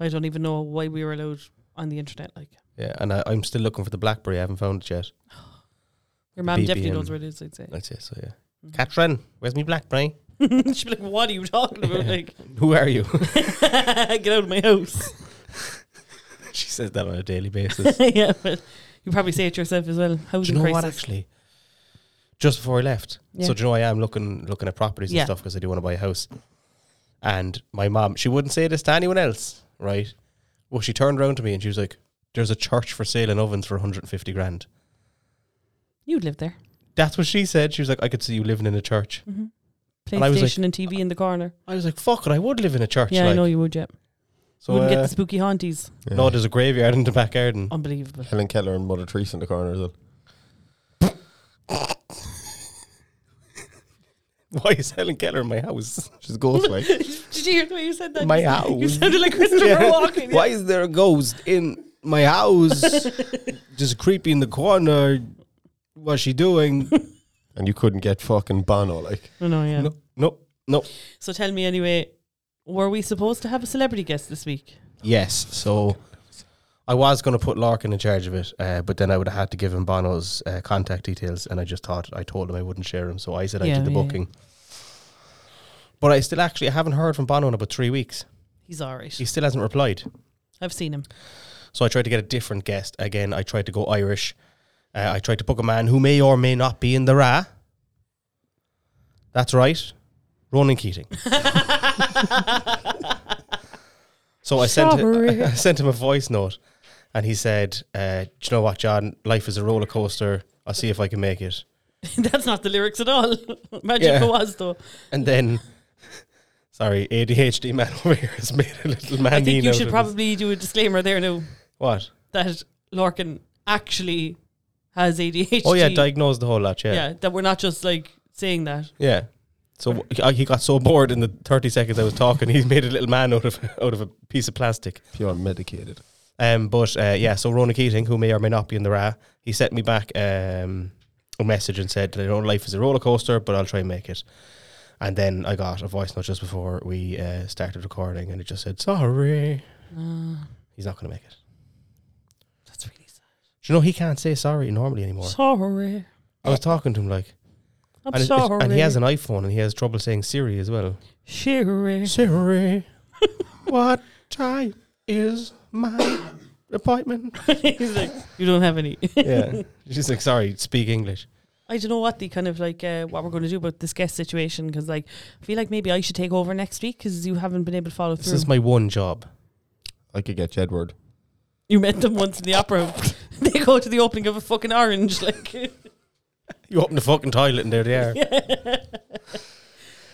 I don't even know why we were allowed on the internet. Like
Yeah, and I, I'm still looking for the BlackBerry. I haven't found it yet.
your mom definitely
BBM.
knows where it is. I'd say
I'd say so. Yeah. Catherine, where's me BlackBerry?
[laughs] she'd be like, "What are you talking [laughs] about? Like,
Who are you?
get out of my house."
she says that on a daily
[laughs]
basis.
yeah, but you probably say it yourself as well.
do you
Housing
know
crisis.
what? Actually, just before I left,
Yeah.
so do you know I am looking looking at properties
Yeah.
and stuff because I do want to buy a house. And my mom, she wouldn't say this to anyone else, right? Well, she turned around to me and she was like, "There's a church for sale in Ovens for 150 grand."
You'd live there.
That's what she said. She was like, "I could see you living in a church." And I was like-
PlayStation and TV in the corner.
I was like, "Fuck it, I would live in a church."
Yeah,
like.
I know you would, yeah.
So
Wouldn't get
uh,
the spooky haunties.
No, there's a graveyard in the back garden. [laughs]
Unbelievable.
Helen Keller and Mother Teresa in the corner as well.
Why is Helen Keller in my house? [laughs]
She's
[laughs]
a ghost like.
Did you hear the way you said that?
My
You s-
[laughs]
You
house.
sounded like [laughs] Christopher
[laughs]
Walken.
Why is there a ghost in my
[laughs]
house? Just creepy in the corner. What's she doing?
and you couldn't get fucking Bono like.
No, no, yeah.
No, no, no.
So tell me anyway, were we supposed to have a celebrity guest this week?
Yes. So I was going to put Larkin in charge of it, uh, but then I would have had to give him Bono's uh, contact details, and I just thought I told him I wouldn't share him, so I said I
Yeah,
did the
yeah, yeah.
booking. But I still actually I haven't heard from Bono in about three weeks.
He's all right.
He still hasn't replied.
I've seen him. [laughs]
So I tried to get a different guest. Again, I tried to go Irish. Uh, I tried to book a man who may or may not be in the Ra. That's right, Ronan Keating. [laughs] so I sent him, [laughs] I sent him a voice note, and he said, uh, "Do you know what, John? Life is a roller coaster. I'll see if I can make it."
That's not the lyrics at all. [laughs] Imagine if
Yeah.
it was though.
And then, [laughs] sorry, ADHD man [laughs] over here has made a little man.
I think you
out
should
of this.
probably do a disclaimer there now
what?
that Lorcan actually has ADHD.
Oh yeah, diagnosed the whole lot.
yeah, that we're not just like saying that.
Yeah. So w- he- he got so bored in the 30 seconds I was talking, he [laughs] made a little man out of out of a piece of plastic.
Pure medicated.
Um, but uh, yeah, so Rona Keating, who may or may not be in the Ra, he sent me back um, a message and said, "I know life is a roller coaster, but I'll try and make it." And then I got a voice note just before we uh, started recording, and it just said, "Sorry,
Uh,
he's not going to make it."
that's really sad.
Do you know he can't say sorry normally anymore?
Sorry.
I was talking to him like,
I'm
and, it- it's-
sorry.
and he has an iPhone, and he has trouble saying Siri as well. [laughs]
Sherry.
Siri, what time is my appointment?
He's like, you don't have any.
Yeah. She's like, sorry, speak English.
[laughs] I don't know what the kind of like uh, what we're going to do about this guest situation because like I feel like maybe I should take over next week because you haven't been able to follow
This
through.
is my one job.
I could get you Edward.
you met them once in the
[laughs]
opera. they go to the opening of a fucking orange. [laughs] Like,
You open the fucking toilet and there they
[laughs]
are.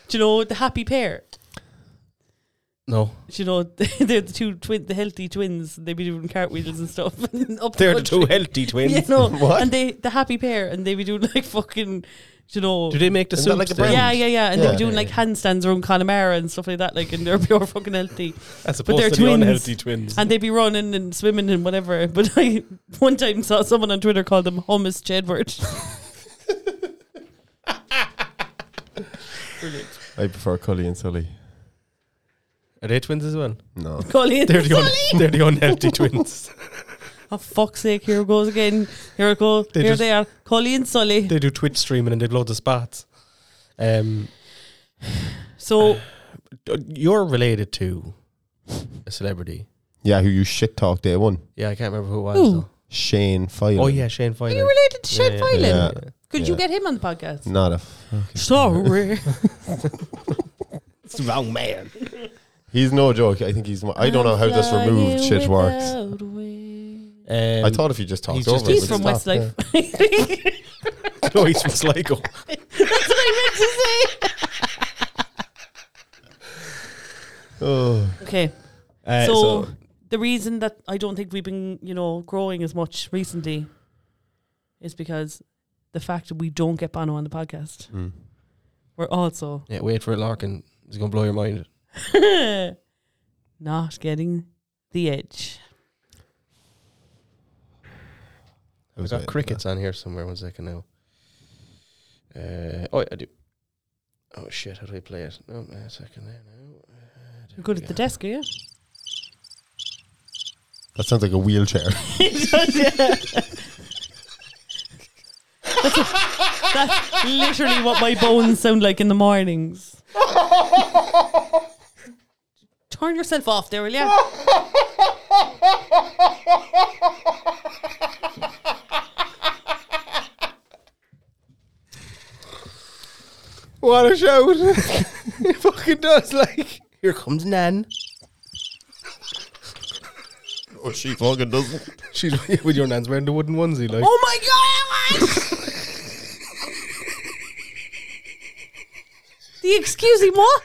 do you know the happy pair?
No.
Do you know [laughs] they're the two twin, the healthy twins. They be doing cartwheels and stuff. [laughs] up
They're the two
[laughs] country.
healthy twins.
Yeah,
[laughs]
no.
What?
And they the happy pair, and they be doing like fucking, do you know?
Do they make the
Isn't that
soup?
like a
still?
brand?
yeah, yeah, yeah, and they
Yeah.
were doing like handstands around Connemara and stuff like that, like, and they're pure fucking healthy.
As opposed
But they're
to
twins.
the unhealthy twins.
and they'd be running and swimming and whatever. [laughs] But I one time saw someone on Twitter called them hummus [laughs] Jedward. Brilliant.
I prefer Cully and Sully.
Are they twins as well?
No.
Colleen,
They're the, un- they're the
[laughs]
unhealthy twins.
oh fuck's sake! Here it goes again. Here it goes.
They
here
just-
they are, Colleen Sully.
They do Twitch streaming and they load the spots. Um,
So
you're related to a celebrity.
Yeah, who you shit talk day one.
Yeah, I can't remember who it was.
Who?
though.
Shane File.
Oh, yeah, Shane
are
Fine.
you related to Shane Filan?
Yeah.
Could you
Yeah.
get him on the
[laughs]
podcast?
Not a. F-
Sorry.
It's the wrong man.
he's no joke. I think he's. mo- [laughs] I don't know how this removed shit works.
Um,
I
[laughs]
thought if you just talked
he's
over
just-
it,
He's
we'd
from
stop,
Westlife.
yeah.
no, he's from Sligo.
[laughs] That's what I meant
Oh,
to say. Okay.
Uh,
so, the reason that I don't think we've been, you know, growing as much recently is because the fact that we don't get Bono on the podcast.
Mm.
[laughs]
We're also
yeah, wait for it, Larkin. It's gonna blow your mind.
not getting the edge.
I
I've
was
got
waiting for
crickets on here somewhere. One second now. Uh, oh, I do. Oh shit! How do I play it? No, a second there now. Uh, there
You're good
we
at the
go.
desk, are you?
that. That sounds like
[laughs]
a wheelchair.
That's literally what my bones sound like in the mornings. Turn yourself off there, will you?
What a shout! [laughs] it fucking does. Like here comes Nan.
oh, she fucking doesn't.
She's [laughs] with your Nan's wearing the wooden onesie. Like
Oh my god! the excuse me, what?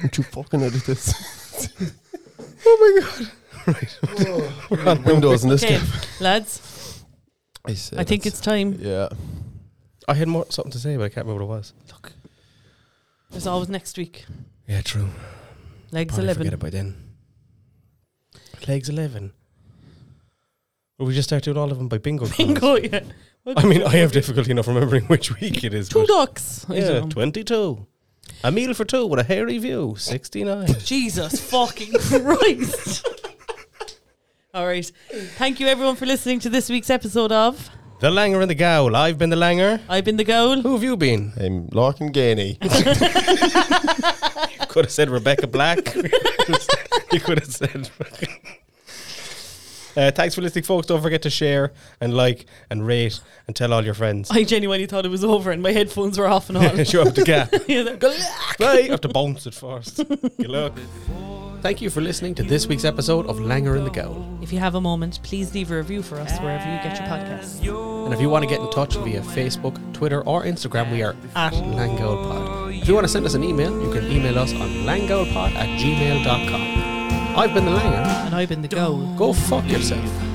Don't you fucking edit this.
[laughs]
oh my
[laughs]
god! Right. We're on
Windows in this
Oh, Okay,
game.
lads,
I, say
I think
that's-
it's time.
Yeah.
I had more something to say, but I can't remember what it was.
Look, there's always next week.
Yeah, true.
Legs
Probably forget
11.
it by then. Legs eleven. Will we just start doing all of them by bingo? cards?
[laughs] Bingo, yeah.
[laughs] I mean, I have difficulty enough remembering which week it is.
Two
but-
ducks. I
Yeah,
don't know.
twenty-two. A meal for two with a hairy view. Sixty-nine. [laughs]
Jesus fucking Christ. All right. Thank you, everyone, for listening to this week's episode of
the Langer and the Gowl. I've been the Langer.
I've Been the Goal.
Who have you been?
I'm Larkin Gainey.
could have said Rebecca Black. [laughs] you could have said. [laughs] Uh, thanks for listening, folks. Don't forget to share and like and rate and tell all your friends.
I genuinely thought it was over and my headphones were off and
[laughs]
all. [laughs]
Show up the gap.
Yeah, they're-
Bye. You have to bounce it first. Good luck. Thank you for listening to this week's episode of Langer in the Gown.
if you have a moment, please leave a review for us wherever you get your podcasts.
And if you want to get in touch via Facebook, Twitter, or Instagram, we are at LangoldPod. If you want to send us an email, you can email us on langoldpod at gmail.com. I've been the Langer.
And I've been the go.
Go fuck yourself.